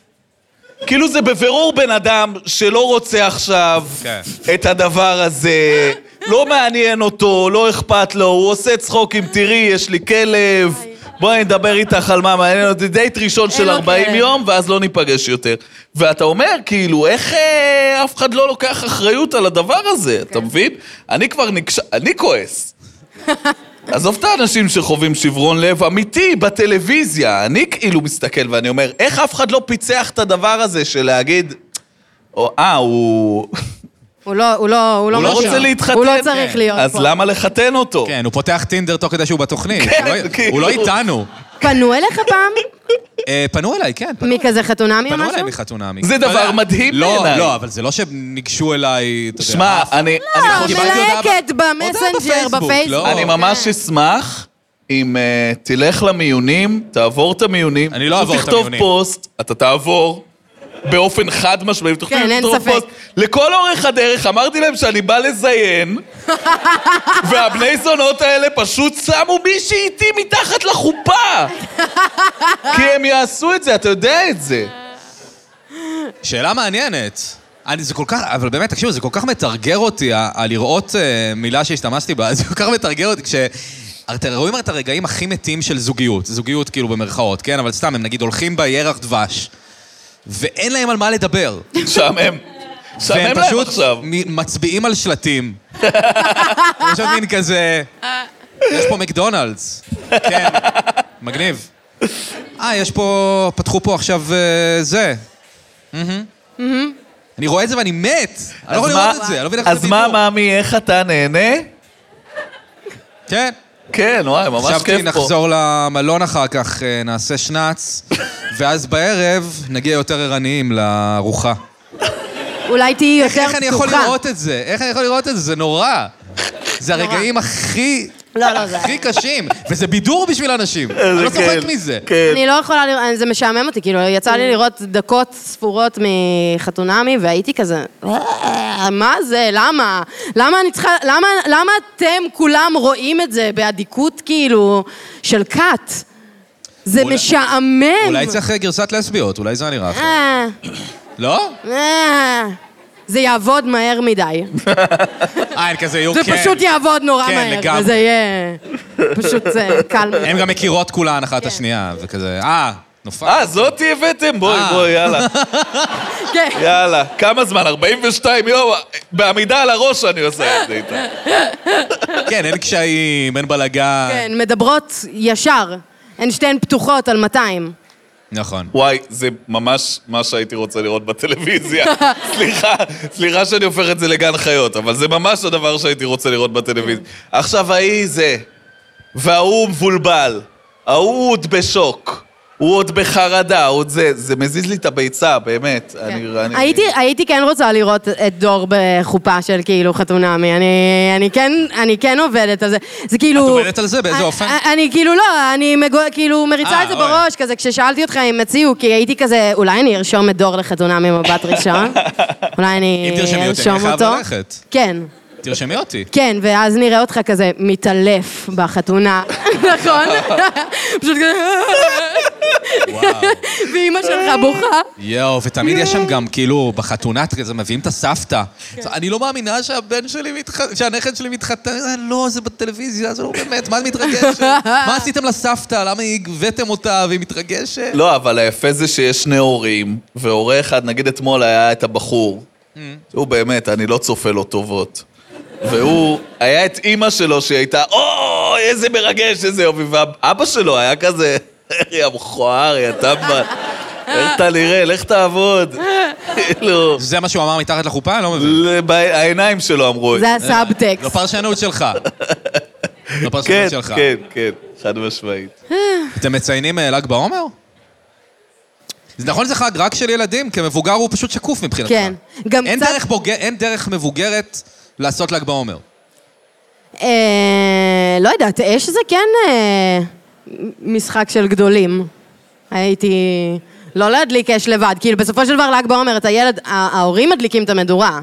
[SPEAKER 3] כאילו זה בבירור בן אדם שלא רוצה עכשיו
[SPEAKER 1] כן.
[SPEAKER 3] את הדבר הזה, לא מעניין אותו, לא אכפת לו, הוא עושה צחוקים, תראי, יש לי כלב, בואי נדבר איתך על מה מעניין אותי, דייט ראשון של
[SPEAKER 2] לו
[SPEAKER 3] 40
[SPEAKER 2] כלב.
[SPEAKER 3] יום, ואז לא ניפגש יותר. ואתה אומר, כאילו, איך אה, אף אחד לא לוקח אחריות על הדבר הזה, אתה
[SPEAKER 2] כן.
[SPEAKER 3] מבין? אני כבר נקש... אני כועס. עזוב את האנשים שחווים שברון לב אמיתי בטלוויזיה. אני כאילו מסתכל ואני אומר, איך אף אחד לא פיצח את הדבר הזה של להגיד, או, אה, הוא...
[SPEAKER 2] הוא לא, הוא לא, הוא לא
[SPEAKER 3] הוא לא
[SPEAKER 2] משהו.
[SPEAKER 3] רוצה להתחתן.
[SPEAKER 2] הוא לא צריך
[SPEAKER 1] כן.
[SPEAKER 2] להיות
[SPEAKER 3] אז
[SPEAKER 2] פה.
[SPEAKER 3] למה לחתן אותו?
[SPEAKER 1] כן, הוא פותח טינדר תוך כדי שהוא בתוכנית. הוא לא-
[SPEAKER 3] כאילו.
[SPEAKER 1] הוא לא איתנו.
[SPEAKER 2] פנו אליך פעם?
[SPEAKER 1] אה, פנו אליי, כן. פנו-
[SPEAKER 2] מכזה חתונמי או
[SPEAKER 1] פנו
[SPEAKER 2] משהו?
[SPEAKER 1] אליי מחתונמי.
[SPEAKER 3] זה
[SPEAKER 1] לא
[SPEAKER 3] דבר
[SPEAKER 1] יודע.
[SPEAKER 3] מדהים
[SPEAKER 1] לא,
[SPEAKER 3] בעיניי.
[SPEAKER 1] לא, אבל זה לא שניגשו אליי, אתה יודע.
[SPEAKER 3] שמע,
[SPEAKER 1] אף-
[SPEAKER 3] אני, אני
[SPEAKER 2] לא,
[SPEAKER 3] חושב...
[SPEAKER 1] קיבלתי מלא- הודעה ב-
[SPEAKER 2] מלהקת במסנג'ר,
[SPEAKER 1] הודעה בפייסבוק,
[SPEAKER 2] בפייסבוק.
[SPEAKER 1] לא.
[SPEAKER 3] אני ממש
[SPEAKER 2] כן.
[SPEAKER 3] אשמח אם אה, תלך למיונים, תעבור את המיונים.
[SPEAKER 1] אני לא אעבור את
[SPEAKER 3] תכתוב
[SPEAKER 1] המיונים.
[SPEAKER 3] פוסט, אתה תעבור. באופן חד משמעי, ותכתוב
[SPEAKER 2] כן, אין
[SPEAKER 3] תכתוב
[SPEAKER 2] ספק.
[SPEAKER 3] פוסט. לכל אורך הדרך אמרתי להם שאני בא לזיין, והבני זונות האלה פשוט שמו מישהי איתי מתחת לחופה. כי הם יעשו את זה, אתה יודע את זה.
[SPEAKER 1] שאלה מעניינת. אני, זה כל כך, אבל באמת, תקשיבו, זה כל כך מתרגר אותי, ה- הלראות אה, מילה שהשתמשתי בה, זה כל כך מתרגר אותי, כש... אתם רואים את הרגעים הכי מתים של זוגיות, זוגיות כאילו במרכאות, כן? אבל סתם, הם נגיד הולכים בירח דבש, ואין להם על מה לדבר.
[SPEAKER 3] שם הם. שם הם
[SPEAKER 1] והם
[SPEAKER 3] להם
[SPEAKER 1] פשוט
[SPEAKER 3] עכשיו.
[SPEAKER 1] מ- מצביעים על שלטים. פשוט מין כזה, יש פה מקדונלדס. כן, מגניב. אה, יש פה, פתחו פה עכשיו אה, זה. מהמם. אני רואה את זה ואני מת. אני לא יכול
[SPEAKER 3] אז מה-
[SPEAKER 1] לראות את זה, אני לא מבין איך זה
[SPEAKER 3] אז מה, מאמי, איך אתה נהנה?
[SPEAKER 1] כן.
[SPEAKER 3] כן, וואי, ממש
[SPEAKER 1] חשבתי
[SPEAKER 3] כיף פה.
[SPEAKER 1] נחזור למלון אחר כך, אה, נעשה שנץ, ואז בערב נגיע יותר ערניים לארוחה.
[SPEAKER 2] אולי תהיי יותר פתוחה.
[SPEAKER 1] איך אני יכול לראות את זה? איך אני יכול לראות את זה? זה נורא. זה
[SPEAKER 2] נורא.
[SPEAKER 1] הרגעים הכי...
[SPEAKER 2] לא, לא, זה-
[SPEAKER 1] הכי קשים. וזה בידור בשביל אנשים. אני לא
[SPEAKER 3] כן,
[SPEAKER 1] צוחק מזה.
[SPEAKER 3] כן.
[SPEAKER 2] אני לא יכולה לראות, זה משעמם אותי, כאילו, יצא
[SPEAKER 1] Mm.
[SPEAKER 2] לי לראות דקות ספורות מחתונמי, והייתי כזה, "אה, מה זה, למה? למה אני צריכה, למה, למה אתם כולם רואים את זה באדיקות, כאילו, של כת? זה
[SPEAKER 1] אולי-
[SPEAKER 2] משעמם.
[SPEAKER 1] אולי צריך אה, גרסת לסביות, אולי זה נראה אחרת.
[SPEAKER 2] אה,
[SPEAKER 1] לא?
[SPEAKER 2] אה, זה יעבוד מהר מדי.
[SPEAKER 1] אה, אין כזה יהיו
[SPEAKER 2] זה
[SPEAKER 1] כן.
[SPEAKER 2] פשוט יעבוד נורא
[SPEAKER 1] כן,
[SPEAKER 2] מהר.
[SPEAKER 1] לגמרי.
[SPEAKER 2] וזה יהיה פשוט זה, קל.
[SPEAKER 1] הן גם מכירות כולן
[SPEAKER 2] כן.
[SPEAKER 1] אחת את השנייה, וכזה, אה, נופל.
[SPEAKER 3] אה, זאתי הבאתם? בואי,
[SPEAKER 1] אה.
[SPEAKER 3] בואי, יאללה.
[SPEAKER 2] כן.
[SPEAKER 3] יאללה. כמה זמן? 42 יום? בעמידה על הראש אני עושה את זה איתה.
[SPEAKER 1] כן, אין קשיים, אין בלאגן.
[SPEAKER 2] כן, מדברות ישר. הן שתיהן פתוחות על 200.
[SPEAKER 1] נכון.
[SPEAKER 2] אה,
[SPEAKER 3] וואי, זה ממש מה שהייתי רוצה לראות בטלוויזיה. סליחה, סליחה שאני הופך את זה לגן חיות, אבל זה ממש הדבר שהייתי רוצה לראות בטלוויזיה. עכשיו, ההיא זה, וההוא מבולבל, ההוא עוד בשוק, הוא עוד בחרדה, הוא עוד זה, זה מזיז לי את הביצה, באמת. אני-
[SPEAKER 2] כן.
[SPEAKER 3] אני-
[SPEAKER 2] הייתי, הייתי כן רוצה לראות את דור בחופה של כאילו חתונמי, אני, אני, כן, אני כן עובדת על זה. זה כאילו...
[SPEAKER 1] את עובדת על זה? באיזה
[SPEAKER 2] אני-
[SPEAKER 1] אופן?
[SPEAKER 2] אני, אני כאילו לא, אני מגו, כאילו מריצה
[SPEAKER 1] אה,
[SPEAKER 2] את זה
[SPEAKER 1] אוי.
[SPEAKER 2] בראש, כזה כששאלתי אותך אם הציעו, כי הייתי כזה, אולי אני ארשום את דור לחתונמי מבט ראשון? אולי אני
[SPEAKER 1] אם תרשמי אותי,
[SPEAKER 2] ארשום
[SPEAKER 1] אני חייב
[SPEAKER 2] אותו?
[SPEAKER 1] ללכת.
[SPEAKER 2] כן.
[SPEAKER 1] תרשמי אותי.
[SPEAKER 2] כן, ואז נראה אותך כזה מתעלף בחתונה, נכון? פשוט כזה... ואימא שלך בוכה.
[SPEAKER 1] יואו, ותמיד יש שם גם, כאילו, בחתונה, אתה כזה מביאים את הסבתא. אני לא מאמינה שהבן שלי מתחתן, שהנכד שלי מתחתן. אה, לא, זה בטלוויזיה, זה לא באמת, מה את מתרגשת? מה עשיתם לסבתא? למה הגוויתם אותה והיא מתרגשת?
[SPEAKER 3] לא, אבל היפה זה שיש שני הורים, והורה אחד, נגיד אתמול היה את הבחור, שהוא באמת, אני לא צופה לו טובות. והוא, היה את אימא שלו שהיא הייתה, אוי, איזה מרגש, איזה יופי, ואבא שלו היה כזה, איך יא מכוער, יא טמבל, איך אתה נראה, לך תעבוד. כאילו,
[SPEAKER 1] זה מה שהוא אמר מתחת לחופה? אני לא מבין.
[SPEAKER 3] לב- העיניים שלו אמרו את זה.
[SPEAKER 2] זה
[SPEAKER 1] זו
[SPEAKER 2] הסאבטקסט.
[SPEAKER 1] פרשנות שלך. זו
[SPEAKER 3] כן,
[SPEAKER 1] פרשנות שלך.
[SPEAKER 3] כן, כן, חד משמעית.
[SPEAKER 1] אתם מציינים אה, ל"ג בעומר? זה נכון זה חג רק של ילדים, כמבוגר הוא פשוט שקוף מבחינתך.
[SPEAKER 2] כן. גם
[SPEAKER 1] אין
[SPEAKER 2] קצת-
[SPEAKER 1] דרך בוג... אין דרך מבוגרת לעשות ל"ג בעומר.
[SPEAKER 2] אה, לא יודעת, אש זה כן אה, משחק של גדולים. הייתי... לא להדליק אש לבד, כאילו בסופו של דבר ל"ג בעומר, את הילד, ה- ההורים מדליקים את המדורה.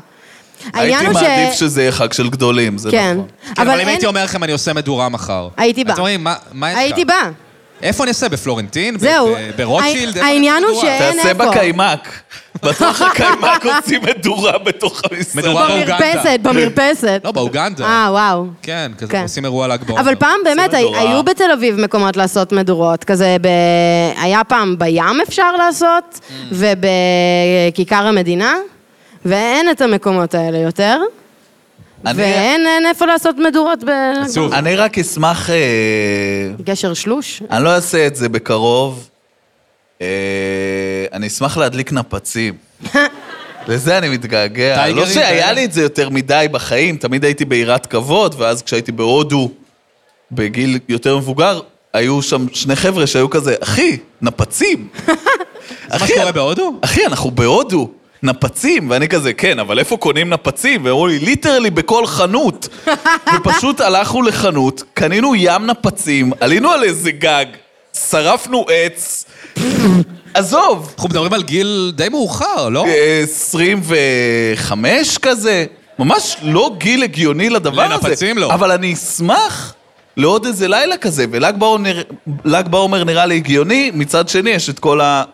[SPEAKER 2] העניין
[SPEAKER 3] הייתי
[SPEAKER 2] הוא ש-
[SPEAKER 3] מעדיף שזה יהיה חג של גדולים, זה
[SPEAKER 2] כן.
[SPEAKER 3] נכון.
[SPEAKER 1] כן, אבל אם
[SPEAKER 2] אין-
[SPEAKER 1] הייתי אומר לכם, אני עושה מדורה מחר.
[SPEAKER 2] הייתי באה.
[SPEAKER 1] אתם אומרים, מה מה יש לך?
[SPEAKER 2] הייתי באה.
[SPEAKER 1] איפה אני אעשה? בפלורנטין? ב-
[SPEAKER 2] זהו.
[SPEAKER 1] ב- ברוטשילד?
[SPEAKER 2] הע- העניין הוא
[SPEAKER 1] איפה אני אעשה מדורה?
[SPEAKER 2] אין
[SPEAKER 3] תעשה
[SPEAKER 2] איפה.
[SPEAKER 3] בקיימק. בטוח הקיימק עושים מדורה בתוך המשרד.
[SPEAKER 1] מדורה באוגנדה.
[SPEAKER 2] במרפסת, במרפסת.
[SPEAKER 1] לא, באוגנדה.
[SPEAKER 2] אה, וואו.
[SPEAKER 1] כן, כזה
[SPEAKER 2] כן.
[SPEAKER 1] עושים אירוע ל"ג בעומר.
[SPEAKER 2] אבל פעם באמת הי-
[SPEAKER 3] מדורה.
[SPEAKER 2] היו בתל אביב מקומות לעשות מדורות, כזה ב... היה פעם בים אפשר לעשות,
[SPEAKER 3] Mm.
[SPEAKER 2] ובכיכר המדינה, ואין את המקומות האלה יותר,
[SPEAKER 3] אני-
[SPEAKER 2] ואין אין איפה לעשות מדורות ב...
[SPEAKER 1] עצוב.
[SPEAKER 3] אני רק אשמח... אה,
[SPEAKER 2] גשר שלוש.
[SPEAKER 3] אני לא אעשה את זה בקרוב. אה, אני אשמח להדליק נפצים. לזה אני מתגעגע.
[SPEAKER 1] טייגרים
[SPEAKER 3] לא שהיה
[SPEAKER 1] כאלה.
[SPEAKER 3] לי את זה יותר מדי בחיים, תמיד הייתי ביראת כבוד, ואז כשהייתי בהודו, בגיל יותר מבוגר, היו שם שני חבר'ה שהיו כזה, אחי, נפצים.
[SPEAKER 1] זה מה
[SPEAKER 3] אחי,
[SPEAKER 1] שקורה בהודו?
[SPEAKER 3] אחי, אנחנו בהודו, נפצים, ואני כזה, כן, אבל איפה קונים נפצים? והם אמרו לי, ליטרלי בכל חנות. ופשוט הלכנו לחנות, קנינו ים נפצים, עלינו על איזה גג, שרפנו עץ, עזוב,
[SPEAKER 1] אנחנו מדברים על גיל די מאוחר, לא?
[SPEAKER 3] אה, 25 כזה, ממש לא גיל הגיוני לדבר הזה.
[SPEAKER 1] לנפצים לא.
[SPEAKER 3] אבל אני אשמח. לעוד איזה לילה כזה, ול"ג בעומר- ל"ג בעומר נראה לי הגיוני, מצד שני יש את כל ה...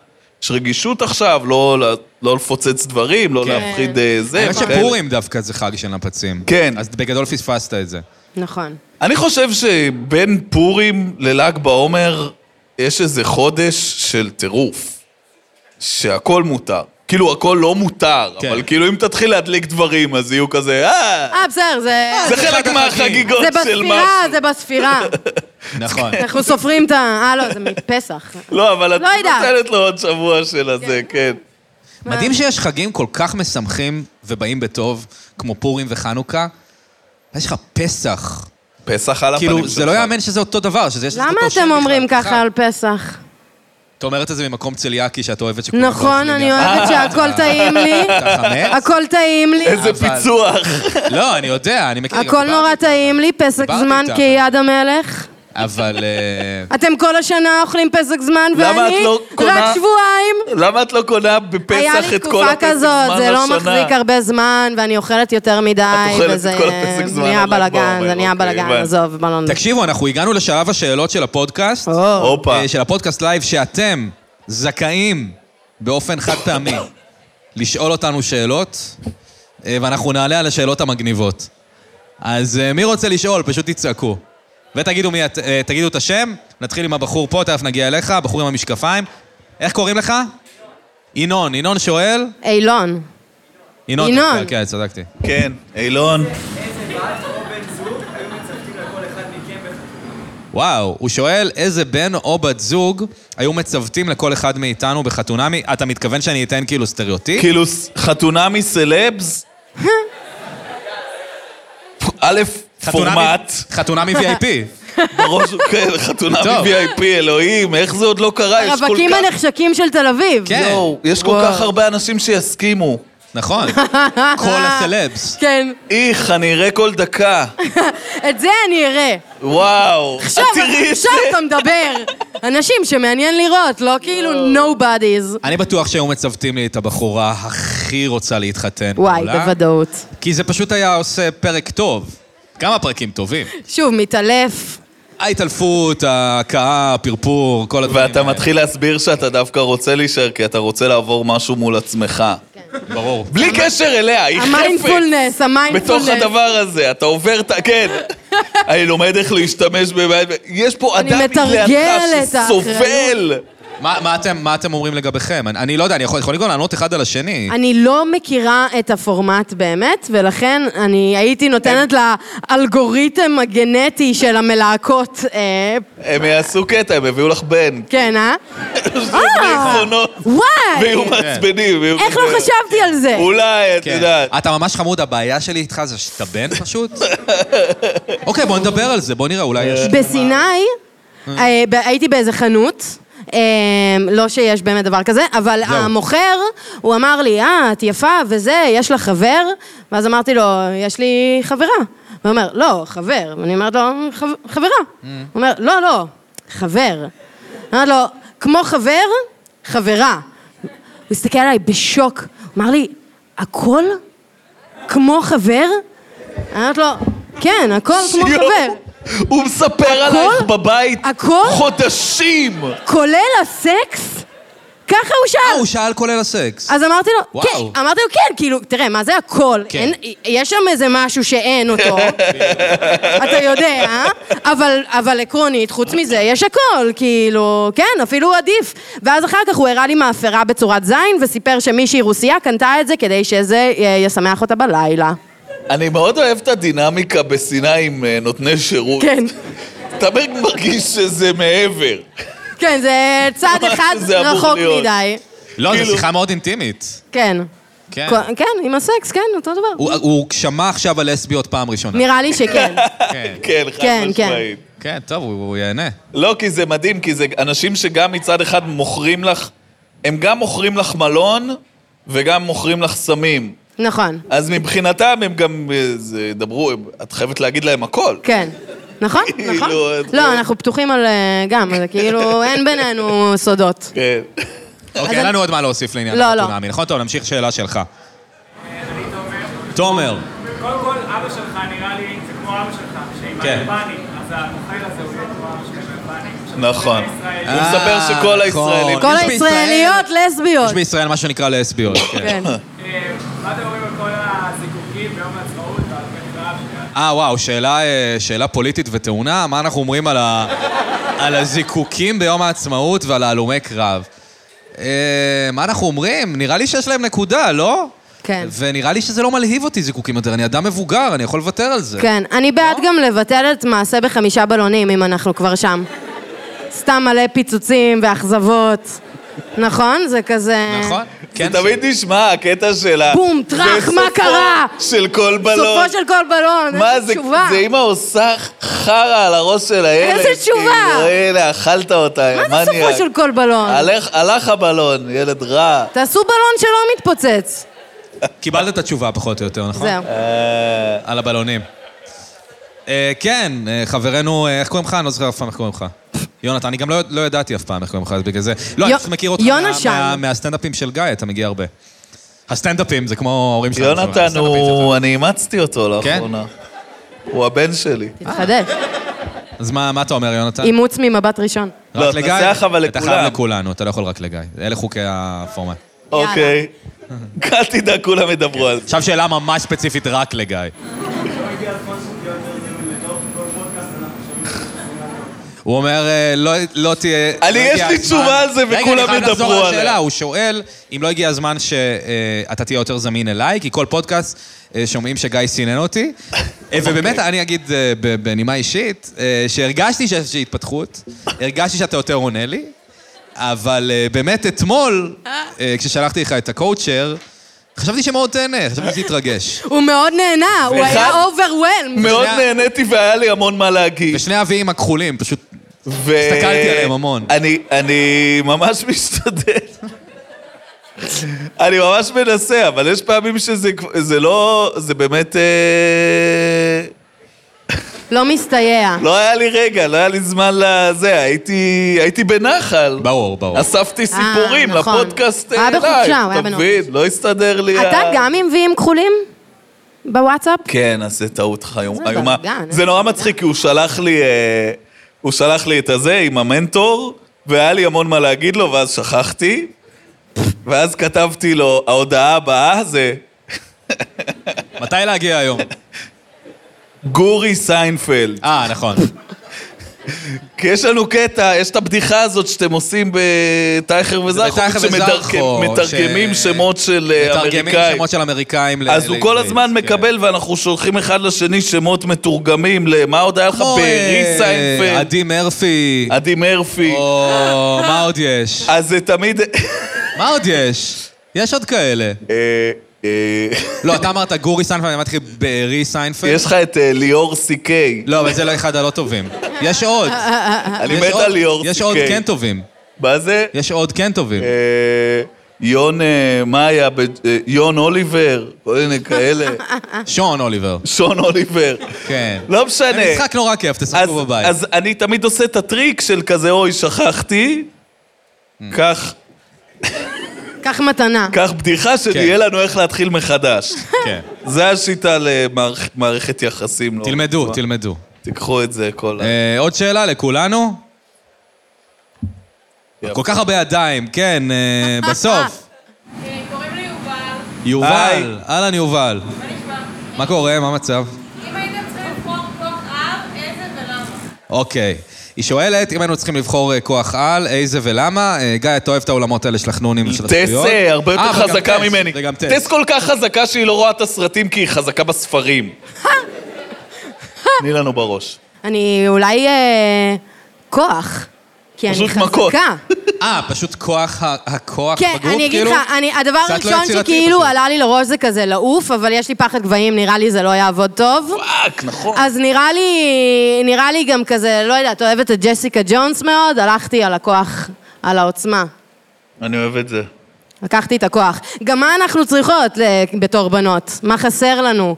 [SPEAKER 3] יש רגישות עכשיו, לא, ל- לא לפוצץ דברים, לא להפחיד אה, זה.
[SPEAKER 1] האמת
[SPEAKER 3] וכאלה.
[SPEAKER 1] שפורים דווקא זה חג של נפצים.
[SPEAKER 3] כן.
[SPEAKER 1] אז בגדול פספסת את זה.
[SPEAKER 2] נכון.
[SPEAKER 3] אני חושב שבין פורים לל"ג בעומר יש איזה חודש של טירוף, שהכל מותר. כאילו, הכל לא מותר,
[SPEAKER 1] כן.
[SPEAKER 3] אבל כאילו אם תתחיל להדליק דברים, אז יהיו כזה, אה,
[SPEAKER 2] אה, בסדר, זה...
[SPEAKER 1] זה
[SPEAKER 3] זה חלק
[SPEAKER 1] חג
[SPEAKER 3] מהחגיגות
[SPEAKER 2] זה
[SPEAKER 3] של
[SPEAKER 2] בספירה,
[SPEAKER 3] משהו.
[SPEAKER 2] זה בספירה.
[SPEAKER 1] נכון.
[SPEAKER 2] אנחנו סופרים את ה... אה, לא, זה מפסח.
[SPEAKER 3] לא, אבל את
[SPEAKER 2] לא יודעת.
[SPEAKER 3] נותנת לו עוד שבוע של הזה, כן.
[SPEAKER 1] מדהים שיש חגים כל כך משמחים ובאים בטוב, כמו פורים וחנוכה. יש לך פסח.
[SPEAKER 3] פסח על הפנים שלך.
[SPEAKER 1] כאילו, זה לא יאמן שזה אותו דבר, שזה יש לזה
[SPEAKER 2] למה
[SPEAKER 1] אותו שם
[SPEAKER 2] אתם אומרים
[SPEAKER 1] בכלל.
[SPEAKER 2] ככה על פסח?
[SPEAKER 1] את אומרת את זה ממקום צליאקי שאת אוהבת שכולם
[SPEAKER 3] לא
[SPEAKER 2] נכון,
[SPEAKER 1] אוכלים
[SPEAKER 2] אני
[SPEAKER 1] יחד.
[SPEAKER 2] אוהבת שהכל טעים לי.
[SPEAKER 1] אתה חמץ?
[SPEAKER 2] הכל טעים לי.
[SPEAKER 3] אה, איזה
[SPEAKER 1] אבל-
[SPEAKER 3] פיצוח.
[SPEAKER 1] לא, אני יודע, אני
[SPEAKER 3] כאילו,
[SPEAKER 1] מכיר. גם
[SPEAKER 2] הכל
[SPEAKER 1] דיברתי
[SPEAKER 2] נורא
[SPEAKER 1] איתה.
[SPEAKER 2] טעים לי, פסק
[SPEAKER 1] דיברתי
[SPEAKER 2] זמן
[SPEAKER 1] איתך.
[SPEAKER 2] כיד המלך.
[SPEAKER 1] אבל... אה,
[SPEAKER 2] אתם כל השנה אוכלים פסק זמן,
[SPEAKER 3] למה את
[SPEAKER 2] ואני
[SPEAKER 3] לא קונה-
[SPEAKER 2] רק שבועיים.
[SPEAKER 3] למה את לא קונה
[SPEAKER 2] היה
[SPEAKER 3] בפסח
[SPEAKER 2] לי
[SPEAKER 3] את כל
[SPEAKER 2] תקופה
[SPEAKER 3] הפסק זמן
[SPEAKER 2] כזאת,
[SPEAKER 3] השנה?
[SPEAKER 2] זה לא מחזיק הרבה זמן, ואני אוכלת יותר מדי,
[SPEAKER 3] אוכלת את
[SPEAKER 2] וזה
[SPEAKER 3] כל הפסק זמן
[SPEAKER 2] נהיה
[SPEAKER 3] על ל"ג
[SPEAKER 2] בלאגן,
[SPEAKER 3] בעומר,
[SPEAKER 2] זה נהיה
[SPEAKER 3] אוקיי,
[SPEAKER 2] בלאגן,
[SPEAKER 3] הבנתי.
[SPEAKER 2] עזוב, בלון.
[SPEAKER 1] תקשיבו, אנחנו הגענו לשלב השאלות של הפודקאסט.
[SPEAKER 2] או,
[SPEAKER 3] הופה.
[SPEAKER 1] אה, של הפודקאסט לייב, שאתם זכאים באופן חד פעמי לשאול אותנו שאלות, אה, ואנחנו נעלה על השאלות המגניבות. אז אה, מי רוצה לשאול? פשוט תצעקו. ותגידו מי את, אה, תגידו את השם, נתחיל עם הבחור פה, תכף נגיע אליך, הבחור עם המשקפיים. איך קוראים לך? ינון, ינון שואל.
[SPEAKER 2] אילון.
[SPEAKER 1] ינון.
[SPEAKER 2] ינון.
[SPEAKER 1] תשאל, כן, צדקתי.
[SPEAKER 3] כן, אילון.
[SPEAKER 1] וואו, הוא שואל איזה בן או בת זוג היו מצוותים לכל אחד מאיתנו בחתונמי. אתה מתכוון שאני אתן כאילו סטריאוטיפ?
[SPEAKER 3] כאילו, ס- חתונה מסלבס? א',
[SPEAKER 1] חתונמי-
[SPEAKER 3] פורמט.
[SPEAKER 1] חתונמי VIP.
[SPEAKER 3] בראש, כן, חתונה
[SPEAKER 1] טוב.
[SPEAKER 3] מ-VIP, אלוהים, איך זה עוד לא קרה? יש כל
[SPEAKER 2] הרווקים
[SPEAKER 3] כך...
[SPEAKER 2] הנחשקים של תל אביב.
[SPEAKER 1] כן.
[SPEAKER 3] יואו, יש כל
[SPEAKER 2] וואו.
[SPEAKER 3] כך הרבה אנשים שיסכימו.
[SPEAKER 1] נכון. כל הסלבס.
[SPEAKER 2] כן.
[SPEAKER 3] איך, אני אראה כל דקה.
[SPEAKER 2] את זה אני אראה.
[SPEAKER 3] וואו.
[SPEAKER 2] עכשיו,
[SPEAKER 3] תראי את זה.
[SPEAKER 2] עכשיו אתה מדבר. אנשים שמעניין לראות, לא כאילו nobodies.
[SPEAKER 1] אני בטוח שהיו מצוותים לי את הבחורה הכי רוצה להתחתן.
[SPEAKER 2] וואי,
[SPEAKER 1] בעולם,
[SPEAKER 2] בוודאות.
[SPEAKER 1] כי זה פשוט היה עושה פרק טוב. כמה פרקים טובים.
[SPEAKER 2] שוב, מתעלף.
[SPEAKER 1] ההתעלפות, ההכאה, הפרפור, כל הדברים
[SPEAKER 3] ואתה מתחיל להסביר שאתה דווקא רוצה להישאר, כי אתה רוצה לעבור משהו מול עצמך.
[SPEAKER 2] כן.
[SPEAKER 1] ברור.
[SPEAKER 3] בלי קשר אליה, היא חפץ.
[SPEAKER 2] המיינדפולנס, המיינדפולנס.
[SPEAKER 3] בתוך הדבר הזה, אתה עובר את ה... כן. אני לומד איך להשתמש ב... יש פה
[SPEAKER 2] אני
[SPEAKER 3] אדם
[SPEAKER 2] מתרגלת
[SPEAKER 3] לידך
[SPEAKER 2] את האחריות.
[SPEAKER 3] שסובל.
[SPEAKER 1] מה, מה, אתם, מה אתם אומרים לגביכם? אני, אני לא יודע, אני יכול, יכולים גם לענות אחד על השני.
[SPEAKER 2] אני לא מכירה את הפורמט באמת, ולכן אני הייתי נותנת
[SPEAKER 3] כן.
[SPEAKER 2] לאלגוריתם הגנטי של המלהקות. אה,
[SPEAKER 3] הם יעשו קטע, הם יביאו לך בן.
[SPEAKER 2] כן, אה?
[SPEAKER 3] בלי זונות.
[SPEAKER 2] וואי!
[SPEAKER 3] ויהיו
[SPEAKER 2] כן.
[SPEAKER 3] מעצבנים. ויהיו-
[SPEAKER 2] איך לא חשבתי על זה?
[SPEAKER 3] אולי, את
[SPEAKER 1] כן.
[SPEAKER 3] יודעת.
[SPEAKER 1] אתה ממש חמוד, הבעיה שלי איתך זה שאתה בן פשוט? אוקיי, בוא נדבר על זה, בוא נראה, אולי יש...
[SPEAKER 2] בסיני, אה, ב- הייתי באיזה חנות. אה, לא שיש באמת דבר כזה, אבל
[SPEAKER 1] זהו.
[SPEAKER 2] המוכר, הוא אמר לי, אה, את יפה וזה, יש לך חבר? ואז אמרתי לו, יש לי חברה. הוא אומר, לא, חבר. ואני אומרת לו, "חב- חברה.
[SPEAKER 1] אה.
[SPEAKER 2] הוא אומר, לא, לא, חבר. אמרתי לו, כמו חבר, חברה. הוא הסתכל עליי בשוק, הוא אמר לי, הכל כמו חבר? אמרתי לו, כן, הכל כמו
[SPEAKER 3] יואו,
[SPEAKER 2] חבר.
[SPEAKER 3] הוא מספר עלייך בבית
[SPEAKER 2] הכל?
[SPEAKER 3] חודשים.
[SPEAKER 2] כולל הסקס? ככה הוא
[SPEAKER 1] אה,
[SPEAKER 2] שאל.
[SPEAKER 1] הוא שאל כולל הסקס.
[SPEAKER 2] אז אמרתי לו,
[SPEAKER 1] וואו.
[SPEAKER 2] כן, אמרתי לו, כן, כאילו, תראה, מה זה הכל?
[SPEAKER 1] כן.
[SPEAKER 2] אין, יש שם איזה משהו שאין אותו, אתה יודע, אבל, אבל עקרונית, חוץ מזה, יש הכל, כאילו, כן, אפילו עדיף. ואז אחר כך הוא הראה לי מאפרה בצורת זין, וסיפר שמישהי רוסייה קנתה את זה כדי שזה אה, ישמח אותה בלילה.
[SPEAKER 3] אני מאוד אוהב את הדינמיקה בסיני עם אה, נותני שירות.
[SPEAKER 2] כן,
[SPEAKER 3] אתה מרגיש שזה מעבר.
[SPEAKER 2] כן, זה צעד
[SPEAKER 3] מה
[SPEAKER 2] אחד
[SPEAKER 3] שזה אמור
[SPEAKER 2] רחוק
[SPEAKER 3] להיות.
[SPEAKER 2] מדי.
[SPEAKER 1] לא, זו
[SPEAKER 3] כאילו-
[SPEAKER 1] שיחה מאוד אינטימית.
[SPEAKER 2] כן.
[SPEAKER 1] כן.
[SPEAKER 2] כל- כן, עם הסקס, כן, אותו דבר.
[SPEAKER 1] הוא- הוא שמע עכשיו על לסביות פעם ראשונה.
[SPEAKER 2] נראה לי שכן.
[SPEAKER 1] כן.
[SPEAKER 3] כן, חד
[SPEAKER 2] כן, כן.
[SPEAKER 3] משמעית.
[SPEAKER 1] כן, טוב, הוא הוא ייהנה.
[SPEAKER 3] לא, כי זה מדהים, כי זה אנשים שגם מצד אחד מוכרים לך, הם גם מוכרים לך מלון, וגם מוכרים לך סמים.
[SPEAKER 2] נכון.
[SPEAKER 3] אז מבחינתם הם גם, אה, זה, ידברו, הם- את חייבת להגיד להם הכל.
[SPEAKER 2] כן. נכון,
[SPEAKER 3] כאילו,
[SPEAKER 2] נכון.
[SPEAKER 3] את-
[SPEAKER 2] לא, אנחנו פתוחים על... אה, גם, זה כאילו, אין בינינו סודות.
[SPEAKER 3] כן.
[SPEAKER 1] אוקיי, אין
[SPEAKER 2] אני-
[SPEAKER 1] לנו עוד מה להוסיף לעניין
[SPEAKER 2] לא, לא.
[SPEAKER 1] החתונמי, נכון? טוב, נמשיך שאלה שלך. תומר.
[SPEAKER 4] קודם כל, אבא שלך נראה לי, זה כמו אבא שלך, שעם
[SPEAKER 1] כן.
[SPEAKER 4] האלבני, אז המוכר הזה הוא יהיה כמו אבא שלך עם האלבני.
[SPEAKER 3] נכון.
[SPEAKER 4] ישראלי.
[SPEAKER 3] הוא מספר
[SPEAKER 1] אה,
[SPEAKER 3] שכל
[SPEAKER 1] נכון.
[SPEAKER 3] הישראלים...
[SPEAKER 2] כל
[SPEAKER 1] יש בישראל-
[SPEAKER 2] הישראליות לסביות.
[SPEAKER 1] יש בישראל מה שנקרא לסביות. כן.
[SPEAKER 2] כן.
[SPEAKER 4] אה, מה אתם אומרים על כל הזיקוקים ביום העצמאות ועל בן רב שהיה?
[SPEAKER 1] אה, וואו, שאלה, אה, שאלה פוליטית וטעונה, מה אנחנו אומרים על, ה, על הזיקוקים ביום העצמאות ועל ההלומי קרב? אה, מה אנחנו אומרים? נראה לי שיש להם נקודה, לא?
[SPEAKER 2] כן.
[SPEAKER 1] ונראה לי שזה לא מלהיב אותי זיקוקים יותר, אני אדם מבוגר, אני יכול לוותר על זה.
[SPEAKER 2] כן, אני בעד גם לבטל את מעשה בחמישה בלונים, אם אנחנו כבר שם. סתם מלא פיצוצים ואכזבות. נכון? זה כזה...
[SPEAKER 1] נכון?
[SPEAKER 3] זה
[SPEAKER 1] כן,
[SPEAKER 3] תמיד נשמע, הקטע של ה...
[SPEAKER 2] בום, טראח,
[SPEAKER 3] בסופו
[SPEAKER 2] מה קרה?
[SPEAKER 3] של כל בלון.
[SPEAKER 2] סופו של כל בלון,
[SPEAKER 3] לא, מה
[SPEAKER 2] איזה
[SPEAKER 3] זה,
[SPEAKER 2] תשובה.
[SPEAKER 3] זה אמא עושה חרא על הראש של הילד.
[SPEAKER 2] איזה תשובה.
[SPEAKER 3] כאילו, הנה, אכלת אותה,
[SPEAKER 2] מה זה סופו של כל בלון?
[SPEAKER 3] הלך, הלך הבלון, ילד רע.
[SPEAKER 2] תעשו בלון שלא מתפוצץ.
[SPEAKER 1] קיבלת את התשובה פחות או יותר, נכון?
[SPEAKER 2] זהו.
[SPEAKER 3] אה,
[SPEAKER 1] על הבלונים. אה, כן, אה, חברנו, אה, איך קוראים לך? אני לא זוכר אף פעם איך קוראים לך. יונתן, אני גם לא, לא ידעתי אף פעם איך קוראים לך, אז בגלל זה. לא,
[SPEAKER 2] יו-
[SPEAKER 1] אני פשוט מכיר אותך
[SPEAKER 2] יונה
[SPEAKER 1] מה-
[SPEAKER 2] שי.
[SPEAKER 1] מה- מהסטנדאפים של גיא, אתה מגיע הרבה. הסטנדאפים, זה כמו ההורים שלנו.
[SPEAKER 3] יונתן
[SPEAKER 1] הסטנדאפים
[SPEAKER 3] הוא, אני אימצתי אותו
[SPEAKER 1] כן?
[SPEAKER 3] לאחרונה. הוא הבן שלי.
[SPEAKER 2] תתחדש.
[SPEAKER 1] שלך. אז מה, מה אתה אומר, יונתן?
[SPEAKER 2] אימוץ ממבט ראשון.
[SPEAKER 3] לא, תנסח אבל
[SPEAKER 1] אתה
[SPEAKER 3] לכולם.
[SPEAKER 1] חייב לכולנו, אתה לא יכול רק לגיא. אלה חוקי הפורמט.
[SPEAKER 3] אוקיי. אל תדאג, כולם ידברו על זה.
[SPEAKER 1] עכשיו שאלה ממש ספציפית רק לגיא.
[SPEAKER 4] לא הגיע הזמן שתהיה יותר זילות, בתוך כל פודקאסט אנחנו שומעים.
[SPEAKER 1] הוא אומר, אה, לא, לא תהיה...
[SPEAKER 3] אני,
[SPEAKER 1] לא
[SPEAKER 3] יש
[SPEAKER 1] הגיע
[SPEAKER 3] לי
[SPEAKER 1] הזמן-
[SPEAKER 3] תשובה על זה, וכולם
[SPEAKER 1] רגע, אני חייב לחזור
[SPEAKER 3] ידברו
[SPEAKER 1] על
[SPEAKER 3] עליה.
[SPEAKER 1] השאלה. הוא שואל אם לא הגיע הזמן שאתה תהיה יותר זמין אליי, כי כל פודקאסט אה, שומעים שגיא סינן אותי.
[SPEAKER 3] אוקיי.
[SPEAKER 1] אה, ובאמת, אני אגיד אה, ב- בנימה אישית, אה, שהרגשתי שיש איזושהי התפתחות, הרגשתי שאתה יותר עונה לי, אבל אה, באמת אתמול, אה, כששלחתי לך את הקואוצ'ר, חשבתי שמאוד תהנה, חשבתי שתתרגש.
[SPEAKER 2] הוא מאוד נהנה, הוא
[SPEAKER 3] אחד-
[SPEAKER 2] היה overwhelmed.
[SPEAKER 3] מאוד
[SPEAKER 1] שנייה.
[SPEAKER 3] נהניתי והיה לי המון מה להגיד.
[SPEAKER 1] ושני האביים הכחולים, פשוט...
[SPEAKER 3] ו-
[SPEAKER 1] הסתכלתי עליהם המון.
[SPEAKER 3] אני, אני ממש משתדל. אני ממש מנסה, אבל יש פעמים שזה כב- זה לא... זה באמת... אה,
[SPEAKER 2] לא מסתייע.
[SPEAKER 3] לא היה לי רגע, לא היה לי זמן לזה, הייתי, הייתי בנחל.
[SPEAKER 1] ברור, ברור.
[SPEAKER 3] אספתי סיפורים
[SPEAKER 2] נכון.
[SPEAKER 3] לפודקאסט
[SPEAKER 2] הוא היה
[SPEAKER 3] אליי,
[SPEAKER 2] בחופשה, הוא היה
[SPEAKER 3] אתה
[SPEAKER 2] בנופש.
[SPEAKER 3] מבין? לא הסתדר לי
[SPEAKER 2] אתה גם עם ויים כחולים? בוואטסאפ?
[SPEAKER 3] כן, אז זה טעות לך,
[SPEAKER 2] זה
[SPEAKER 3] איומה.
[SPEAKER 2] בלאגן,
[SPEAKER 3] זה
[SPEAKER 2] אה?
[SPEAKER 3] נורא מצחיק, כי הוא שלח לי, אה, הוא שלח לי את הזה עם המנטור, והיה לי המון מה להגיד לו, ואז שכחתי, ואז כתבתי לו, ההודעה הבאה זה
[SPEAKER 1] מתי להגיע היום?
[SPEAKER 3] גורי סיינפלד.
[SPEAKER 1] אה, נכון.
[SPEAKER 3] כי יש לנו קטע, יש את הבדיחה הזאת שאתם עושים בטייכר
[SPEAKER 1] בטייכר
[SPEAKER 3] וזרחו,
[SPEAKER 1] וזרחו,
[SPEAKER 3] שמתרגמים
[SPEAKER 1] ש-
[SPEAKER 3] שמות של אה,
[SPEAKER 1] מתרגמים
[SPEAKER 3] אמריקאים.
[SPEAKER 1] שמות של אמריקאים ל-
[SPEAKER 3] אז הוא כל
[SPEAKER 1] לעברית,
[SPEAKER 3] הזמן
[SPEAKER 1] כן.
[SPEAKER 3] מקבל, ואנחנו שולחים אחד לשני שמות מתורגמים למה עוד היה לך?
[SPEAKER 1] כמו,
[SPEAKER 3] בארי
[SPEAKER 1] אה,
[SPEAKER 3] סיינפלד,
[SPEAKER 1] עדי מרפי,
[SPEAKER 3] עדי מרפי.
[SPEAKER 1] או מה עוד יש?
[SPEAKER 3] אז זה תמיד...
[SPEAKER 1] מה עוד יש? יש עוד כאלה.
[SPEAKER 3] אה, אה,
[SPEAKER 1] לא, אתה אמרת גורי סיינפלד, אני אמרתי לך בארי סיינפלד.
[SPEAKER 3] יש לך את אה, ליאור סי-קיי.
[SPEAKER 1] לא, אבל זה לא אחד הלא טובים. יש עוד.
[SPEAKER 3] אני
[SPEAKER 1] יש
[SPEAKER 3] מת
[SPEAKER 1] עוד-
[SPEAKER 3] על ליאור סי-קיי.
[SPEAKER 1] יש עוד כן טובים.
[SPEAKER 3] מה זה?
[SPEAKER 1] יש עוד כן טובים.
[SPEAKER 3] אה, יון, אה, מה היה? ב- אה, יון אוליבר, כל מיני כאלה.
[SPEAKER 1] שון אוליבר.
[SPEAKER 3] שון אוליבר.
[SPEAKER 1] כן.
[SPEAKER 3] אה. לא משנה.
[SPEAKER 1] זה משחק נורא כיף,
[SPEAKER 3] אז,
[SPEAKER 1] תשחקו בבית.
[SPEAKER 3] אז אני תמיד עושה את הטריק של כזה, אוי, שכחתי.
[SPEAKER 1] Mm.
[SPEAKER 3] קח,
[SPEAKER 2] קח מתנה.
[SPEAKER 3] קח בדיחה שנהיה לנו איך להתחיל מחדש.
[SPEAKER 1] כן.
[SPEAKER 3] זה השיטה למערכת יחסים. לא
[SPEAKER 1] תלמדו,
[SPEAKER 3] מצווה.
[SPEAKER 1] תלמדו.
[SPEAKER 3] תיקחו את זה כל ה...
[SPEAKER 1] אה, עוד שאלה לכולנו?
[SPEAKER 3] יפה.
[SPEAKER 1] כל כך הרבה ידיים, כן, אה, בסוף.
[SPEAKER 5] קוראים לי יובל,
[SPEAKER 3] היי.
[SPEAKER 1] יובל, אהלן יובל.
[SPEAKER 5] מה נשמע?
[SPEAKER 1] מה קורה? מה המצב?
[SPEAKER 5] אם הייתם צריכים לבחור כוח אב, איזה ולמה?
[SPEAKER 1] אוקיי. היא שואלת אם היינו צריכים לבחור אה, כוח על, איזה ולמה. אה, גיא, אתה אוהב את האולמות האלה של החנונים ושל
[SPEAKER 3] טס
[SPEAKER 1] הזכויות?
[SPEAKER 3] אה, הרבה יותר
[SPEAKER 1] אה, וגם
[SPEAKER 3] חזקה
[SPEAKER 1] טס,
[SPEAKER 3] ממני.
[SPEAKER 1] וגם
[SPEAKER 3] טס
[SPEAKER 1] טס.
[SPEAKER 3] כל כך חזקה שהיא לא רואה את הסרטים כי היא חזקה בספרים. תני לנו בראש.
[SPEAKER 2] אני אולי... אה, כוח. כי אני
[SPEAKER 3] פשוט
[SPEAKER 2] חזקה.
[SPEAKER 3] מכות.
[SPEAKER 1] אה, פשוט כוח, ה- הכוח
[SPEAKER 2] כן,
[SPEAKER 1] בגוף, כאילו?
[SPEAKER 2] אני אגיד לך, אני- הדבר
[SPEAKER 1] קצת לא
[SPEAKER 2] הראשון
[SPEAKER 1] יצירתי
[SPEAKER 2] שכאילו
[SPEAKER 1] פשוט.
[SPEAKER 2] עלה לי לראש זה כזה לעוף, אבל יש לי פחד גבהים, נראה לי זה לא יעבוד טוב.
[SPEAKER 3] פאק, נכון.
[SPEAKER 2] אז נראה לי, נראה לי גם כזה, לא יודעת, אוהבת את ג'סיקה ג'ונס מאוד, הלכתי על הכוח, על העוצמה.
[SPEAKER 3] אני אוהב את זה.
[SPEAKER 2] לקחתי את הכוח. גם מה אנחנו צריכות אה, בתור בנות? מה חסר לנו?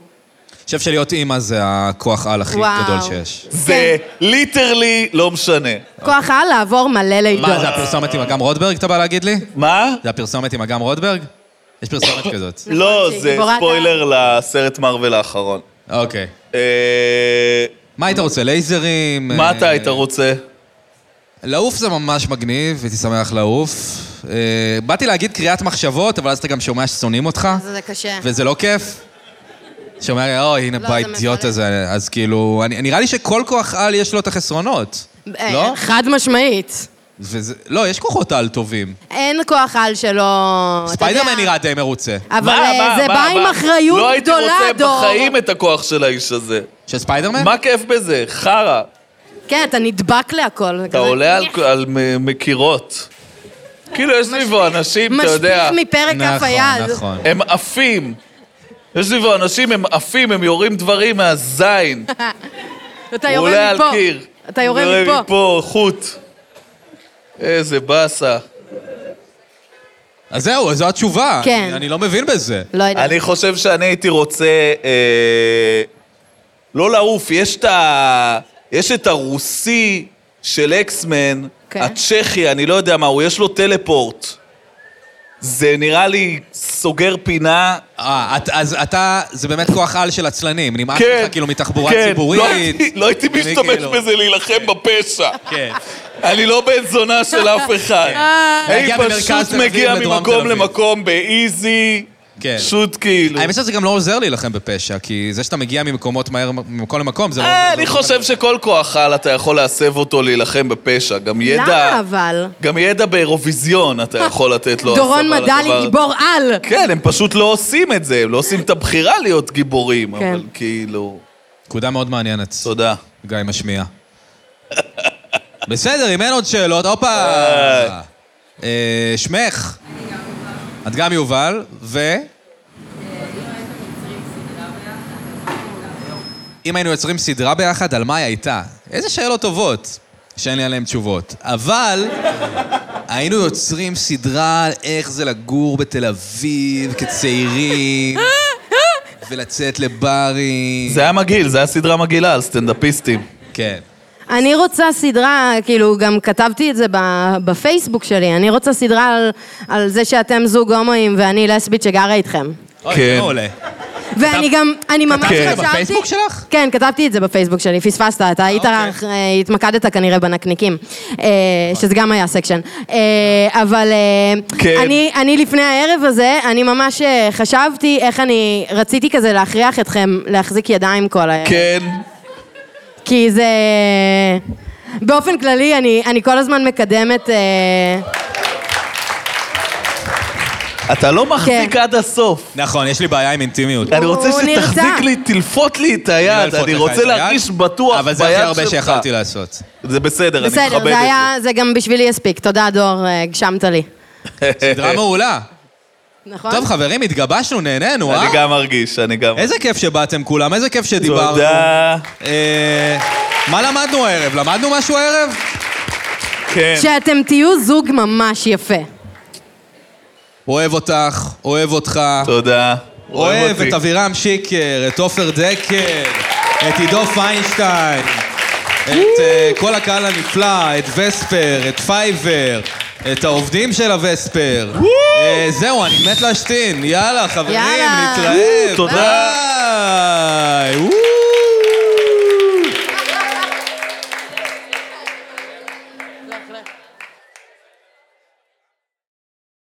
[SPEAKER 1] אני חושב שלהיות אימא זה הכוח על הכי
[SPEAKER 2] וואו.
[SPEAKER 1] גדול שיש.
[SPEAKER 3] זה ליטרלי לא משנה.
[SPEAKER 2] כוח על לעבור מלא
[SPEAKER 1] מה,
[SPEAKER 2] לידות.
[SPEAKER 1] לא, זה הפרסומת עם אגם רודברג, אתה בא להגיד לי?
[SPEAKER 3] מה?
[SPEAKER 1] זה הפרסומת עם אגם רודברג? יש פרסומת כזאת.
[SPEAKER 3] לא,
[SPEAKER 2] שהיא
[SPEAKER 3] זה
[SPEAKER 2] גיבורת
[SPEAKER 3] ספוילר לסרט מארוול האחרון.
[SPEAKER 1] אוקיי.
[SPEAKER 3] אה,
[SPEAKER 1] מה היית רוצה, לייזרים?
[SPEAKER 3] מה
[SPEAKER 1] אה,
[SPEAKER 3] אתה היית רוצה?
[SPEAKER 1] לעוף זה ממש מגניב, הייתי שמח לעוף. אה, באתי להגיד קריאת מחשבות, אבל אז אתה גם שומע ששונאים אותך,
[SPEAKER 2] זה זה קשה.
[SPEAKER 1] וזה לא כיף. שומע, אוי, הנה
[SPEAKER 2] לא,
[SPEAKER 1] בא
[SPEAKER 2] זה
[SPEAKER 1] האידיוט
[SPEAKER 2] מבאס.
[SPEAKER 1] הזה. אז כאילו, אני- נראה לי שכל כוח על יש לו את החסרונות.
[SPEAKER 2] אה,
[SPEAKER 1] לא?
[SPEAKER 2] חד משמעית.
[SPEAKER 1] וזה- לא, יש כוחות על טובים.
[SPEAKER 2] אין כוח על שלו... אתה
[SPEAKER 1] ספיידרמן
[SPEAKER 2] יודע.
[SPEAKER 1] נראה די מרוצה.
[SPEAKER 2] אבל
[SPEAKER 3] מה,
[SPEAKER 2] אה,
[SPEAKER 3] מה,
[SPEAKER 2] זה
[SPEAKER 3] מה,
[SPEAKER 2] בא עם
[SPEAKER 3] מה?
[SPEAKER 2] אחריות גדולה, דור.
[SPEAKER 3] לא הייתי רוצה בחיים את הכוח של האיש הזה.
[SPEAKER 1] של ספיידרמן?
[SPEAKER 3] מה כיף בזה? חרא.
[SPEAKER 2] כן, אתה נדבק להכל.
[SPEAKER 3] אתה עולה על- על מ- מקירות. כאילו, יש סביבו אנשים, אתה יודע,
[SPEAKER 2] משפיך מפרק כף היד.
[SPEAKER 1] נכון, נכון.
[SPEAKER 3] הם עפים. יש סביבו אנשים, הם עפים, הם יורים דברים מהזין.
[SPEAKER 2] אתה
[SPEAKER 3] הוא
[SPEAKER 2] יורה
[SPEAKER 3] עולה על
[SPEAKER 2] מפה.
[SPEAKER 3] קיר.
[SPEAKER 2] אתה יורה
[SPEAKER 3] יורה
[SPEAKER 2] מפה.
[SPEAKER 3] מפה, חוט. איזה באסה.
[SPEAKER 1] אז זהו, זו התשובה.
[SPEAKER 2] כן.
[SPEAKER 1] אני- אני לא מבין בזה.
[SPEAKER 2] לא יודעת.
[SPEAKER 3] אני חושב שאני הייתי רוצה... אה, לא לעוף, יש את ה... יש את הרוסי של אקסמן,
[SPEAKER 2] כן.
[SPEAKER 3] הצ'כי, אני לא יודע מה, הוא יש לו טלפורט. זה נראה לי סוגר פינה.
[SPEAKER 1] אה, את- אז אתה, זה באמת כוח על של עצלנים. נמאס
[SPEAKER 3] כן.
[SPEAKER 1] לך כאילו מתחבורה
[SPEAKER 3] כן,
[SPEAKER 1] ציבורית.
[SPEAKER 3] לא הייתי, לא הייתי
[SPEAKER 1] אני
[SPEAKER 3] משתמש
[SPEAKER 1] כאילו-
[SPEAKER 3] בזה להילחם בפשע.
[SPEAKER 1] כן.
[SPEAKER 3] אני לא בן זונה של אף אחד. אני
[SPEAKER 1] להגיע ממרכז
[SPEAKER 3] פשוט
[SPEAKER 1] תל אביב
[SPEAKER 3] מגיע
[SPEAKER 1] לדרום
[SPEAKER 3] ממקום
[SPEAKER 1] תל אביב.
[SPEAKER 3] למקום באיזי,
[SPEAKER 1] כן.
[SPEAKER 3] פשוט כאילו.
[SPEAKER 1] האמת שזה גם לא עוזר להילחם בפשע, כי זה שאתה מגיע ממקומות מהר, ממקום למקום, זה לא...
[SPEAKER 3] אה,
[SPEAKER 1] עוזר
[SPEAKER 3] אני
[SPEAKER 1] לך.
[SPEAKER 3] חושב שכל כוח על אתה יכול להסב אותו להילחם בפשע. גם ידע... לא,
[SPEAKER 2] למה אבל?
[SPEAKER 3] גם ידע באירוויזיון אתה יכול לתת לו
[SPEAKER 2] דורון
[SPEAKER 3] הסבה לדבר-
[SPEAKER 2] מדלי, גיבור על.
[SPEAKER 3] כן, הם פשוט לא עושים את זה, הם לא עושים את הבחירה להיות גיבורים, אבל
[SPEAKER 2] כן.
[SPEAKER 3] כאילו...
[SPEAKER 1] נקודה מאוד מעניינת,
[SPEAKER 3] תודה.
[SPEAKER 1] גיא משמיע. בסדר, אם אין עוד שאלות, הופה!
[SPEAKER 3] אה.
[SPEAKER 1] אה, שמך? את גם יובל, ו... אה, אם היינו יוצרים סדרה ביחד, על מה היא הייתה? איזה שאלות טובות, שאין לי עליהן תשובות. אבל היינו יוצרים סדרה על איך זה לגור בתל אביב כצעירים, ולצאת לברים.
[SPEAKER 3] זה היה מגעיל, זה היה סדרה מגעילה על סטנדאפיסטים.
[SPEAKER 2] אה.
[SPEAKER 1] כן.
[SPEAKER 2] אני רוצה סדרה, כאילו, גם כתבתי את זה ב- בפייסבוק שלי, אני רוצה סדרה על, על זה שאתם זוג הומואים ואני לסבית שגרה איתכם.
[SPEAKER 1] אוי,
[SPEAKER 3] כן.
[SPEAKER 1] זה לא מעולה.
[SPEAKER 2] ואני גם, אני ממש
[SPEAKER 1] כתבת
[SPEAKER 2] חשבתי...
[SPEAKER 1] את זה בפייסבוק שלך?
[SPEAKER 2] כן, כתבתי את זה בפייסבוק שלי, פספסת, אתה היית,
[SPEAKER 1] אוקיי.
[SPEAKER 2] אה, התמקדת כנראה בנקניקים, אה, שזה גם היה סקשן. אה, אבל אה,
[SPEAKER 3] כן.
[SPEAKER 2] אני- אני לפני הערב הזה, אני ממש אה, חשבתי איך אני רציתי כזה להכריח אתכם להחזיק ידיים כל הערב.
[SPEAKER 3] כן,
[SPEAKER 2] כי זה... באופן כללי, אני, אני כל הזמן מקדמת... אה,
[SPEAKER 3] אתה לא מחזיק
[SPEAKER 2] כן.
[SPEAKER 3] עד הסוף.
[SPEAKER 1] נכון, יש לי בעיה עם אינטימיות.
[SPEAKER 3] אני רוצה
[SPEAKER 2] הוא נרצה.
[SPEAKER 3] שתחזיק לי, תלפות לי את
[SPEAKER 1] לא
[SPEAKER 3] היד,
[SPEAKER 1] אלפות
[SPEAKER 3] אני
[SPEAKER 1] לך
[SPEAKER 3] רוצה
[SPEAKER 1] את היד,
[SPEAKER 3] להרגיש בטוח ביד שלך.
[SPEAKER 1] אבל זה הכי הרבה שיכלתי לעשות.
[SPEAKER 3] זה בסדר, אני מכבד
[SPEAKER 2] בסדר,
[SPEAKER 3] את
[SPEAKER 2] זה היה...
[SPEAKER 3] זה.
[SPEAKER 2] זה גם בשבילי הספיק. תודה, דור, אה, הגשמת לי.
[SPEAKER 3] אה,
[SPEAKER 1] סדרה מעולה.
[SPEAKER 2] נכון?
[SPEAKER 1] טוב, חברים, התגבשנו, נהנינו, אה?
[SPEAKER 3] אני גם מרגיש, אני גם...
[SPEAKER 1] איזה כיף שבאתם כולם, איזה כיף שדיברנו.
[SPEAKER 3] תודה.
[SPEAKER 1] אה, מה למדנו הערב? למדנו משהו הערב?
[SPEAKER 3] כן.
[SPEAKER 2] שאתם תהיו זוג ממש יפה.
[SPEAKER 1] אוהב אותך, אוהב אותך.
[SPEAKER 3] תודה.
[SPEAKER 1] אוהב
[SPEAKER 3] אותי.
[SPEAKER 1] את אבירם שיקר, את עופר דקר, את עידו פיינשטיין, את אה, כל הקהל הנפלא, את וספר, את פייבר, את העובדים של הווספר. אה, זהו, אני מת להשתין. יאללה, חברים,
[SPEAKER 2] יאללה.
[SPEAKER 1] נתראה.
[SPEAKER 3] תודה.
[SPEAKER 1] ביי. וואו.